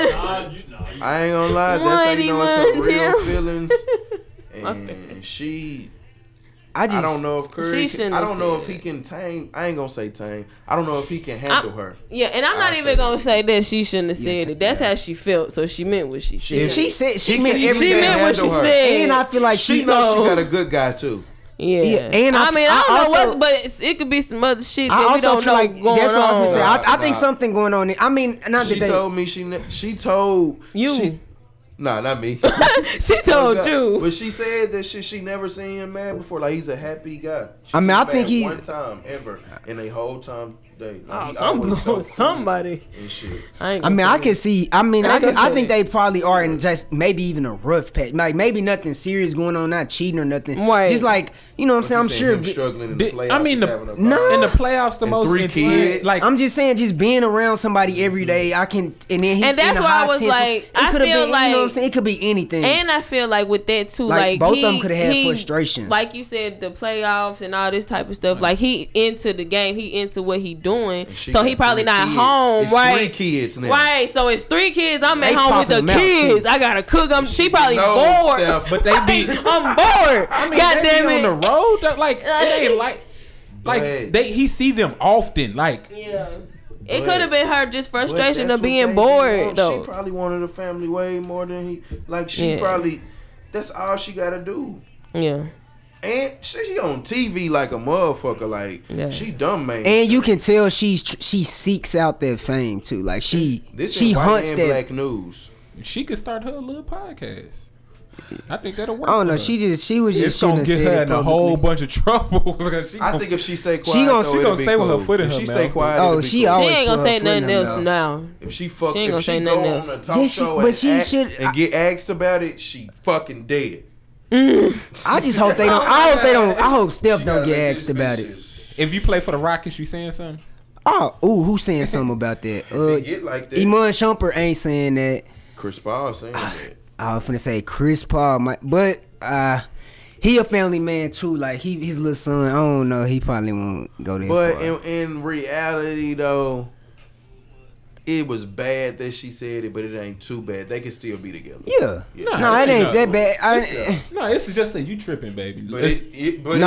[SPEAKER 5] you, nah, you,
[SPEAKER 2] shit. I ain't gonna lie, that's how you know it's her
[SPEAKER 3] Money,
[SPEAKER 2] real
[SPEAKER 3] money.
[SPEAKER 2] feelings. And she,
[SPEAKER 4] I just
[SPEAKER 2] I don't know if Curry,
[SPEAKER 3] She
[SPEAKER 2] can,
[SPEAKER 3] shouldn't
[SPEAKER 2] I
[SPEAKER 3] have
[SPEAKER 2] don't know if
[SPEAKER 3] said
[SPEAKER 2] he can tame. I ain't gonna say tame. I don't know if he can handle her.
[SPEAKER 3] yeah, and I'm not
[SPEAKER 2] I'll say
[SPEAKER 3] even gonna say that she shouldn't have said
[SPEAKER 4] t-
[SPEAKER 3] it. That's how she felt, so she meant what she said.
[SPEAKER 4] She said she
[SPEAKER 2] He
[SPEAKER 4] meant
[SPEAKER 2] can- he
[SPEAKER 4] everything.
[SPEAKER 3] she
[SPEAKER 2] can't
[SPEAKER 3] meant what she
[SPEAKER 2] handle her.
[SPEAKER 3] said.
[SPEAKER 4] and I feel like she,
[SPEAKER 2] She knows she
[SPEAKER 3] knows.
[SPEAKER 2] got a good guy too.
[SPEAKER 3] yeah.
[SPEAKER 4] Yeah, and
[SPEAKER 3] I,
[SPEAKER 4] I-
[SPEAKER 3] mean, I,
[SPEAKER 4] I
[SPEAKER 3] don't know
[SPEAKER 4] also-
[SPEAKER 3] what, but it's, it could be some other shit that
[SPEAKER 4] I
[SPEAKER 3] we
[SPEAKER 4] also
[SPEAKER 3] don't
[SPEAKER 4] feel
[SPEAKER 3] know
[SPEAKER 4] like
[SPEAKER 3] going
[SPEAKER 4] that's what I was
[SPEAKER 3] on.
[SPEAKER 4] gonna say. I, I
[SPEAKER 2] Nah,
[SPEAKER 4] think
[SPEAKER 2] nah.
[SPEAKER 4] something going on. in- I mean, not
[SPEAKER 2] She
[SPEAKER 4] that they.
[SPEAKER 2] told me she ne- she told
[SPEAKER 3] You.
[SPEAKER 2] She, nah, not me.
[SPEAKER 3] she told
[SPEAKER 2] God.
[SPEAKER 3] you.
[SPEAKER 2] But she said that shit she never seen him mad before. Like he's a happy guy. She
[SPEAKER 4] I mean,
[SPEAKER 2] was
[SPEAKER 4] I think
[SPEAKER 2] mad
[SPEAKER 4] he's-
[SPEAKER 2] one time ever in a whole time day. Like,
[SPEAKER 3] Oh,
[SPEAKER 2] he
[SPEAKER 3] some-
[SPEAKER 2] always so cool
[SPEAKER 3] somebody.
[SPEAKER 2] and shit.
[SPEAKER 3] I, ain't
[SPEAKER 4] I
[SPEAKER 3] gonna
[SPEAKER 4] mean,
[SPEAKER 3] say
[SPEAKER 4] I
[SPEAKER 3] that.
[SPEAKER 4] can see. I mean, I,
[SPEAKER 3] ain't
[SPEAKER 4] can,
[SPEAKER 3] gonna
[SPEAKER 4] I
[SPEAKER 3] say
[SPEAKER 4] think
[SPEAKER 3] that.
[SPEAKER 4] they probably are in just maybe even a rough patch, like maybe nothing serious going on, not cheating or nothing.
[SPEAKER 3] Right.
[SPEAKER 4] Just like you know what I'm saying. I'm
[SPEAKER 2] She
[SPEAKER 4] sure.
[SPEAKER 2] saying him struggling in the
[SPEAKER 1] Did-
[SPEAKER 2] playoffs.
[SPEAKER 1] I mean,
[SPEAKER 2] he's
[SPEAKER 1] the,
[SPEAKER 2] having a
[SPEAKER 4] No.
[SPEAKER 2] problem.
[SPEAKER 1] in the playoffs, the
[SPEAKER 2] And
[SPEAKER 1] most
[SPEAKER 2] three
[SPEAKER 1] intense-
[SPEAKER 2] kids.
[SPEAKER 1] Like
[SPEAKER 4] I'm just saying, just being around somebody every day, I can, and then he,
[SPEAKER 3] And that's
[SPEAKER 4] in the
[SPEAKER 3] why I
[SPEAKER 4] high
[SPEAKER 3] was
[SPEAKER 4] tension,
[SPEAKER 3] like,
[SPEAKER 4] it
[SPEAKER 3] I feel
[SPEAKER 4] coulda been, you know what I'm
[SPEAKER 3] like-
[SPEAKER 4] saying, it could be anything.
[SPEAKER 3] And I feel like with that too,
[SPEAKER 4] Like,
[SPEAKER 3] like,
[SPEAKER 4] both of
[SPEAKER 3] he,
[SPEAKER 4] them coulda had
[SPEAKER 3] he-
[SPEAKER 4] frustrations.
[SPEAKER 3] Like you said, the playoffs and all this type of stuff. Like he into the game, he into what he doing.
[SPEAKER 2] She
[SPEAKER 3] So
[SPEAKER 2] got
[SPEAKER 3] he probably
[SPEAKER 2] three
[SPEAKER 3] not
[SPEAKER 2] kids.
[SPEAKER 3] home,
[SPEAKER 2] It's
[SPEAKER 3] right?
[SPEAKER 2] Three kids now.
[SPEAKER 3] Right, so it's three kids. I'm
[SPEAKER 4] They
[SPEAKER 3] at home with the
[SPEAKER 4] popping them out,
[SPEAKER 3] kids.
[SPEAKER 4] too.
[SPEAKER 3] I gotta cook. I'm she probably
[SPEAKER 2] knows
[SPEAKER 3] bored.
[SPEAKER 2] Steph,
[SPEAKER 1] but they be
[SPEAKER 3] I'm bored.
[SPEAKER 1] I mean,
[SPEAKER 3] God
[SPEAKER 1] they
[SPEAKER 3] damn
[SPEAKER 1] be
[SPEAKER 3] it.
[SPEAKER 1] on the road. though, Like it ain't like like
[SPEAKER 2] ahead.
[SPEAKER 1] they he see them often. Like
[SPEAKER 3] yeah. It
[SPEAKER 2] But-
[SPEAKER 3] could have been her just
[SPEAKER 2] But
[SPEAKER 3] frustration
[SPEAKER 2] that's
[SPEAKER 3] of
[SPEAKER 2] what they want.
[SPEAKER 3] being bored
[SPEAKER 2] She
[SPEAKER 3] though.
[SPEAKER 2] probably wanted a family way more than he. Like she
[SPEAKER 3] Yeah.
[SPEAKER 2] probably. That's all she gotta do.
[SPEAKER 3] Yeah.
[SPEAKER 2] And she, she on TV like a motherfucker. Like
[SPEAKER 3] Yeah.
[SPEAKER 2] she dumb man.
[SPEAKER 4] And you can tell she's tr- she seeks out that fame too. Like she
[SPEAKER 2] this
[SPEAKER 4] she
[SPEAKER 2] is white
[SPEAKER 4] hunts
[SPEAKER 2] and
[SPEAKER 4] that.
[SPEAKER 2] black news.
[SPEAKER 1] she could start her little podcast. I think that'll work.
[SPEAKER 4] I don't
[SPEAKER 1] for
[SPEAKER 4] know.
[SPEAKER 1] her.
[SPEAKER 4] She just she was
[SPEAKER 1] it's
[SPEAKER 4] just shouldn't
[SPEAKER 1] gonna
[SPEAKER 4] have
[SPEAKER 1] get
[SPEAKER 4] said
[SPEAKER 1] her
[SPEAKER 4] it
[SPEAKER 1] in a
[SPEAKER 4] publicly.
[SPEAKER 1] whole bunch of trouble. she
[SPEAKER 2] I
[SPEAKER 1] gonna-
[SPEAKER 2] think if she stay quiet,
[SPEAKER 4] gonna-
[SPEAKER 2] though,
[SPEAKER 4] she
[SPEAKER 2] it'll
[SPEAKER 1] gonna
[SPEAKER 2] be
[SPEAKER 1] stay with her
[SPEAKER 2] cool.
[SPEAKER 1] foot in
[SPEAKER 2] If
[SPEAKER 1] her
[SPEAKER 2] she
[SPEAKER 1] mouth.
[SPEAKER 2] stay quiet.
[SPEAKER 4] Oh,
[SPEAKER 2] it'll be
[SPEAKER 4] she
[SPEAKER 2] cool.
[SPEAKER 3] She
[SPEAKER 4] always
[SPEAKER 3] ain't gonna
[SPEAKER 4] put her
[SPEAKER 3] say
[SPEAKER 4] foot in
[SPEAKER 3] nothing
[SPEAKER 4] her
[SPEAKER 3] else
[SPEAKER 4] mouth.
[SPEAKER 3] now.
[SPEAKER 2] If she fuck,
[SPEAKER 3] She ain't
[SPEAKER 2] if
[SPEAKER 3] gonna
[SPEAKER 2] she
[SPEAKER 3] say
[SPEAKER 2] go
[SPEAKER 3] nothing
[SPEAKER 2] on a
[SPEAKER 3] else.
[SPEAKER 2] talk
[SPEAKER 4] Yeah, she-
[SPEAKER 2] show
[SPEAKER 4] but
[SPEAKER 2] and,
[SPEAKER 4] she
[SPEAKER 2] act-
[SPEAKER 4] should-
[SPEAKER 2] and get asked about it, she fucking dead.
[SPEAKER 4] I just hope they don't. I hope they don't. I hope Steph
[SPEAKER 2] She
[SPEAKER 4] don't
[SPEAKER 2] gotta
[SPEAKER 4] get
[SPEAKER 2] make
[SPEAKER 4] asked
[SPEAKER 2] this
[SPEAKER 4] about
[SPEAKER 2] bitch
[SPEAKER 4] it.
[SPEAKER 2] just
[SPEAKER 1] if you play for the Rockets, you saying something?
[SPEAKER 4] Oh, ooh, who's saying something about that? Uh,
[SPEAKER 2] Get like that.
[SPEAKER 4] Iman Shumpert ain't saying that.
[SPEAKER 2] Chris Paul saying
[SPEAKER 4] Ah,
[SPEAKER 2] that.
[SPEAKER 4] I was finna say Chris Paul, might, but uh, he a family man too. Like he, his little son. I don't know. He probably won't go there.
[SPEAKER 2] But
[SPEAKER 4] far.
[SPEAKER 2] in, in reality, though, it was bad that she said it, but it ain't too bad. They can still be together.
[SPEAKER 4] yeah,
[SPEAKER 2] Yeah.
[SPEAKER 4] no, it ain't that bad.
[SPEAKER 2] It's a-
[SPEAKER 4] I,
[SPEAKER 1] No, this is just a you tripping, baby.
[SPEAKER 2] But
[SPEAKER 1] It's-
[SPEAKER 2] it, it, but
[SPEAKER 4] Nah,
[SPEAKER 2] it's,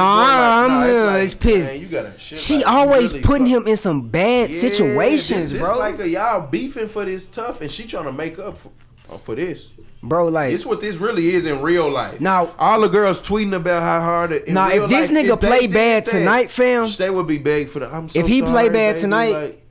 [SPEAKER 2] more
[SPEAKER 4] I'm,
[SPEAKER 2] like, nah,
[SPEAKER 4] uh,
[SPEAKER 2] it's,
[SPEAKER 4] it's
[SPEAKER 2] like,
[SPEAKER 4] pissed.
[SPEAKER 2] Man, you gotta shit
[SPEAKER 4] she
[SPEAKER 2] like, you
[SPEAKER 4] always
[SPEAKER 2] really
[SPEAKER 4] putting
[SPEAKER 2] fuck-
[SPEAKER 4] him in some bad
[SPEAKER 2] Yeah, this-
[SPEAKER 4] situations,
[SPEAKER 2] this
[SPEAKER 4] bro.
[SPEAKER 2] Like a, y'all beefing for this tough, and she trying to make up for, uh, for this.
[SPEAKER 4] bro, like
[SPEAKER 2] It's what this really is in real life.
[SPEAKER 4] Now-
[SPEAKER 2] all the girls tweeting about how hard. it in
[SPEAKER 4] Now,
[SPEAKER 2] real
[SPEAKER 4] if this
[SPEAKER 2] life,
[SPEAKER 4] nigga
[SPEAKER 2] they
[SPEAKER 4] play
[SPEAKER 2] did
[SPEAKER 4] bad
[SPEAKER 2] that,
[SPEAKER 4] tonight, fam,
[SPEAKER 2] they would be big for the. I'm so
[SPEAKER 4] if he
[SPEAKER 2] sorry,
[SPEAKER 4] play bad
[SPEAKER 2] baby,
[SPEAKER 4] tonight-
[SPEAKER 2] like,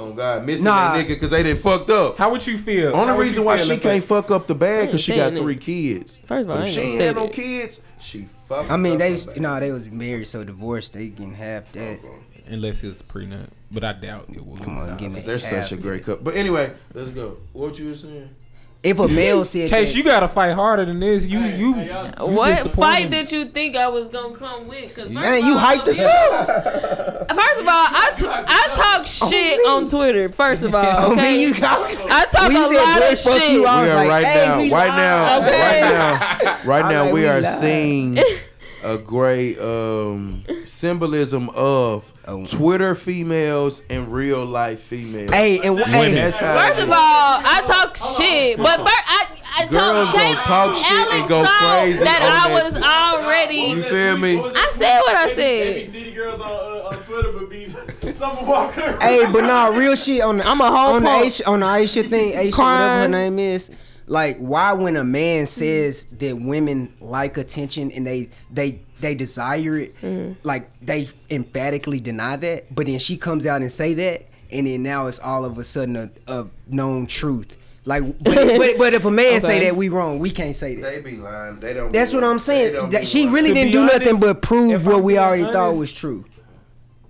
[SPEAKER 2] oh God, missing
[SPEAKER 4] Nah.
[SPEAKER 2] that nigga because they didn't fucked up.
[SPEAKER 1] how would you feel?
[SPEAKER 2] Only
[SPEAKER 1] How would
[SPEAKER 2] reason
[SPEAKER 1] you
[SPEAKER 2] why
[SPEAKER 1] feel
[SPEAKER 2] she
[SPEAKER 1] if
[SPEAKER 2] can't
[SPEAKER 1] they-
[SPEAKER 2] fuck up the bag because
[SPEAKER 3] ain't
[SPEAKER 2] she got
[SPEAKER 3] saying
[SPEAKER 2] three
[SPEAKER 3] it.
[SPEAKER 2] kids.
[SPEAKER 3] First of all, I
[SPEAKER 2] if
[SPEAKER 3] ain't
[SPEAKER 2] she
[SPEAKER 3] gonna
[SPEAKER 2] ain't
[SPEAKER 3] say
[SPEAKER 2] had no
[SPEAKER 3] that.
[SPEAKER 2] kids, she fucked.
[SPEAKER 4] I mean,
[SPEAKER 2] up
[SPEAKER 4] they
[SPEAKER 2] the
[SPEAKER 4] was,
[SPEAKER 2] bag.
[SPEAKER 4] no, they was married, so divorced. They can have that.
[SPEAKER 1] Unless it's prenup, but I doubt it will.
[SPEAKER 4] Come on, give me.
[SPEAKER 2] They're such a great couple. But anyway, let's go. What you were saying?
[SPEAKER 4] If a male said
[SPEAKER 1] Case
[SPEAKER 4] that,
[SPEAKER 1] you gotta fight harder than this. You
[SPEAKER 5] Hey,
[SPEAKER 1] you,
[SPEAKER 5] hey, y'all-
[SPEAKER 1] you
[SPEAKER 3] What
[SPEAKER 1] disappointing
[SPEAKER 3] fight did you think I was gonna come with? Cause first
[SPEAKER 4] man,
[SPEAKER 3] of
[SPEAKER 4] you
[SPEAKER 3] all,
[SPEAKER 4] hyped us
[SPEAKER 3] I'm-
[SPEAKER 4] up.
[SPEAKER 3] First of all, I, t- I talk shit
[SPEAKER 4] Oh, me.
[SPEAKER 3] on Twitter. First of all,
[SPEAKER 4] Oh,
[SPEAKER 3] okay?
[SPEAKER 4] man, you got.
[SPEAKER 3] I talk
[SPEAKER 4] When you
[SPEAKER 3] a
[SPEAKER 4] said,
[SPEAKER 3] lot
[SPEAKER 4] "Boy,
[SPEAKER 3] of
[SPEAKER 4] fuck
[SPEAKER 3] shit.
[SPEAKER 4] you," I
[SPEAKER 2] we
[SPEAKER 4] was
[SPEAKER 2] are
[SPEAKER 4] like,
[SPEAKER 2] right
[SPEAKER 4] "Hey,
[SPEAKER 2] now,
[SPEAKER 4] we
[SPEAKER 2] right
[SPEAKER 4] live."
[SPEAKER 2] now,
[SPEAKER 3] Okay.
[SPEAKER 2] right now, right now.
[SPEAKER 4] like,
[SPEAKER 2] we
[SPEAKER 4] we
[SPEAKER 2] are
[SPEAKER 4] live.
[SPEAKER 2] seeing a great um, symbolism of
[SPEAKER 4] Oh.
[SPEAKER 2] Twitter females and real life females.
[SPEAKER 4] Hey, and
[SPEAKER 2] When
[SPEAKER 4] hey,
[SPEAKER 2] that's how
[SPEAKER 3] First of all, I talk shit, but first I I
[SPEAKER 2] Girls
[SPEAKER 3] told
[SPEAKER 2] gonna
[SPEAKER 3] Alex
[SPEAKER 2] talk shit and go
[SPEAKER 3] saw
[SPEAKER 2] crazy
[SPEAKER 3] that
[SPEAKER 2] on
[SPEAKER 3] I
[SPEAKER 2] that
[SPEAKER 3] was
[SPEAKER 2] shit.
[SPEAKER 5] What
[SPEAKER 2] You
[SPEAKER 5] was
[SPEAKER 3] already.
[SPEAKER 5] that
[SPEAKER 2] feel
[SPEAKER 5] tweet?
[SPEAKER 2] me?
[SPEAKER 5] What was that
[SPEAKER 3] I said what
[SPEAKER 5] tweet?
[SPEAKER 3] I
[SPEAKER 5] They be-
[SPEAKER 3] said.
[SPEAKER 5] They be city girls on, uh, on Twitter would be Summer Walker.
[SPEAKER 4] hey, but nah, real shit on the
[SPEAKER 3] I'm a whole
[SPEAKER 4] on the
[SPEAKER 3] punk.
[SPEAKER 4] Aisha, on the Aisha thing, Aisha, whatever her
[SPEAKER 3] Crime.
[SPEAKER 4] name is. like why when a man says that women like attention and they they they desire it, like they emphatically deny that, but then she comes out and say that, and then now it's all of a sudden a, a known truth. Like, but, but, but if a man say
[SPEAKER 3] Okay.
[SPEAKER 4] that, we wrong. We can't say that.
[SPEAKER 2] They be lying. They don't.
[SPEAKER 4] That's
[SPEAKER 2] be
[SPEAKER 4] what
[SPEAKER 2] lying.
[SPEAKER 4] I'm
[SPEAKER 2] They
[SPEAKER 4] saying.
[SPEAKER 2] don't
[SPEAKER 4] That
[SPEAKER 2] be
[SPEAKER 4] she
[SPEAKER 2] lying.
[SPEAKER 4] really
[SPEAKER 1] To
[SPEAKER 4] didn't
[SPEAKER 1] be
[SPEAKER 4] do nothing
[SPEAKER 1] honest,
[SPEAKER 4] but prove
[SPEAKER 1] if
[SPEAKER 4] what
[SPEAKER 1] I'm
[SPEAKER 4] we
[SPEAKER 1] being
[SPEAKER 4] already thought
[SPEAKER 1] honest,
[SPEAKER 4] was true.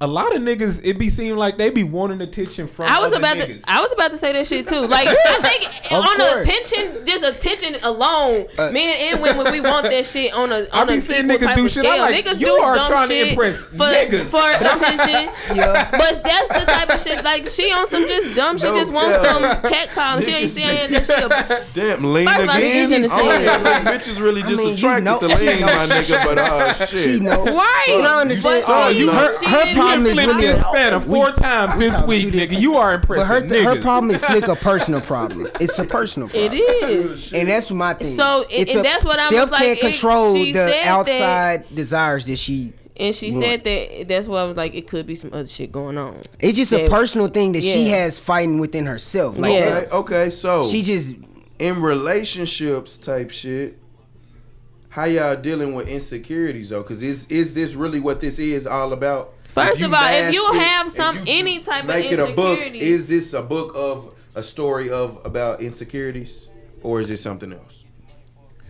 [SPEAKER 1] A lot of niggas, it be seem like they be wanting attention from.
[SPEAKER 3] I was
[SPEAKER 1] other
[SPEAKER 3] about
[SPEAKER 1] niggas.
[SPEAKER 3] to, I was about to say that shit too. Like I think
[SPEAKER 4] Of
[SPEAKER 3] on
[SPEAKER 4] course.
[SPEAKER 3] the attention, just attention alone, men and women, we want that shit on a on
[SPEAKER 1] Uh, be
[SPEAKER 3] a
[SPEAKER 1] seeing niggas
[SPEAKER 3] equal type
[SPEAKER 1] do
[SPEAKER 3] of
[SPEAKER 1] shit. I'm
[SPEAKER 3] scale.
[SPEAKER 1] like,
[SPEAKER 3] niggas
[SPEAKER 1] you
[SPEAKER 3] do
[SPEAKER 1] are
[SPEAKER 3] dumb
[SPEAKER 1] trying to
[SPEAKER 3] shit
[SPEAKER 1] impress
[SPEAKER 3] for,
[SPEAKER 1] niggas.
[SPEAKER 3] for attention.
[SPEAKER 4] Yeah.
[SPEAKER 3] But that's the type of shit. Like she on some just dumb. She
[SPEAKER 2] No
[SPEAKER 3] just wants
[SPEAKER 2] cap.
[SPEAKER 3] some cat calling. She ain't saying that she. A,
[SPEAKER 2] Damn, lean
[SPEAKER 3] First of all, you
[SPEAKER 2] again.
[SPEAKER 3] shouldn't have
[SPEAKER 2] Oh,
[SPEAKER 3] said
[SPEAKER 2] yeah,
[SPEAKER 3] it.
[SPEAKER 2] like, bitches really just
[SPEAKER 4] mean, you
[SPEAKER 2] attracted
[SPEAKER 4] know-
[SPEAKER 2] to lean, my nigga. But oh shit,
[SPEAKER 4] She know.
[SPEAKER 3] right?
[SPEAKER 4] You don't understand.
[SPEAKER 3] But
[SPEAKER 1] uh,
[SPEAKER 2] Oh,
[SPEAKER 3] she-
[SPEAKER 2] you- her-
[SPEAKER 3] she
[SPEAKER 4] her
[SPEAKER 3] didn't
[SPEAKER 4] problem
[SPEAKER 3] get
[SPEAKER 4] is
[SPEAKER 1] Flipped
[SPEAKER 4] really
[SPEAKER 1] this
[SPEAKER 3] flipped.
[SPEAKER 4] a-
[SPEAKER 1] spanner four times this
[SPEAKER 4] talking
[SPEAKER 1] week,
[SPEAKER 4] to you.
[SPEAKER 1] nigga. You are
[SPEAKER 4] But
[SPEAKER 1] impressing
[SPEAKER 4] her,
[SPEAKER 1] niggas.
[SPEAKER 4] her problem is slick a personal problem. It's a personal problem.
[SPEAKER 3] It is.
[SPEAKER 4] And that's my thing.
[SPEAKER 3] So, and-
[SPEAKER 4] It's
[SPEAKER 3] and that's what I
[SPEAKER 4] Steph
[SPEAKER 3] was like,
[SPEAKER 4] can't
[SPEAKER 3] it-
[SPEAKER 4] control
[SPEAKER 3] she said
[SPEAKER 4] the
[SPEAKER 3] that-
[SPEAKER 4] outside desires that she.
[SPEAKER 3] And she
[SPEAKER 4] Right.
[SPEAKER 3] said that that's why I was like, it could be some other shit going on.
[SPEAKER 4] It's just
[SPEAKER 3] Yeah.
[SPEAKER 4] a personal thing that she
[SPEAKER 3] Yeah.
[SPEAKER 4] has fighting within herself. Like
[SPEAKER 3] Yeah.
[SPEAKER 4] that-
[SPEAKER 2] Okay, okay, so
[SPEAKER 4] she just
[SPEAKER 2] in relationships type shit. How y'all dealing with insecurities though? Cause is is this really what this is all about?
[SPEAKER 3] First
[SPEAKER 2] If you
[SPEAKER 3] of all, if
[SPEAKER 2] mask
[SPEAKER 3] you
[SPEAKER 2] it
[SPEAKER 3] have
[SPEAKER 2] and
[SPEAKER 3] some-
[SPEAKER 2] you
[SPEAKER 3] any type of
[SPEAKER 2] make it a book,
[SPEAKER 3] insecurity-
[SPEAKER 2] is this a book of a story of about insecurities, or is it something else?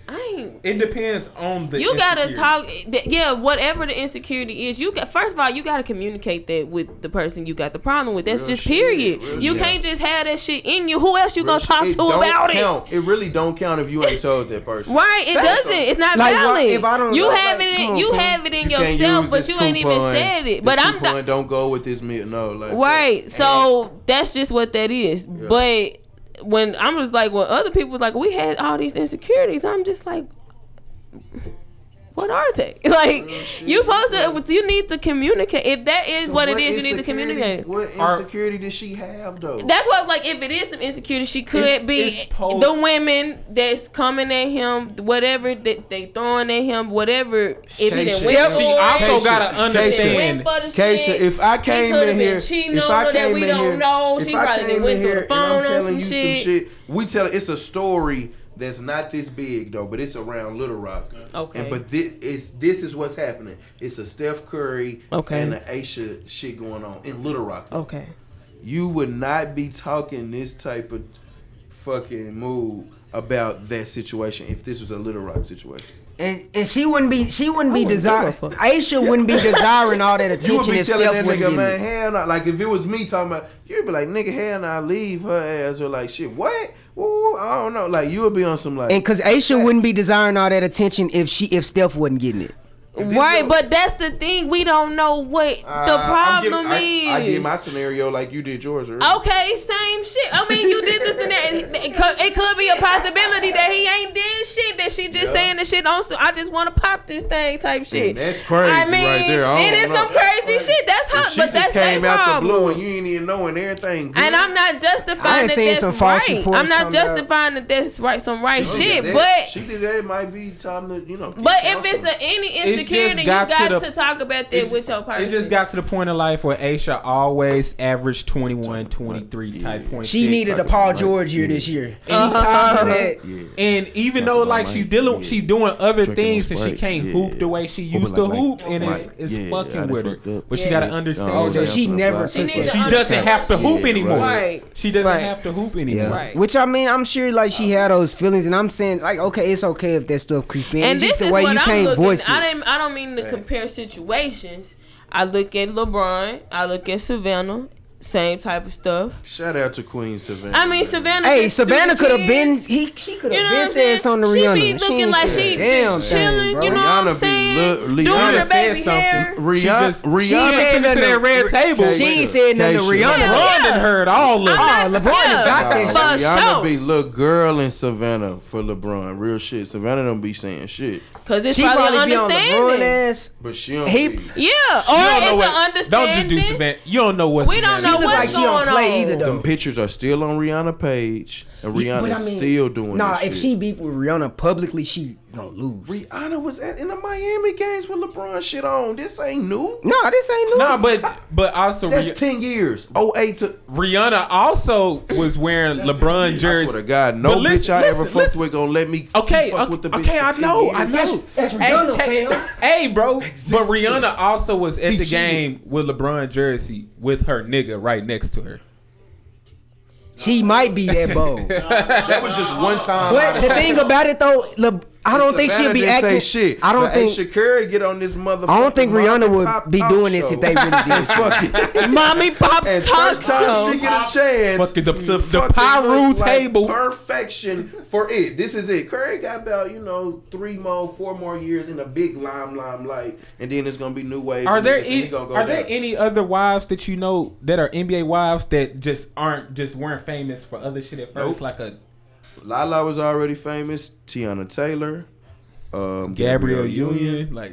[SPEAKER 3] I ain't.
[SPEAKER 1] It depends on the.
[SPEAKER 3] You gotta
[SPEAKER 1] insecurity.
[SPEAKER 3] talk. th- Yeah, whatever the insecurity is, you got. First of all, you gotta communicate that with the person you got the problem with. That's
[SPEAKER 2] Real
[SPEAKER 3] just
[SPEAKER 2] shit,
[SPEAKER 3] period.
[SPEAKER 2] real
[SPEAKER 3] you
[SPEAKER 2] shit.
[SPEAKER 3] can't just have that shit in you. Who else you gonna talk to
[SPEAKER 2] don't
[SPEAKER 3] about
[SPEAKER 2] count. it? really don't count if you ain't told that person.
[SPEAKER 3] it? Right? It doesn't. It's not
[SPEAKER 4] Like, why-
[SPEAKER 3] valid.
[SPEAKER 4] if I don't-
[SPEAKER 3] you
[SPEAKER 4] like,
[SPEAKER 3] have it.
[SPEAKER 4] come
[SPEAKER 3] In,
[SPEAKER 4] on,
[SPEAKER 3] you
[SPEAKER 4] fam.
[SPEAKER 3] have it in
[SPEAKER 2] You can't
[SPEAKER 3] yourself,
[SPEAKER 2] use
[SPEAKER 3] but
[SPEAKER 2] this
[SPEAKER 3] you ain't even
[SPEAKER 2] coupon.
[SPEAKER 3] said it.
[SPEAKER 2] This
[SPEAKER 3] But I'm
[SPEAKER 2] coupon
[SPEAKER 3] not.
[SPEAKER 2] Don't go with this meal. No, like uh, that.
[SPEAKER 3] Right. So that's just what that is.
[SPEAKER 2] Yeah.
[SPEAKER 3] But when I'm just like, when other people was like, we had all these insecurities, I'm just like, what are they? Like, you supposed to, you need to communicate. If that is what it is, you need to communicate. it.
[SPEAKER 2] What
[SPEAKER 1] Are-
[SPEAKER 2] insecurity does she have though?
[SPEAKER 3] That's what, like, if it is some insecurity, she could
[SPEAKER 1] It's-
[SPEAKER 3] be
[SPEAKER 1] it's post-
[SPEAKER 3] the women that's coming at him, whatever that they throwing at him, whatever. If he done went
[SPEAKER 2] Keisha,
[SPEAKER 3] for
[SPEAKER 2] She
[SPEAKER 1] She
[SPEAKER 3] it,
[SPEAKER 1] also
[SPEAKER 2] Keisha,
[SPEAKER 1] gotta
[SPEAKER 3] went
[SPEAKER 1] understand.
[SPEAKER 3] for the
[SPEAKER 2] Keisha,
[SPEAKER 3] shit.
[SPEAKER 2] if I came
[SPEAKER 3] could've
[SPEAKER 2] in
[SPEAKER 3] been
[SPEAKER 2] here,
[SPEAKER 3] cheating
[SPEAKER 2] if
[SPEAKER 3] on
[SPEAKER 2] I
[SPEAKER 3] her that
[SPEAKER 2] came
[SPEAKER 3] we
[SPEAKER 2] in
[SPEAKER 3] don't
[SPEAKER 2] here-
[SPEAKER 3] know,
[SPEAKER 2] if
[SPEAKER 3] she
[SPEAKER 2] I
[SPEAKER 3] probably done
[SPEAKER 2] came
[SPEAKER 3] went
[SPEAKER 2] in
[SPEAKER 3] through
[SPEAKER 2] here and
[SPEAKER 3] the
[SPEAKER 2] I'm
[SPEAKER 3] phone or
[SPEAKER 2] telling
[SPEAKER 3] some
[SPEAKER 2] you
[SPEAKER 3] shit.
[SPEAKER 2] We tell it's a story that's not this big though, but it's around Little Rock.
[SPEAKER 3] Okay.
[SPEAKER 2] And but this is this is what's happening. It's a Steph Curry
[SPEAKER 3] Okay. Oh.
[SPEAKER 2] and a Aisha shit going on in Little Rock.
[SPEAKER 3] Okay.
[SPEAKER 2] You would not be talking this type of fucking move about that situation if this was a Little Rock situation.
[SPEAKER 4] and, and she wouldn't be she wouldn't
[SPEAKER 3] wouldn't
[SPEAKER 4] be
[SPEAKER 3] give a
[SPEAKER 4] desiring
[SPEAKER 3] fuck.
[SPEAKER 4] Aisha wouldn't be desiring all that
[SPEAKER 2] You would
[SPEAKER 4] attention
[SPEAKER 2] be
[SPEAKER 4] if
[SPEAKER 2] telling that
[SPEAKER 4] Steph wouldn't
[SPEAKER 2] nigga,
[SPEAKER 4] give
[SPEAKER 2] man,
[SPEAKER 4] it.
[SPEAKER 2] hell no. Like, if it was me talking about, you'd be like, nigga, hell no, I leave her ass. Or like, shit, what? Ooh, I don't know. Like, you would be on some, like,
[SPEAKER 4] And because Aisha wouldn't be desiring all that attention if she if Steph wasn't getting it.
[SPEAKER 3] Right, but that's the thing. We don't know what
[SPEAKER 2] Uh,
[SPEAKER 3] the
[SPEAKER 2] Ah, I'm giving-
[SPEAKER 3] problem is. Oh,
[SPEAKER 2] I, I did my scenario like you did yours earlier.
[SPEAKER 3] okay, same shit. I mean, you did this and that. It- It could, it could be a possibility that he ain't did shit. That she just
[SPEAKER 2] Yeah.
[SPEAKER 3] saying the shit on. So I just want to pop this thing type shit.
[SPEAKER 2] And that's crazy
[SPEAKER 3] I mean,
[SPEAKER 2] right there. I
[SPEAKER 3] it
[SPEAKER 2] don't
[SPEAKER 3] is
[SPEAKER 2] know.
[SPEAKER 3] some crazy shit. That's
[SPEAKER 2] If
[SPEAKER 3] her.
[SPEAKER 2] she
[SPEAKER 3] But
[SPEAKER 2] just
[SPEAKER 3] that's their
[SPEAKER 2] came out the
[SPEAKER 3] problem.
[SPEAKER 2] blue and you ain't even knowing everything. good.
[SPEAKER 3] And I'm not justifying
[SPEAKER 4] I ain't
[SPEAKER 3] that
[SPEAKER 4] seen
[SPEAKER 3] that's
[SPEAKER 4] some false
[SPEAKER 3] right.
[SPEAKER 4] reports
[SPEAKER 3] I'm not
[SPEAKER 4] coming out.
[SPEAKER 3] justifying that that's right, some right
[SPEAKER 2] She
[SPEAKER 3] shit.
[SPEAKER 2] did that.
[SPEAKER 3] But
[SPEAKER 2] she did that. It might be time to, you know. keep
[SPEAKER 3] But
[SPEAKER 2] talking.
[SPEAKER 3] if it's a, any
[SPEAKER 1] It's
[SPEAKER 3] insecurity,
[SPEAKER 1] just
[SPEAKER 3] you
[SPEAKER 1] got
[SPEAKER 3] got
[SPEAKER 1] to
[SPEAKER 3] to,
[SPEAKER 1] the-
[SPEAKER 3] talk about that
[SPEAKER 1] it-
[SPEAKER 3] with your person.
[SPEAKER 1] It just got to the point in life where Aisha always averaged 21, 23 type points.
[SPEAKER 4] She needed a Paul George year this year. She
[SPEAKER 3] Uh-huh.
[SPEAKER 4] tired of that.
[SPEAKER 1] And even though like she's dealing, she's doing other things and she can't hoop the way she used to hoop, and it's it's fucking with her. But she gotta understand.
[SPEAKER 4] Oh, so she never
[SPEAKER 3] She
[SPEAKER 4] took
[SPEAKER 3] needs
[SPEAKER 4] that.
[SPEAKER 3] to
[SPEAKER 1] she doesn't have to hoop
[SPEAKER 2] right.
[SPEAKER 1] anymore.
[SPEAKER 3] Right.
[SPEAKER 1] She doesn't
[SPEAKER 3] Right.
[SPEAKER 1] have to hoop anymore.
[SPEAKER 4] Yeah.
[SPEAKER 3] Right.
[SPEAKER 4] Which I mean, I'm sure like she had those feelings, and I'm saying like, okay, it's okay if that stuff creep in.
[SPEAKER 3] and
[SPEAKER 4] it's
[SPEAKER 3] this
[SPEAKER 4] just the
[SPEAKER 3] is
[SPEAKER 4] way
[SPEAKER 3] what
[SPEAKER 4] you
[SPEAKER 3] I'm
[SPEAKER 4] can't
[SPEAKER 3] looking.
[SPEAKER 4] voice
[SPEAKER 3] I
[SPEAKER 4] it.
[SPEAKER 3] didn't. I don't mean to compare situations. I look at LeBron. I look at Savannah. Same type of stuff.
[SPEAKER 2] Shout out to Queen Savannah.
[SPEAKER 3] I mean Savannah.
[SPEAKER 4] Hey,
[SPEAKER 3] just threw
[SPEAKER 4] Savannah
[SPEAKER 3] the
[SPEAKER 4] could have been.
[SPEAKER 3] kids.
[SPEAKER 4] He she could
[SPEAKER 3] You know what
[SPEAKER 4] have been
[SPEAKER 3] I'm
[SPEAKER 4] said
[SPEAKER 3] saying?
[SPEAKER 4] something to
[SPEAKER 3] She
[SPEAKER 4] Rihanna.
[SPEAKER 3] be looking
[SPEAKER 4] ain't
[SPEAKER 3] like
[SPEAKER 4] said
[SPEAKER 3] she
[SPEAKER 4] a damn
[SPEAKER 3] just
[SPEAKER 4] thing,
[SPEAKER 3] chilling,
[SPEAKER 4] bro.
[SPEAKER 3] you know what
[SPEAKER 2] Rihanna
[SPEAKER 3] I'm
[SPEAKER 2] be
[SPEAKER 3] saying?
[SPEAKER 2] li-
[SPEAKER 3] Doing
[SPEAKER 2] Rihanna
[SPEAKER 3] her
[SPEAKER 1] said
[SPEAKER 3] baby
[SPEAKER 1] something.
[SPEAKER 3] hair.
[SPEAKER 2] Rihanna,
[SPEAKER 1] She just-
[SPEAKER 2] Rihanna,
[SPEAKER 1] She
[SPEAKER 4] said
[SPEAKER 1] said
[SPEAKER 4] nothing.
[SPEAKER 1] to that red table.
[SPEAKER 4] She
[SPEAKER 1] She
[SPEAKER 4] ain't said nothing to
[SPEAKER 2] Keisha.
[SPEAKER 4] Rihanna.
[SPEAKER 3] Hell
[SPEAKER 1] LeBron
[SPEAKER 3] yeah.
[SPEAKER 1] done heard all of it.
[SPEAKER 4] Oh, LeBron done got that shit.
[SPEAKER 3] For
[SPEAKER 2] Rihanna
[SPEAKER 3] sure.
[SPEAKER 2] be little girl in Savannah for LeBron. Real shit. Savannah don't be saying shit,
[SPEAKER 3] Cause it's
[SPEAKER 4] She
[SPEAKER 3] probably,
[SPEAKER 4] probably be on LeBron
[SPEAKER 3] understanding.
[SPEAKER 4] ass.
[SPEAKER 2] but she don't.
[SPEAKER 4] He-
[SPEAKER 2] be.
[SPEAKER 3] Yeah,
[SPEAKER 1] You
[SPEAKER 3] or
[SPEAKER 1] don't know
[SPEAKER 3] it's
[SPEAKER 1] what-
[SPEAKER 3] an understanding.
[SPEAKER 1] Don't just do Savannah. You don't know what's
[SPEAKER 3] We don't
[SPEAKER 1] Savannah.
[SPEAKER 4] She
[SPEAKER 3] know
[SPEAKER 4] look
[SPEAKER 3] what's
[SPEAKER 4] like she don't
[SPEAKER 3] going
[SPEAKER 4] play
[SPEAKER 3] on.
[SPEAKER 4] either
[SPEAKER 2] Them
[SPEAKER 4] though.
[SPEAKER 2] pictures are still on Rihanna page. And
[SPEAKER 4] Yeah,
[SPEAKER 2] Rihanna's
[SPEAKER 4] but
[SPEAKER 2] still doing
[SPEAKER 4] Nah,
[SPEAKER 2] this
[SPEAKER 4] if
[SPEAKER 2] shit.
[SPEAKER 4] she beef with Rihanna publicly, she gonna lose.
[SPEAKER 2] Rihanna was at, in the Miami games with LeBron shit on. This ain't new.
[SPEAKER 4] nah, this ain't new.
[SPEAKER 1] No, but but also
[SPEAKER 2] That's
[SPEAKER 1] Rih-
[SPEAKER 2] ten years. 08 to
[SPEAKER 1] Rihanna also was wearing LeBron
[SPEAKER 2] I swear
[SPEAKER 1] jersey.
[SPEAKER 2] to God, no
[SPEAKER 1] But
[SPEAKER 2] bitch
[SPEAKER 1] listen,
[SPEAKER 2] I ever
[SPEAKER 1] listen,
[SPEAKER 2] fucked
[SPEAKER 1] listen.
[SPEAKER 2] with gonna let me
[SPEAKER 1] Okay,
[SPEAKER 2] fuck
[SPEAKER 1] okay,
[SPEAKER 2] with the bitch.
[SPEAKER 1] okay
[SPEAKER 2] for
[SPEAKER 1] I
[SPEAKER 2] 10
[SPEAKER 1] know, I
[SPEAKER 2] years.
[SPEAKER 1] know.
[SPEAKER 4] That's- that's Rihanna,
[SPEAKER 1] hey,
[SPEAKER 4] fam.
[SPEAKER 1] hey, bro. But Rihanna also was at
[SPEAKER 2] He
[SPEAKER 1] the
[SPEAKER 2] cheated.
[SPEAKER 1] game with LeBron jersey with her nigga right next to her.
[SPEAKER 4] She might be that bold.
[SPEAKER 2] That was just one time.
[SPEAKER 4] but the thing about it though, Le- I don't think she'll
[SPEAKER 2] Savannah
[SPEAKER 4] be
[SPEAKER 2] didn't Say
[SPEAKER 4] acting.
[SPEAKER 2] shit.
[SPEAKER 4] I don't
[SPEAKER 2] But,
[SPEAKER 4] think.
[SPEAKER 2] Hey, Shakira get on this motherfucker.
[SPEAKER 4] I don't think Rihanna would be doing this if they really did.
[SPEAKER 2] Fuck it.
[SPEAKER 3] Mommy Pop
[SPEAKER 2] And
[SPEAKER 3] Talk
[SPEAKER 2] first time she
[SPEAKER 3] Show.
[SPEAKER 2] get a chance
[SPEAKER 1] Fuck it, the- the
[SPEAKER 2] fucking
[SPEAKER 1] Pyru
[SPEAKER 2] look like
[SPEAKER 1] table.
[SPEAKER 2] perfection for it. This is it. Curry got about you know three more, four more years in the big lime limelight, and then it's gonna be new wave.
[SPEAKER 1] Are
[SPEAKER 2] and
[SPEAKER 1] there
[SPEAKER 2] niggas, and he
[SPEAKER 1] any,
[SPEAKER 2] gonna go
[SPEAKER 1] are there
[SPEAKER 2] down.
[SPEAKER 1] any other wives that you know that are NBA wives that just aren't just weren't famous for other shit at first,
[SPEAKER 2] Nope.
[SPEAKER 1] like a
[SPEAKER 2] Lala was already famous. Tiana Taylor, um,
[SPEAKER 1] Gabrielle Union, like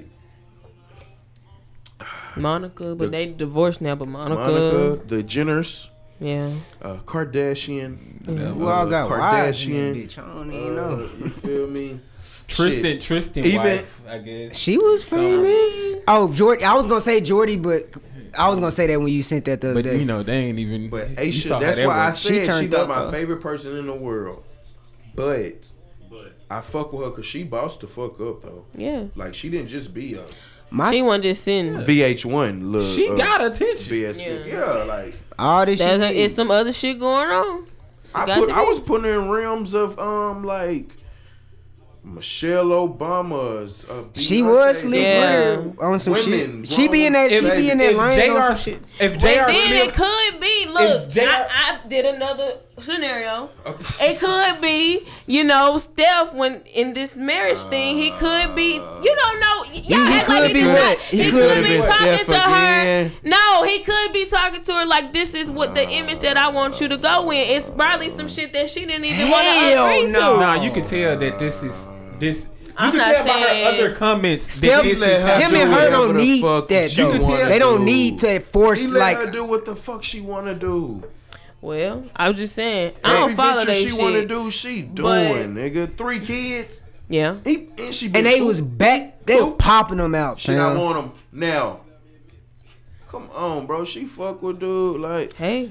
[SPEAKER 3] Monica, but they divorced now. But Monica,
[SPEAKER 2] Monica, the Jenners,
[SPEAKER 3] yeah,
[SPEAKER 2] uh, Kardashian.
[SPEAKER 4] We all got wives in that
[SPEAKER 2] Kardashian.
[SPEAKER 4] bitch. I don't even know.
[SPEAKER 2] You feel me?
[SPEAKER 1] Tristan,
[SPEAKER 2] Shit.
[SPEAKER 1] Tristan,
[SPEAKER 2] Even-
[SPEAKER 1] wife, I guess.
[SPEAKER 4] She was famous. Oh, Jordy. I was gonna say Jordy, but I was gonna say that when you sent that the other
[SPEAKER 1] But
[SPEAKER 4] day.
[SPEAKER 1] you know they ain't even.
[SPEAKER 2] But
[SPEAKER 1] you saw
[SPEAKER 2] Aisha,
[SPEAKER 1] how
[SPEAKER 2] that's
[SPEAKER 1] that
[SPEAKER 2] why I
[SPEAKER 1] worked.
[SPEAKER 4] She
[SPEAKER 2] said she
[SPEAKER 4] turned
[SPEAKER 2] not
[SPEAKER 4] up,
[SPEAKER 2] my
[SPEAKER 4] though.
[SPEAKER 2] favorite person in the world. But
[SPEAKER 5] But
[SPEAKER 2] I fuck with her because she bossed the fuck up though.
[SPEAKER 3] yeah.
[SPEAKER 2] Like she didn't just be a
[SPEAKER 4] My
[SPEAKER 3] She wasn't just sitting.
[SPEAKER 2] VH1 look.
[SPEAKER 1] she
[SPEAKER 2] uh,
[SPEAKER 1] got attention.
[SPEAKER 2] BS. Yeah. like
[SPEAKER 4] all this shit.
[SPEAKER 3] There's a, it's
[SPEAKER 4] is-
[SPEAKER 3] some other shit going on.
[SPEAKER 2] I
[SPEAKER 3] got
[SPEAKER 2] put
[SPEAKER 3] to
[SPEAKER 2] I
[SPEAKER 3] be.
[SPEAKER 2] was putting her in realms of um like Michelle Obama's. Uh,
[SPEAKER 4] She was
[SPEAKER 2] Beyonce's,
[SPEAKER 4] slick
[SPEAKER 3] Yeah.
[SPEAKER 4] with her on some
[SPEAKER 2] Women,
[SPEAKER 4] shit. She be in
[SPEAKER 2] grown
[SPEAKER 4] that. She be in that
[SPEAKER 1] if
[SPEAKER 4] line on
[SPEAKER 1] J.R.
[SPEAKER 4] some shit.
[SPEAKER 1] If
[SPEAKER 3] But
[SPEAKER 1] J.R.
[SPEAKER 3] then it
[SPEAKER 1] Smith,
[SPEAKER 3] could be. Look,
[SPEAKER 1] J-
[SPEAKER 3] I, I did another scenario.
[SPEAKER 2] uh,
[SPEAKER 3] It could be, you know, Steph when in this marriage thing, he could be. You don't know. y- Y'all
[SPEAKER 4] he
[SPEAKER 3] act like
[SPEAKER 4] could
[SPEAKER 3] he
[SPEAKER 4] be
[SPEAKER 3] did not.
[SPEAKER 4] what? He
[SPEAKER 3] He,
[SPEAKER 4] could
[SPEAKER 3] could
[SPEAKER 4] have
[SPEAKER 3] be
[SPEAKER 4] been
[SPEAKER 3] talking
[SPEAKER 2] Steph
[SPEAKER 3] to
[SPEAKER 2] again.
[SPEAKER 3] her. No, he could be talking to her like this is what the image that I want you to go in. It's probably some shit that she didn't even want
[SPEAKER 4] Hell
[SPEAKER 3] to agree
[SPEAKER 4] no.
[SPEAKER 3] to.
[SPEAKER 1] nah, you can tell that this is this.
[SPEAKER 3] I'm
[SPEAKER 1] you can
[SPEAKER 3] not
[SPEAKER 1] tell by her
[SPEAKER 3] saying-
[SPEAKER 1] other comments
[SPEAKER 4] Steph-
[SPEAKER 1] that this is
[SPEAKER 2] let her
[SPEAKER 1] happening.
[SPEAKER 4] Him and
[SPEAKER 2] do
[SPEAKER 4] her
[SPEAKER 2] whatever
[SPEAKER 4] don't
[SPEAKER 2] the
[SPEAKER 4] need
[SPEAKER 2] fuck
[SPEAKER 4] that.
[SPEAKER 2] she
[SPEAKER 4] though.
[SPEAKER 2] wanna
[SPEAKER 4] They don't
[SPEAKER 2] do.
[SPEAKER 4] need to
[SPEAKER 2] He
[SPEAKER 4] force
[SPEAKER 2] let
[SPEAKER 4] like.
[SPEAKER 2] her do what the fuck she wanna do.
[SPEAKER 3] Well, I was just saying, I don't
[SPEAKER 2] Every
[SPEAKER 3] follow
[SPEAKER 2] venture
[SPEAKER 3] that
[SPEAKER 2] she wanna
[SPEAKER 3] shit.
[SPEAKER 2] do, she doing,
[SPEAKER 3] But-
[SPEAKER 2] nigga. Three kids.
[SPEAKER 3] Yeah,
[SPEAKER 2] He, and she been
[SPEAKER 4] And they
[SPEAKER 2] cool.
[SPEAKER 4] was back. They were popping them out.
[SPEAKER 2] She not
[SPEAKER 4] fam.
[SPEAKER 2] want him now. Come on, bro. She fuck with dude. Like
[SPEAKER 3] hey,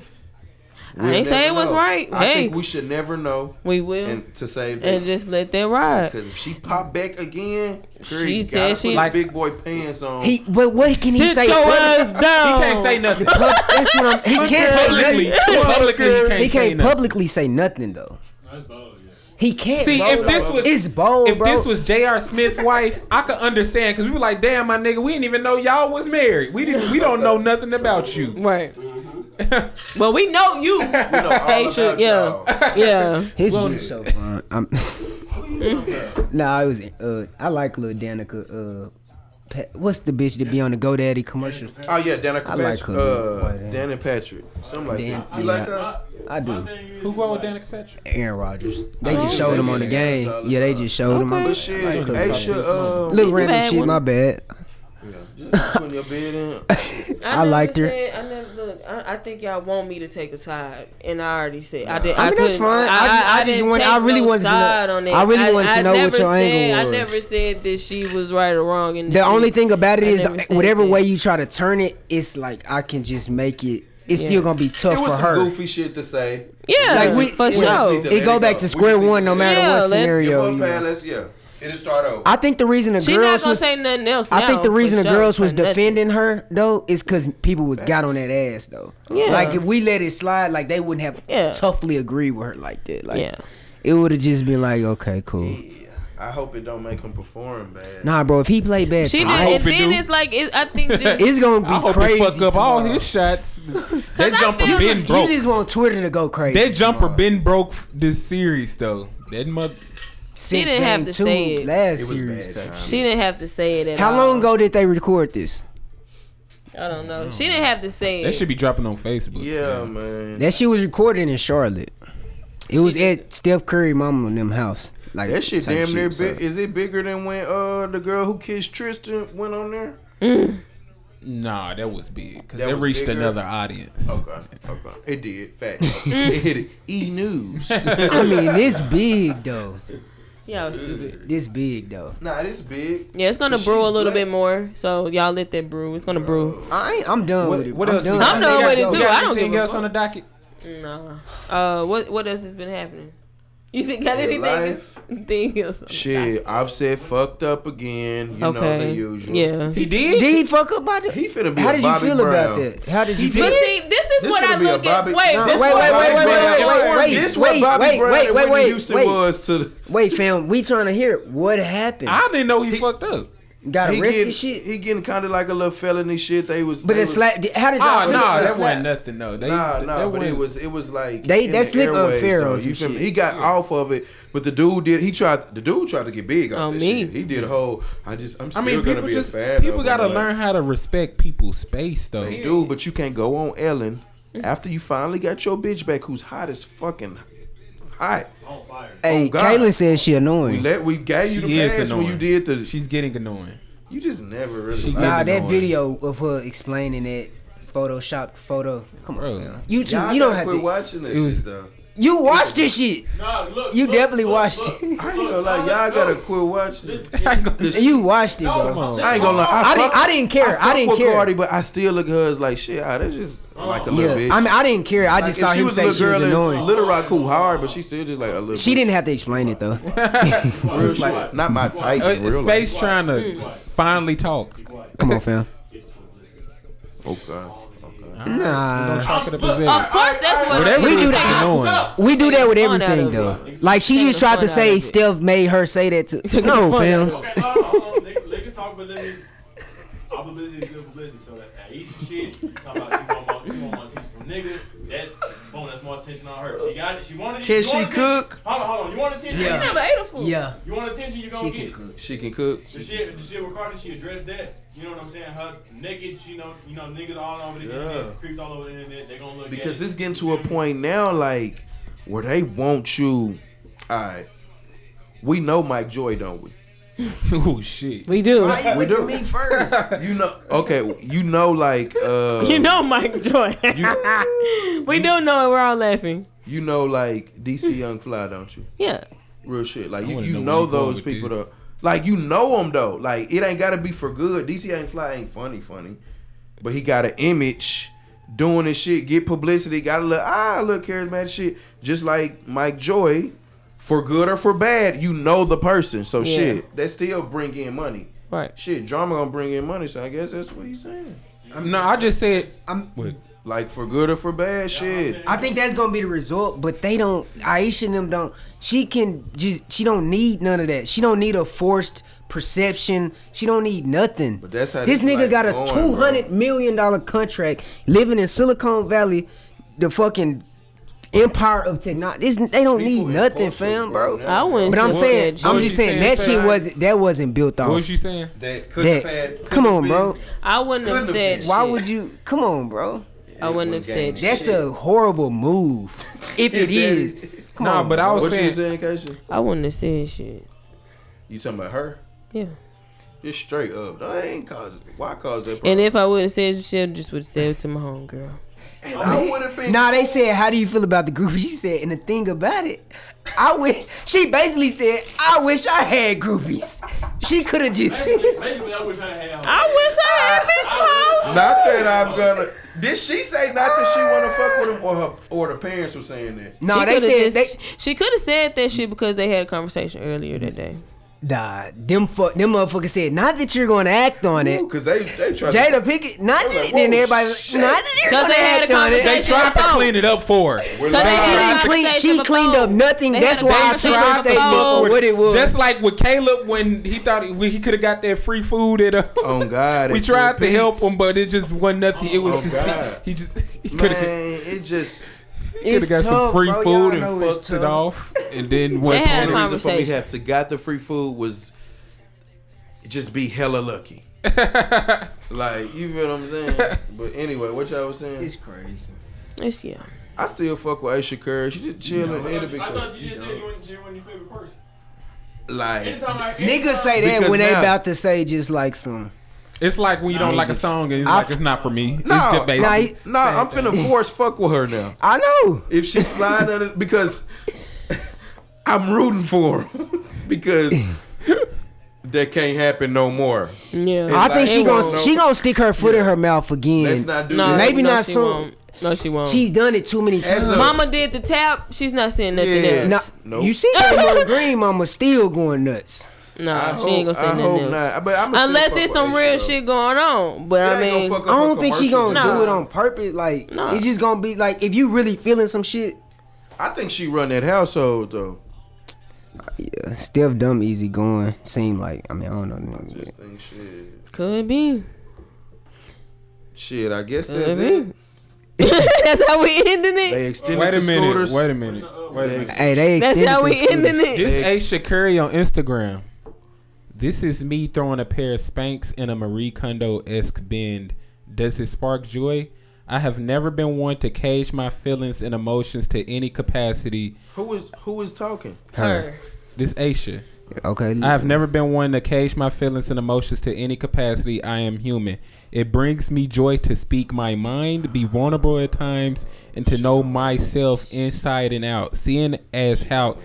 [SPEAKER 2] we'll
[SPEAKER 3] I ain't
[SPEAKER 2] never
[SPEAKER 3] say it was
[SPEAKER 2] know.
[SPEAKER 3] right.
[SPEAKER 2] I
[SPEAKER 3] hey,
[SPEAKER 2] think we should never know.
[SPEAKER 3] we will.
[SPEAKER 2] And to save
[SPEAKER 3] and
[SPEAKER 2] it,
[SPEAKER 3] just let that ride.
[SPEAKER 2] because if she pop back again,
[SPEAKER 3] She
[SPEAKER 2] she
[SPEAKER 3] said
[SPEAKER 2] got
[SPEAKER 3] she-
[SPEAKER 2] she
[SPEAKER 3] Like-
[SPEAKER 2] like big boy pants on.
[SPEAKER 4] He. But what can he
[SPEAKER 3] Sit
[SPEAKER 4] say?
[SPEAKER 3] your
[SPEAKER 4] What-
[SPEAKER 3] ass down.
[SPEAKER 1] He can't say nothing
[SPEAKER 4] That's what I'm. He can't say
[SPEAKER 1] publicly.
[SPEAKER 4] nothing.
[SPEAKER 1] publicly, he can't,
[SPEAKER 4] He
[SPEAKER 1] say
[SPEAKER 4] can't
[SPEAKER 1] nothing.
[SPEAKER 4] publicly say nothing though.
[SPEAKER 5] that's bold. Yeah.
[SPEAKER 4] He can't.
[SPEAKER 1] See,
[SPEAKER 4] bro.
[SPEAKER 1] if this was
[SPEAKER 4] it's bold,
[SPEAKER 1] if
[SPEAKER 4] bro.
[SPEAKER 1] this was J.R. Smith's wife, I could understand because we were like, "Damn, my nigga, we didn't even know y'all was married. We didn't. We don't know nothing about you."
[SPEAKER 3] Right.
[SPEAKER 4] Mm-hmm.
[SPEAKER 3] well, we know you.
[SPEAKER 2] You know, all
[SPEAKER 3] They should-
[SPEAKER 2] about y'all.
[SPEAKER 3] yeah.
[SPEAKER 4] His shit is so fun. I'm nah, I was. Uh, I like Lil Danica. Uh, Pat, what's the bitch that be on the GoDaddy commercial?
[SPEAKER 2] Oh yeah, Dana
[SPEAKER 4] I
[SPEAKER 2] Patrick.
[SPEAKER 4] like her,
[SPEAKER 2] uh,
[SPEAKER 4] but, uh,
[SPEAKER 2] Dan and Patrick. Something like
[SPEAKER 4] Dan-
[SPEAKER 2] that. You like
[SPEAKER 4] yeah.
[SPEAKER 2] her?
[SPEAKER 4] I do.
[SPEAKER 5] Thing is,
[SPEAKER 1] Who going with
[SPEAKER 5] like,
[SPEAKER 1] Danica Patrick?
[SPEAKER 4] Aaron Rodgers. They
[SPEAKER 2] Oh,
[SPEAKER 4] just showed him on the game. Yeah, they just showed him.
[SPEAKER 2] But
[SPEAKER 4] on
[SPEAKER 2] shit,
[SPEAKER 4] I like her.
[SPEAKER 2] Aisha, um,
[SPEAKER 4] Little
[SPEAKER 3] She's a
[SPEAKER 4] random
[SPEAKER 3] bad
[SPEAKER 4] shit.
[SPEAKER 3] one.
[SPEAKER 4] My bad.
[SPEAKER 2] just putting your bed in.
[SPEAKER 4] I liked her.
[SPEAKER 3] Said, I never look. I, I think y'all want me to take a side, and I already said I did.
[SPEAKER 4] I mean, that's
[SPEAKER 3] couldn't-
[SPEAKER 4] fine. I just- I just
[SPEAKER 3] didn't
[SPEAKER 4] want-
[SPEAKER 3] take
[SPEAKER 4] I really
[SPEAKER 3] no
[SPEAKER 4] wanted to know-
[SPEAKER 3] side on it.
[SPEAKER 4] I really wanted to know what
[SPEAKER 3] never
[SPEAKER 4] your
[SPEAKER 3] said,
[SPEAKER 4] angle
[SPEAKER 3] I
[SPEAKER 4] was.
[SPEAKER 3] never said that she was right or wrong. In
[SPEAKER 4] The
[SPEAKER 3] this
[SPEAKER 4] only
[SPEAKER 3] shit.
[SPEAKER 4] thing about it
[SPEAKER 3] I
[SPEAKER 4] is,
[SPEAKER 3] never
[SPEAKER 4] the,
[SPEAKER 3] said
[SPEAKER 4] whatever
[SPEAKER 3] that.
[SPEAKER 4] way you try to turn it, it's like I can just make it. It's
[SPEAKER 3] Yeah.
[SPEAKER 4] still gonna be tough
[SPEAKER 2] It was some
[SPEAKER 4] for her.
[SPEAKER 2] goofy shit to say.
[SPEAKER 3] yeah,
[SPEAKER 4] Like, we-
[SPEAKER 3] for
[SPEAKER 4] we just
[SPEAKER 3] sure.
[SPEAKER 2] need to-
[SPEAKER 4] It go back to square one, no matter
[SPEAKER 3] Yeah,
[SPEAKER 4] what
[SPEAKER 3] let-
[SPEAKER 4] scenario.
[SPEAKER 2] Your
[SPEAKER 4] you
[SPEAKER 2] boy
[SPEAKER 4] in.
[SPEAKER 2] pants, let's- yeah. It'll start over.
[SPEAKER 4] I think the reason the
[SPEAKER 3] She not
[SPEAKER 4] girls
[SPEAKER 3] gonna
[SPEAKER 4] was
[SPEAKER 3] say nothing else.
[SPEAKER 4] I think the
[SPEAKER 3] now,
[SPEAKER 4] reason the
[SPEAKER 3] for sure,
[SPEAKER 4] girls was
[SPEAKER 3] for nothing.
[SPEAKER 4] defending her though is because people was got on that ass though.
[SPEAKER 3] Yeah.
[SPEAKER 4] Like if we let it slide, like they wouldn't have
[SPEAKER 3] Yeah.
[SPEAKER 4] toughly agreed with her like that. Like
[SPEAKER 3] Yeah.
[SPEAKER 4] it would have just been like, okay, cool.
[SPEAKER 2] Yeah. I hope it don't make him perform bad.
[SPEAKER 4] Nah, bro, if he played bad,
[SPEAKER 3] She
[SPEAKER 4] she
[SPEAKER 3] did,
[SPEAKER 1] I
[SPEAKER 3] and
[SPEAKER 1] hope it
[SPEAKER 3] then
[SPEAKER 1] do.
[SPEAKER 3] it's like it, I think just
[SPEAKER 4] it's gonna be
[SPEAKER 1] I hope
[SPEAKER 4] crazy.
[SPEAKER 1] he fuck up all
[SPEAKER 4] tomorrow.
[SPEAKER 1] his shots. That
[SPEAKER 3] I
[SPEAKER 1] jumper
[SPEAKER 3] feel like-
[SPEAKER 1] been broke.
[SPEAKER 4] You just want Twitter to go crazy.
[SPEAKER 1] That jumper
[SPEAKER 4] tomorrow.
[SPEAKER 1] been broke f- this series though. That mother.
[SPEAKER 4] Since
[SPEAKER 3] didn't have
[SPEAKER 4] game
[SPEAKER 3] to
[SPEAKER 4] two,
[SPEAKER 3] say it.
[SPEAKER 4] last
[SPEAKER 2] It was
[SPEAKER 4] series.
[SPEAKER 2] bad
[SPEAKER 4] type
[SPEAKER 2] timing.
[SPEAKER 4] shit.
[SPEAKER 3] she didn't have to say it at
[SPEAKER 4] How
[SPEAKER 3] all.
[SPEAKER 4] long ago did they record this?
[SPEAKER 3] I don't know. She didn't have to say
[SPEAKER 1] That
[SPEAKER 3] it.
[SPEAKER 1] should be dropping on Facebook.
[SPEAKER 2] Yeah, man.
[SPEAKER 4] That shit was recorded in Charlotte. It was at Steph Curry mama and them house. Like
[SPEAKER 2] That shit
[SPEAKER 4] type
[SPEAKER 2] damn near
[SPEAKER 4] so-
[SPEAKER 2] big. Is it bigger than when uh the girl who kissed Tristan went on there?
[SPEAKER 1] Nah, that was big because
[SPEAKER 2] That
[SPEAKER 1] it
[SPEAKER 2] was
[SPEAKER 1] reached
[SPEAKER 2] bigger?
[SPEAKER 1] another audience.
[SPEAKER 2] Okay, okay. It did. Fact. it hit it. E News.
[SPEAKER 4] I mean, this big though.
[SPEAKER 3] Y'all stupid.
[SPEAKER 4] This big though.
[SPEAKER 2] nah, this big.
[SPEAKER 3] Yeah, it's gonna
[SPEAKER 2] But
[SPEAKER 3] brew
[SPEAKER 2] she's
[SPEAKER 3] a little
[SPEAKER 2] black.
[SPEAKER 3] bit more. So y'all let that brew. It's gonna brew.
[SPEAKER 4] I ain't, I'm done with
[SPEAKER 1] What,
[SPEAKER 4] it.
[SPEAKER 1] what
[SPEAKER 4] I'm
[SPEAKER 1] else? do
[SPEAKER 4] Done.
[SPEAKER 1] you-
[SPEAKER 3] I'm
[SPEAKER 1] you
[SPEAKER 3] done
[SPEAKER 1] got-
[SPEAKER 3] with it
[SPEAKER 1] you
[SPEAKER 3] too.
[SPEAKER 1] got
[SPEAKER 3] I don't
[SPEAKER 1] anything
[SPEAKER 3] give a
[SPEAKER 1] else
[SPEAKER 3] fuck.
[SPEAKER 1] on the docket.
[SPEAKER 3] Nah. Uh, what what else has been happening? You think got
[SPEAKER 2] Yeah,
[SPEAKER 3] anything?
[SPEAKER 2] life.
[SPEAKER 3] Anything else?
[SPEAKER 2] Shit, I've said fucked up again. You know the
[SPEAKER 3] Okay.
[SPEAKER 2] usual.
[SPEAKER 3] Yeah.
[SPEAKER 1] He did.
[SPEAKER 4] Did he fuck up about it?
[SPEAKER 2] He finna be
[SPEAKER 4] How
[SPEAKER 2] a
[SPEAKER 4] did
[SPEAKER 2] Bobby
[SPEAKER 4] you feel about
[SPEAKER 2] Brown.
[SPEAKER 4] that? How did you feel?
[SPEAKER 3] But see, this is
[SPEAKER 2] This
[SPEAKER 3] what I
[SPEAKER 2] shoulda be a
[SPEAKER 3] look at.
[SPEAKER 2] Bobby-
[SPEAKER 3] Wait,
[SPEAKER 2] No,
[SPEAKER 3] this
[SPEAKER 4] wait,
[SPEAKER 3] what
[SPEAKER 4] wait,
[SPEAKER 3] I
[SPEAKER 4] wait,
[SPEAKER 3] look
[SPEAKER 4] wait,
[SPEAKER 3] at.
[SPEAKER 4] wait, wait, wait.
[SPEAKER 2] This what
[SPEAKER 4] wait,
[SPEAKER 2] Bobby
[SPEAKER 4] wait,
[SPEAKER 2] Brown
[SPEAKER 4] wait,
[SPEAKER 2] and
[SPEAKER 4] wait,
[SPEAKER 2] Whitney
[SPEAKER 4] wait,
[SPEAKER 2] Houston
[SPEAKER 4] wait.
[SPEAKER 2] was to the,
[SPEAKER 4] Wait, fam, we trying to hear what happened.
[SPEAKER 1] I didn't know he, fucked up.
[SPEAKER 4] Got
[SPEAKER 2] he
[SPEAKER 4] arrested,
[SPEAKER 2] getting,
[SPEAKER 4] shit.
[SPEAKER 2] he getting kind of like a little felony shit. They was,
[SPEAKER 4] but
[SPEAKER 2] they
[SPEAKER 4] the
[SPEAKER 2] was,
[SPEAKER 4] slap. How did
[SPEAKER 3] Ah,
[SPEAKER 4] y'all
[SPEAKER 1] Oh
[SPEAKER 4] feel
[SPEAKER 1] no,
[SPEAKER 4] about the
[SPEAKER 1] that
[SPEAKER 4] slap?
[SPEAKER 1] wasn't nothing. No, they,
[SPEAKER 2] Nah, nah,
[SPEAKER 1] that
[SPEAKER 2] but
[SPEAKER 1] wasn't-
[SPEAKER 2] it was it was like
[SPEAKER 4] They-
[SPEAKER 2] in
[SPEAKER 4] that's
[SPEAKER 2] the
[SPEAKER 4] lick on
[SPEAKER 2] airwaves,
[SPEAKER 4] Pharaoh
[SPEAKER 2] though,
[SPEAKER 4] or some
[SPEAKER 2] You feel me?
[SPEAKER 4] shit.
[SPEAKER 2] He got off of it, but the dude did. He tried. The dude tried to get big off
[SPEAKER 3] On
[SPEAKER 2] that
[SPEAKER 3] me.
[SPEAKER 2] shit. He did a whole. I just. I'm
[SPEAKER 1] I
[SPEAKER 2] still
[SPEAKER 1] mean,
[SPEAKER 2] gonna
[SPEAKER 1] people
[SPEAKER 2] be
[SPEAKER 1] just
[SPEAKER 2] a fan.
[SPEAKER 1] people
[SPEAKER 2] of
[SPEAKER 1] gotta
[SPEAKER 2] him, like,
[SPEAKER 1] learn how to respect people's space, though.
[SPEAKER 2] They do, but you can't go on Ellen after you finally got your bitch back, who's hot as fucking hot.
[SPEAKER 5] On fire.
[SPEAKER 4] Hey,
[SPEAKER 2] Oh, God.
[SPEAKER 4] Kaylin said she
[SPEAKER 2] We
[SPEAKER 4] annoying.
[SPEAKER 2] let we gave you
[SPEAKER 1] She
[SPEAKER 2] the
[SPEAKER 1] is
[SPEAKER 2] pass when
[SPEAKER 1] annoying.
[SPEAKER 2] you did the.
[SPEAKER 1] She's getting annoying.
[SPEAKER 2] you just never really.
[SPEAKER 1] She-
[SPEAKER 2] liked
[SPEAKER 4] Nah,
[SPEAKER 1] Ain't
[SPEAKER 4] that
[SPEAKER 1] annoying.
[SPEAKER 4] video of her explaining that Photoshop photo. Come on,
[SPEAKER 1] Bro.
[SPEAKER 4] fam. You
[SPEAKER 2] it.
[SPEAKER 4] too.
[SPEAKER 2] Y'all
[SPEAKER 4] You don't
[SPEAKER 2] gotta
[SPEAKER 4] have
[SPEAKER 2] quit
[SPEAKER 4] to.
[SPEAKER 2] watching this
[SPEAKER 1] It was-
[SPEAKER 2] shit though.
[SPEAKER 4] You watched this shit.
[SPEAKER 5] Nah, look.
[SPEAKER 4] You
[SPEAKER 5] look,
[SPEAKER 4] definitely
[SPEAKER 5] look,
[SPEAKER 4] watched
[SPEAKER 5] look.
[SPEAKER 4] it.
[SPEAKER 2] I ain't gonna lie, y'all gotta quit watching this. This-
[SPEAKER 4] You watched it, bro.
[SPEAKER 1] Come on.
[SPEAKER 2] I ain't gonna lie.
[SPEAKER 4] I didn't.
[SPEAKER 2] fuck-
[SPEAKER 4] I didn't care. I,
[SPEAKER 2] fuck
[SPEAKER 4] didn't
[SPEAKER 2] with
[SPEAKER 4] care.
[SPEAKER 2] Cardi, but I still look at her as like shit. Ah, that's just like a little
[SPEAKER 4] yeah,
[SPEAKER 2] bitch.
[SPEAKER 4] I mean, I didn't care. I
[SPEAKER 2] Like,
[SPEAKER 4] just
[SPEAKER 2] if
[SPEAKER 4] saw him
[SPEAKER 2] a
[SPEAKER 4] say
[SPEAKER 2] little
[SPEAKER 4] she was
[SPEAKER 2] girl in
[SPEAKER 4] annoying.
[SPEAKER 2] Little Rock cool hard, but she still just like a little.
[SPEAKER 4] she
[SPEAKER 2] bitch.
[SPEAKER 4] didn't have to explain it though.
[SPEAKER 2] real shit. Not my type.
[SPEAKER 1] Uh,
[SPEAKER 2] in real
[SPEAKER 1] space
[SPEAKER 2] life.
[SPEAKER 1] trying to finally talk.
[SPEAKER 4] Come on, fam.
[SPEAKER 2] Okay.
[SPEAKER 4] Nah,
[SPEAKER 1] Chalk it up as
[SPEAKER 3] Of
[SPEAKER 1] that.
[SPEAKER 3] course, that's what
[SPEAKER 1] Whatever
[SPEAKER 4] We
[SPEAKER 1] it
[SPEAKER 4] do
[SPEAKER 1] is,
[SPEAKER 4] that.
[SPEAKER 1] it's annoying.
[SPEAKER 4] we do that with
[SPEAKER 3] Take the fun
[SPEAKER 4] everything
[SPEAKER 3] out of
[SPEAKER 4] though. Like she
[SPEAKER 3] Take
[SPEAKER 4] just
[SPEAKER 3] the
[SPEAKER 4] tried
[SPEAKER 3] fun
[SPEAKER 4] to
[SPEAKER 3] out
[SPEAKER 4] say,
[SPEAKER 3] of it.
[SPEAKER 4] Steph made her say that to.
[SPEAKER 3] Take the fun
[SPEAKER 4] No,
[SPEAKER 3] out of
[SPEAKER 4] fam.
[SPEAKER 3] it.
[SPEAKER 5] Okay, hold on, hold on. Niggas- Niggas talk publicity. Our publicity is good publicity. So that Aisha shit, talk about she want more, she want more attention from niggas. That's boom. That's more attention on her. She got it. She wanted it.
[SPEAKER 2] Can
[SPEAKER 5] You
[SPEAKER 2] she
[SPEAKER 5] want attention?
[SPEAKER 2] cook?
[SPEAKER 5] Hold on, hold on. You want attention?
[SPEAKER 3] You never ate a food.
[SPEAKER 4] Yeah,
[SPEAKER 5] You want attention? You gonna
[SPEAKER 4] She
[SPEAKER 5] get
[SPEAKER 4] can
[SPEAKER 5] it.
[SPEAKER 2] She can cook.
[SPEAKER 5] The shit, the shit with Cardi, she addressed that. You know what I'm saying? Her naked, you know, you know, niggas all over the internet, creeps all over the internet. They gonna look
[SPEAKER 2] Because
[SPEAKER 5] at
[SPEAKER 2] it's getting to a point now, like where they want you. All right. We know Mike Joy, don't we?
[SPEAKER 1] Oh shit.
[SPEAKER 3] We do.
[SPEAKER 2] We do. Me first. You know. Okay. You know, like. Uh,
[SPEAKER 3] You know, Mike Joy. we do know it. We're all laughing.
[SPEAKER 2] You know, like DC Young Fly, don't you?
[SPEAKER 3] Yeah.
[SPEAKER 2] Real shit. Like
[SPEAKER 1] I
[SPEAKER 2] you,
[SPEAKER 1] wanna
[SPEAKER 2] you
[SPEAKER 1] know
[SPEAKER 2] know
[SPEAKER 1] where you going
[SPEAKER 2] those
[SPEAKER 1] with
[SPEAKER 2] people
[SPEAKER 1] this.
[SPEAKER 2] though. Like you know them though. Like it ain't gotta be for good. DC ain't fly ain't funny funny, but he got an image doing this shit. Get publicity. Got a little ah look charismatic shit. Just like Mike Joy, for good or for bad, you know the person. So
[SPEAKER 3] Yeah.
[SPEAKER 2] shit, that still bring in money.
[SPEAKER 3] Right.
[SPEAKER 2] Shit, drama gonna bring in money. So I guess that's what he's saying.
[SPEAKER 1] No, I just said. I'm.
[SPEAKER 2] Like for good or for bad, shit.
[SPEAKER 4] I think that's gonna be the result, but they don't. Aisha and them don't. She can just. She don't need none of that. She don't need a forced perception. She don't need nothing. But
[SPEAKER 2] that's how
[SPEAKER 4] this
[SPEAKER 2] this
[SPEAKER 4] nigga
[SPEAKER 2] life
[SPEAKER 4] got a
[SPEAKER 2] going,
[SPEAKER 4] two hundred
[SPEAKER 2] bro.
[SPEAKER 4] million dollar contract, living in Silicon Valley, the fucking empire of technology. This, they
[SPEAKER 2] People
[SPEAKER 4] don't need
[SPEAKER 2] in
[SPEAKER 4] nothing,
[SPEAKER 2] culture,
[SPEAKER 4] fam,
[SPEAKER 2] bro,
[SPEAKER 4] bro.
[SPEAKER 2] now.
[SPEAKER 3] I wouldn't.
[SPEAKER 4] But I'm
[SPEAKER 3] say
[SPEAKER 4] saying,
[SPEAKER 3] that.
[SPEAKER 4] I'm
[SPEAKER 1] What
[SPEAKER 4] just
[SPEAKER 1] you
[SPEAKER 4] saying
[SPEAKER 1] saying,
[SPEAKER 4] that shit
[SPEAKER 1] fam?
[SPEAKER 4] wasn't that wasn't built
[SPEAKER 1] What
[SPEAKER 4] off
[SPEAKER 1] was you saying?
[SPEAKER 2] That cook
[SPEAKER 4] that. Come on, bro.
[SPEAKER 3] I wouldn't have
[SPEAKER 2] Could've
[SPEAKER 3] said.
[SPEAKER 2] been.
[SPEAKER 4] Why
[SPEAKER 3] shit.
[SPEAKER 4] would you? Come on, bro.
[SPEAKER 3] I wouldn't have said. shit.
[SPEAKER 4] That's a horrible move. If it
[SPEAKER 2] If
[SPEAKER 4] is.
[SPEAKER 2] that is-
[SPEAKER 4] Come
[SPEAKER 1] Nah,
[SPEAKER 4] on,
[SPEAKER 1] but I was
[SPEAKER 2] What you saying,
[SPEAKER 1] saying.
[SPEAKER 2] Keisha?
[SPEAKER 3] I wouldn't have said shit.
[SPEAKER 2] You talking about her?
[SPEAKER 3] Yeah.
[SPEAKER 2] Just straight up. I ain't cause. Why cause that problem?
[SPEAKER 3] And if I would have said shit, I just would have said it to my homegirl.
[SPEAKER 2] I would have been.
[SPEAKER 4] Nah, they said, "How do you feel about the group?" She said, "And the thing about it, I wish." She basically said, "I wish I had groupies." She could have just.
[SPEAKER 5] it. Basically, I wish I had her.
[SPEAKER 3] I wish I had been some hoes.
[SPEAKER 2] Not that I'm gonna. Did she say not that she wanna fuck with him, or her, or the parents were saying that?
[SPEAKER 4] No,
[SPEAKER 3] She
[SPEAKER 4] they
[SPEAKER 3] coulda
[SPEAKER 4] said
[SPEAKER 3] just- she could have said that shit because they had a conversation earlier that day.
[SPEAKER 4] they. Nah, them fuck, them motherfuckers said, "Not that you're gonna act on it."
[SPEAKER 2] Because they they tried.
[SPEAKER 4] Jada Pickett, not
[SPEAKER 2] They
[SPEAKER 4] that.
[SPEAKER 2] like,
[SPEAKER 4] then
[SPEAKER 2] whoa,
[SPEAKER 4] everybody, was
[SPEAKER 2] shit.
[SPEAKER 4] like, not that you're
[SPEAKER 3] 'Cause
[SPEAKER 4] gonna
[SPEAKER 3] they had
[SPEAKER 4] act
[SPEAKER 3] a
[SPEAKER 4] on
[SPEAKER 1] They
[SPEAKER 4] it.
[SPEAKER 3] conversation.
[SPEAKER 1] tried to clean it up for
[SPEAKER 2] To,
[SPEAKER 1] her.
[SPEAKER 3] Cause they
[SPEAKER 4] She
[SPEAKER 3] had
[SPEAKER 4] didn't
[SPEAKER 3] a
[SPEAKER 4] clean.
[SPEAKER 3] conversation
[SPEAKER 4] She cleaned
[SPEAKER 3] before.
[SPEAKER 4] up nothing.
[SPEAKER 3] They
[SPEAKER 4] That's
[SPEAKER 3] had a
[SPEAKER 4] why I
[SPEAKER 3] conversation
[SPEAKER 4] tried they
[SPEAKER 3] before.
[SPEAKER 4] fuck with what it was.
[SPEAKER 1] Just like with Caleb when he thought he, when he could have got that free food at. Uh,
[SPEAKER 2] Oh, God,
[SPEAKER 1] we
[SPEAKER 2] at
[SPEAKER 1] tried to
[SPEAKER 2] Twin
[SPEAKER 1] help
[SPEAKER 2] Peaks.
[SPEAKER 1] him, but it just wasn't nothing. It was
[SPEAKER 2] Oh,
[SPEAKER 1] just
[SPEAKER 2] God.
[SPEAKER 1] he just he could have.
[SPEAKER 2] Man, it just.
[SPEAKER 1] Could
[SPEAKER 4] It's
[SPEAKER 1] have got some
[SPEAKER 4] tough,
[SPEAKER 1] free
[SPEAKER 4] bro. Y'all
[SPEAKER 1] food
[SPEAKER 4] know
[SPEAKER 1] and
[SPEAKER 4] it's
[SPEAKER 1] fucked it
[SPEAKER 4] tough.
[SPEAKER 1] off, and then went.
[SPEAKER 3] had
[SPEAKER 2] The
[SPEAKER 3] a
[SPEAKER 1] on
[SPEAKER 2] reason for me
[SPEAKER 3] Conversation.
[SPEAKER 2] have to got the free food was just be hella lucky. like you feel what I'm saying? But anyway, what y'all was saying?
[SPEAKER 4] It's crazy.
[SPEAKER 3] It's yeah.
[SPEAKER 2] I still fuck with Aisha Curry. She just chilling.
[SPEAKER 5] I
[SPEAKER 2] It'll
[SPEAKER 5] thought,
[SPEAKER 2] be
[SPEAKER 5] you- I
[SPEAKER 2] cool.
[SPEAKER 5] thought you just said you weren't, you weren't your favorite person.
[SPEAKER 2] Like
[SPEAKER 5] Anytime I, anytime,
[SPEAKER 4] Niggas say that
[SPEAKER 2] Because
[SPEAKER 4] when they
[SPEAKER 2] now-
[SPEAKER 4] about to say just like some.
[SPEAKER 1] It's like when you don't like a song and it's like it's not for me. No, it's just
[SPEAKER 4] nah,
[SPEAKER 1] basically.
[SPEAKER 4] he-
[SPEAKER 2] Nah, I'm finna force fuck with her now.
[SPEAKER 4] I know.
[SPEAKER 2] if she slide under because I'm rooting for her because that can't happen no more.
[SPEAKER 3] Yeah.
[SPEAKER 4] I
[SPEAKER 2] like,
[SPEAKER 4] think she
[SPEAKER 2] it
[SPEAKER 4] gonna
[SPEAKER 2] won't.
[SPEAKER 4] she gonna stick her foot in her mouth
[SPEAKER 2] Let's
[SPEAKER 4] again.
[SPEAKER 2] not do
[SPEAKER 3] No,
[SPEAKER 2] that.
[SPEAKER 4] Maybe
[SPEAKER 3] no,
[SPEAKER 4] not
[SPEAKER 3] she
[SPEAKER 4] soon.
[SPEAKER 3] Won't. No, she won't.
[SPEAKER 4] She's done it too many
[SPEAKER 2] As
[SPEAKER 4] times.
[SPEAKER 2] a-
[SPEAKER 3] Mama did the tap. She's not saying nothing
[SPEAKER 2] Yeah.
[SPEAKER 3] else.
[SPEAKER 4] Nah,
[SPEAKER 2] Nope.
[SPEAKER 4] You see that Mama Green Mama still going nuts.
[SPEAKER 3] No,
[SPEAKER 2] I
[SPEAKER 3] she
[SPEAKER 2] hope-
[SPEAKER 3] ain't gonna
[SPEAKER 2] I
[SPEAKER 3] say
[SPEAKER 2] hope
[SPEAKER 3] nothing else.
[SPEAKER 2] not. But I'ma still
[SPEAKER 3] Unless
[SPEAKER 2] fuck
[SPEAKER 3] it's
[SPEAKER 2] with
[SPEAKER 3] some
[SPEAKER 2] Aisha,
[SPEAKER 3] real
[SPEAKER 2] though.
[SPEAKER 3] shit going on. But
[SPEAKER 2] That
[SPEAKER 3] I
[SPEAKER 2] ain't gonna
[SPEAKER 3] mean,
[SPEAKER 2] fuck up
[SPEAKER 4] I
[SPEAKER 2] her
[SPEAKER 4] don't think she
[SPEAKER 2] commercials.
[SPEAKER 4] gonna do
[SPEAKER 3] No.
[SPEAKER 4] it on purpose. Like
[SPEAKER 3] No.
[SPEAKER 4] it's just gonna be like if you really feeling some shit.
[SPEAKER 2] I think she run that household though.
[SPEAKER 4] Yeah, Steph dumb easy going. Seem like I mean I don't know. the nigga.
[SPEAKER 2] Just think shit.
[SPEAKER 3] could be.
[SPEAKER 2] Shit, I guess that's it.
[SPEAKER 3] That's how we ending it.
[SPEAKER 2] They extended
[SPEAKER 1] Wait a
[SPEAKER 2] the
[SPEAKER 1] minute.
[SPEAKER 2] scooters.
[SPEAKER 1] Wait a minute. Wait a minute.
[SPEAKER 4] Hey, they
[SPEAKER 3] That's
[SPEAKER 4] extended
[SPEAKER 3] how
[SPEAKER 4] the
[SPEAKER 3] we
[SPEAKER 4] scooter.
[SPEAKER 3] ending it.
[SPEAKER 1] This A Shakari on Instagram. This is me throwing a pair of Spanx in a Marie Kondo esque bend. Does it spark joy? I have never been one to cage my feelings and emotions to any capacity.
[SPEAKER 2] Who is who is talking?
[SPEAKER 4] Her.
[SPEAKER 1] This Aisha.
[SPEAKER 4] Okay.
[SPEAKER 1] I have never been one to cage my feelings and emotions to any capacity. I am human. It brings me joy to speak my mind, be vulnerable at times, and to know myself inside and out. Seeing as how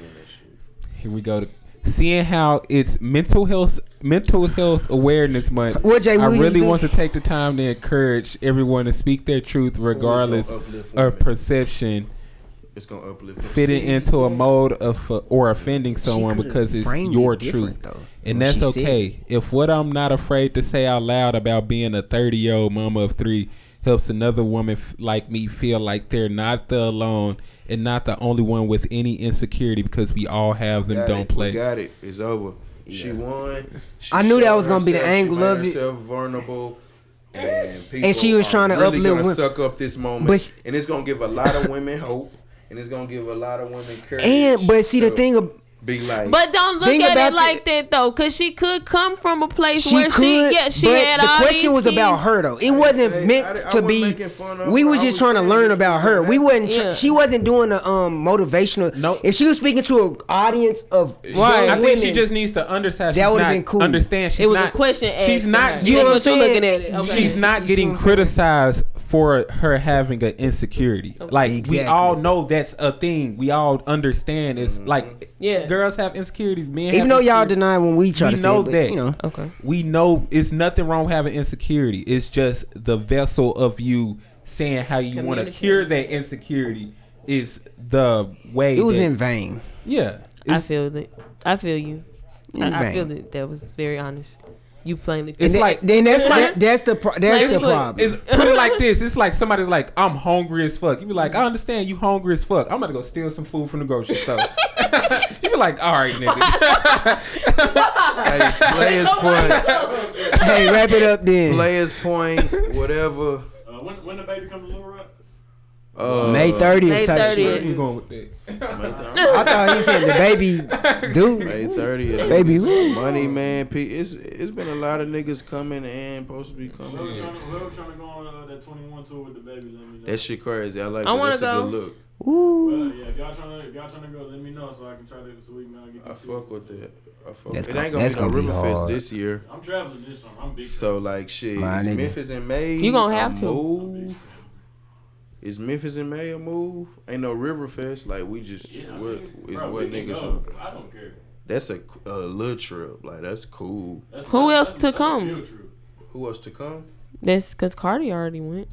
[SPEAKER 1] here we go. Seeing how it's mental health mental health awareness month.
[SPEAKER 4] What Jay
[SPEAKER 1] I
[SPEAKER 4] Williams
[SPEAKER 1] really
[SPEAKER 4] do?
[SPEAKER 1] want to take the time to encourage everyone to speak their truth regardless
[SPEAKER 2] uplift
[SPEAKER 1] of
[SPEAKER 2] women?
[SPEAKER 1] perception
[SPEAKER 2] It's gonna uplift.
[SPEAKER 1] fitting into a mode of uh, or offending someone
[SPEAKER 4] could've
[SPEAKER 1] because it's
[SPEAKER 4] framed
[SPEAKER 1] your
[SPEAKER 4] it different,
[SPEAKER 1] truth.
[SPEAKER 4] though,
[SPEAKER 1] and
[SPEAKER 4] what
[SPEAKER 1] that's
[SPEAKER 4] she said.
[SPEAKER 1] okay. If what I'm not afraid to say out loud about being a 30 year old mama of three helps another woman f- like me feel like they're not the alone and not the only one with any insecurity because we all have them,
[SPEAKER 2] Got
[SPEAKER 1] don't
[SPEAKER 2] it.
[SPEAKER 1] play.
[SPEAKER 2] We got it. It's over. She won. She
[SPEAKER 4] I knew that
[SPEAKER 2] showed
[SPEAKER 4] was gonna be the
[SPEAKER 2] herself. She
[SPEAKER 4] angle
[SPEAKER 2] made
[SPEAKER 4] of it.
[SPEAKER 2] herself vulnerable. And, people
[SPEAKER 4] And she was
[SPEAKER 2] are
[SPEAKER 4] trying to
[SPEAKER 2] really
[SPEAKER 4] uplift
[SPEAKER 2] gonna
[SPEAKER 4] women.
[SPEAKER 2] suck up this moment,
[SPEAKER 4] But she-
[SPEAKER 2] and it's gonna give a lot of women hope, and it's gonna give a lot of women courage.
[SPEAKER 4] And but see the
[SPEAKER 2] to
[SPEAKER 4] thing of
[SPEAKER 2] be like,
[SPEAKER 3] But don't look
[SPEAKER 4] Think
[SPEAKER 3] at
[SPEAKER 4] about
[SPEAKER 3] it
[SPEAKER 4] the-
[SPEAKER 3] like that though, cause she could come from a place
[SPEAKER 4] she
[SPEAKER 3] where
[SPEAKER 4] could,
[SPEAKER 3] she yeah she
[SPEAKER 4] but
[SPEAKER 3] had
[SPEAKER 4] the
[SPEAKER 3] all
[SPEAKER 4] question
[SPEAKER 3] these
[SPEAKER 4] was about
[SPEAKER 3] things.
[SPEAKER 4] her though. It wasn't
[SPEAKER 2] I-
[SPEAKER 4] meant
[SPEAKER 2] I- I
[SPEAKER 4] to
[SPEAKER 2] wasn't
[SPEAKER 4] be.
[SPEAKER 2] making fun of
[SPEAKER 4] we
[SPEAKER 2] her.
[SPEAKER 4] was
[SPEAKER 2] I
[SPEAKER 4] just
[SPEAKER 2] was
[SPEAKER 4] trying to
[SPEAKER 2] saying
[SPEAKER 4] learn
[SPEAKER 2] this
[SPEAKER 4] about
[SPEAKER 2] was
[SPEAKER 4] her. We
[SPEAKER 2] gonna
[SPEAKER 4] wasn't. tr-
[SPEAKER 3] happen.
[SPEAKER 4] she wasn't doing a um motivational.
[SPEAKER 1] Nope.
[SPEAKER 4] If she was speaking to an audience of
[SPEAKER 1] I
[SPEAKER 4] young
[SPEAKER 1] think
[SPEAKER 4] women,
[SPEAKER 1] she just needs to understand.
[SPEAKER 4] That
[SPEAKER 1] She's
[SPEAKER 4] would've
[SPEAKER 1] not
[SPEAKER 4] been cool.
[SPEAKER 1] Understand? She's
[SPEAKER 3] It was
[SPEAKER 1] not,
[SPEAKER 3] a question. asked
[SPEAKER 1] She's
[SPEAKER 3] to
[SPEAKER 1] not.
[SPEAKER 3] her.
[SPEAKER 1] getting-
[SPEAKER 4] know
[SPEAKER 3] That's
[SPEAKER 4] what I'm
[SPEAKER 3] you
[SPEAKER 4] saying?
[SPEAKER 3] looking at it. Okay.
[SPEAKER 1] She's not getting criticized for her having an insecurity. Like
[SPEAKER 4] Exactly.
[SPEAKER 1] we all know that's a thing. We all understand it's
[SPEAKER 2] Mm-hmm.
[SPEAKER 1] like
[SPEAKER 3] Yeah.
[SPEAKER 1] girls have insecurities, men
[SPEAKER 4] even
[SPEAKER 1] have
[SPEAKER 4] though y'all
[SPEAKER 1] insecurities.
[SPEAKER 4] deny when we try
[SPEAKER 1] We
[SPEAKER 4] to say
[SPEAKER 1] know
[SPEAKER 4] it, but,
[SPEAKER 1] that.
[SPEAKER 4] you know.
[SPEAKER 3] okay.
[SPEAKER 1] we know it's nothing wrong with having insecurity. It's just the vessel of you saying how you want to
[SPEAKER 3] Communicate.
[SPEAKER 1] cure that insecurity is the way
[SPEAKER 4] It was
[SPEAKER 1] that-
[SPEAKER 4] in vain.
[SPEAKER 1] yeah.
[SPEAKER 3] I
[SPEAKER 1] It's,
[SPEAKER 3] feel that. I feel you. I, I
[SPEAKER 4] Right.
[SPEAKER 3] feel that. That was very honest. You plainly.
[SPEAKER 1] It's
[SPEAKER 4] Then-
[SPEAKER 1] like-
[SPEAKER 4] then that's
[SPEAKER 3] like-
[SPEAKER 4] that, that's the pro- that's
[SPEAKER 3] Like,
[SPEAKER 4] the
[SPEAKER 3] look,
[SPEAKER 4] problem.
[SPEAKER 1] it's put it like this. It's like somebody's like, I'm hungry as fuck. You be like, I understand you hungry as fuck. I'm about to go steal some food from the grocery store. you be like, all right, nigga.
[SPEAKER 2] hey, players point,
[SPEAKER 4] hey, wrap it up then.
[SPEAKER 2] players point, whatever.
[SPEAKER 5] Uh, when, when the baby comes to Little Rock?
[SPEAKER 2] Uh,
[SPEAKER 4] May
[SPEAKER 3] May
[SPEAKER 4] thirtieth type
[SPEAKER 3] 30th.
[SPEAKER 4] shit.
[SPEAKER 1] Where you going with that?
[SPEAKER 4] I thought he said the baby
[SPEAKER 2] May
[SPEAKER 4] dude.
[SPEAKER 2] thirtieth,
[SPEAKER 4] Baby, woo.
[SPEAKER 2] money man. P. It's it's been a lot of niggas coming and supposed to be
[SPEAKER 5] Whoever
[SPEAKER 2] coming.
[SPEAKER 5] trying to, whoever trying to go on uh, that 21 tour with the baby, let me know.
[SPEAKER 2] That shit crazy. I like.
[SPEAKER 3] I
[SPEAKER 2] that.
[SPEAKER 3] wanna
[SPEAKER 2] That's a
[SPEAKER 3] go.
[SPEAKER 2] good look.
[SPEAKER 5] Well, yeah, if y'all trying to, if y'all trying to go, let me know so I can try to, so we can uh, get
[SPEAKER 2] I
[SPEAKER 5] you
[SPEAKER 2] fuck with that. I fuck.
[SPEAKER 4] That's
[SPEAKER 2] It
[SPEAKER 4] gon-
[SPEAKER 2] ain't gonna
[SPEAKER 4] that's
[SPEAKER 2] be no
[SPEAKER 4] gonna be
[SPEAKER 2] Riverfest
[SPEAKER 4] hard.
[SPEAKER 2] this year.
[SPEAKER 5] I'm traveling this summer. I'm big.
[SPEAKER 2] So like shit,
[SPEAKER 4] My
[SPEAKER 2] is
[SPEAKER 4] nigga.
[SPEAKER 2] Memphis in May.
[SPEAKER 3] You gonna
[SPEAKER 2] a
[SPEAKER 3] have to.
[SPEAKER 2] move. Is Memphis in May a move? Ain't no Riverfest. Like we just
[SPEAKER 5] Yeah,
[SPEAKER 2] what
[SPEAKER 5] nigga.
[SPEAKER 2] is
[SPEAKER 5] Bro,
[SPEAKER 2] what
[SPEAKER 5] we can
[SPEAKER 2] niggas.
[SPEAKER 5] go.
[SPEAKER 2] Are.
[SPEAKER 5] I don't care.
[SPEAKER 2] That's a, a little trip. Like that's cool.
[SPEAKER 5] That's,
[SPEAKER 3] Who
[SPEAKER 5] that's-
[SPEAKER 3] else to
[SPEAKER 5] that's- that's a
[SPEAKER 3] come?
[SPEAKER 5] field trip.
[SPEAKER 2] Who else to come?
[SPEAKER 3] That's because Cardi already went.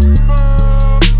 [SPEAKER 8] Smoke.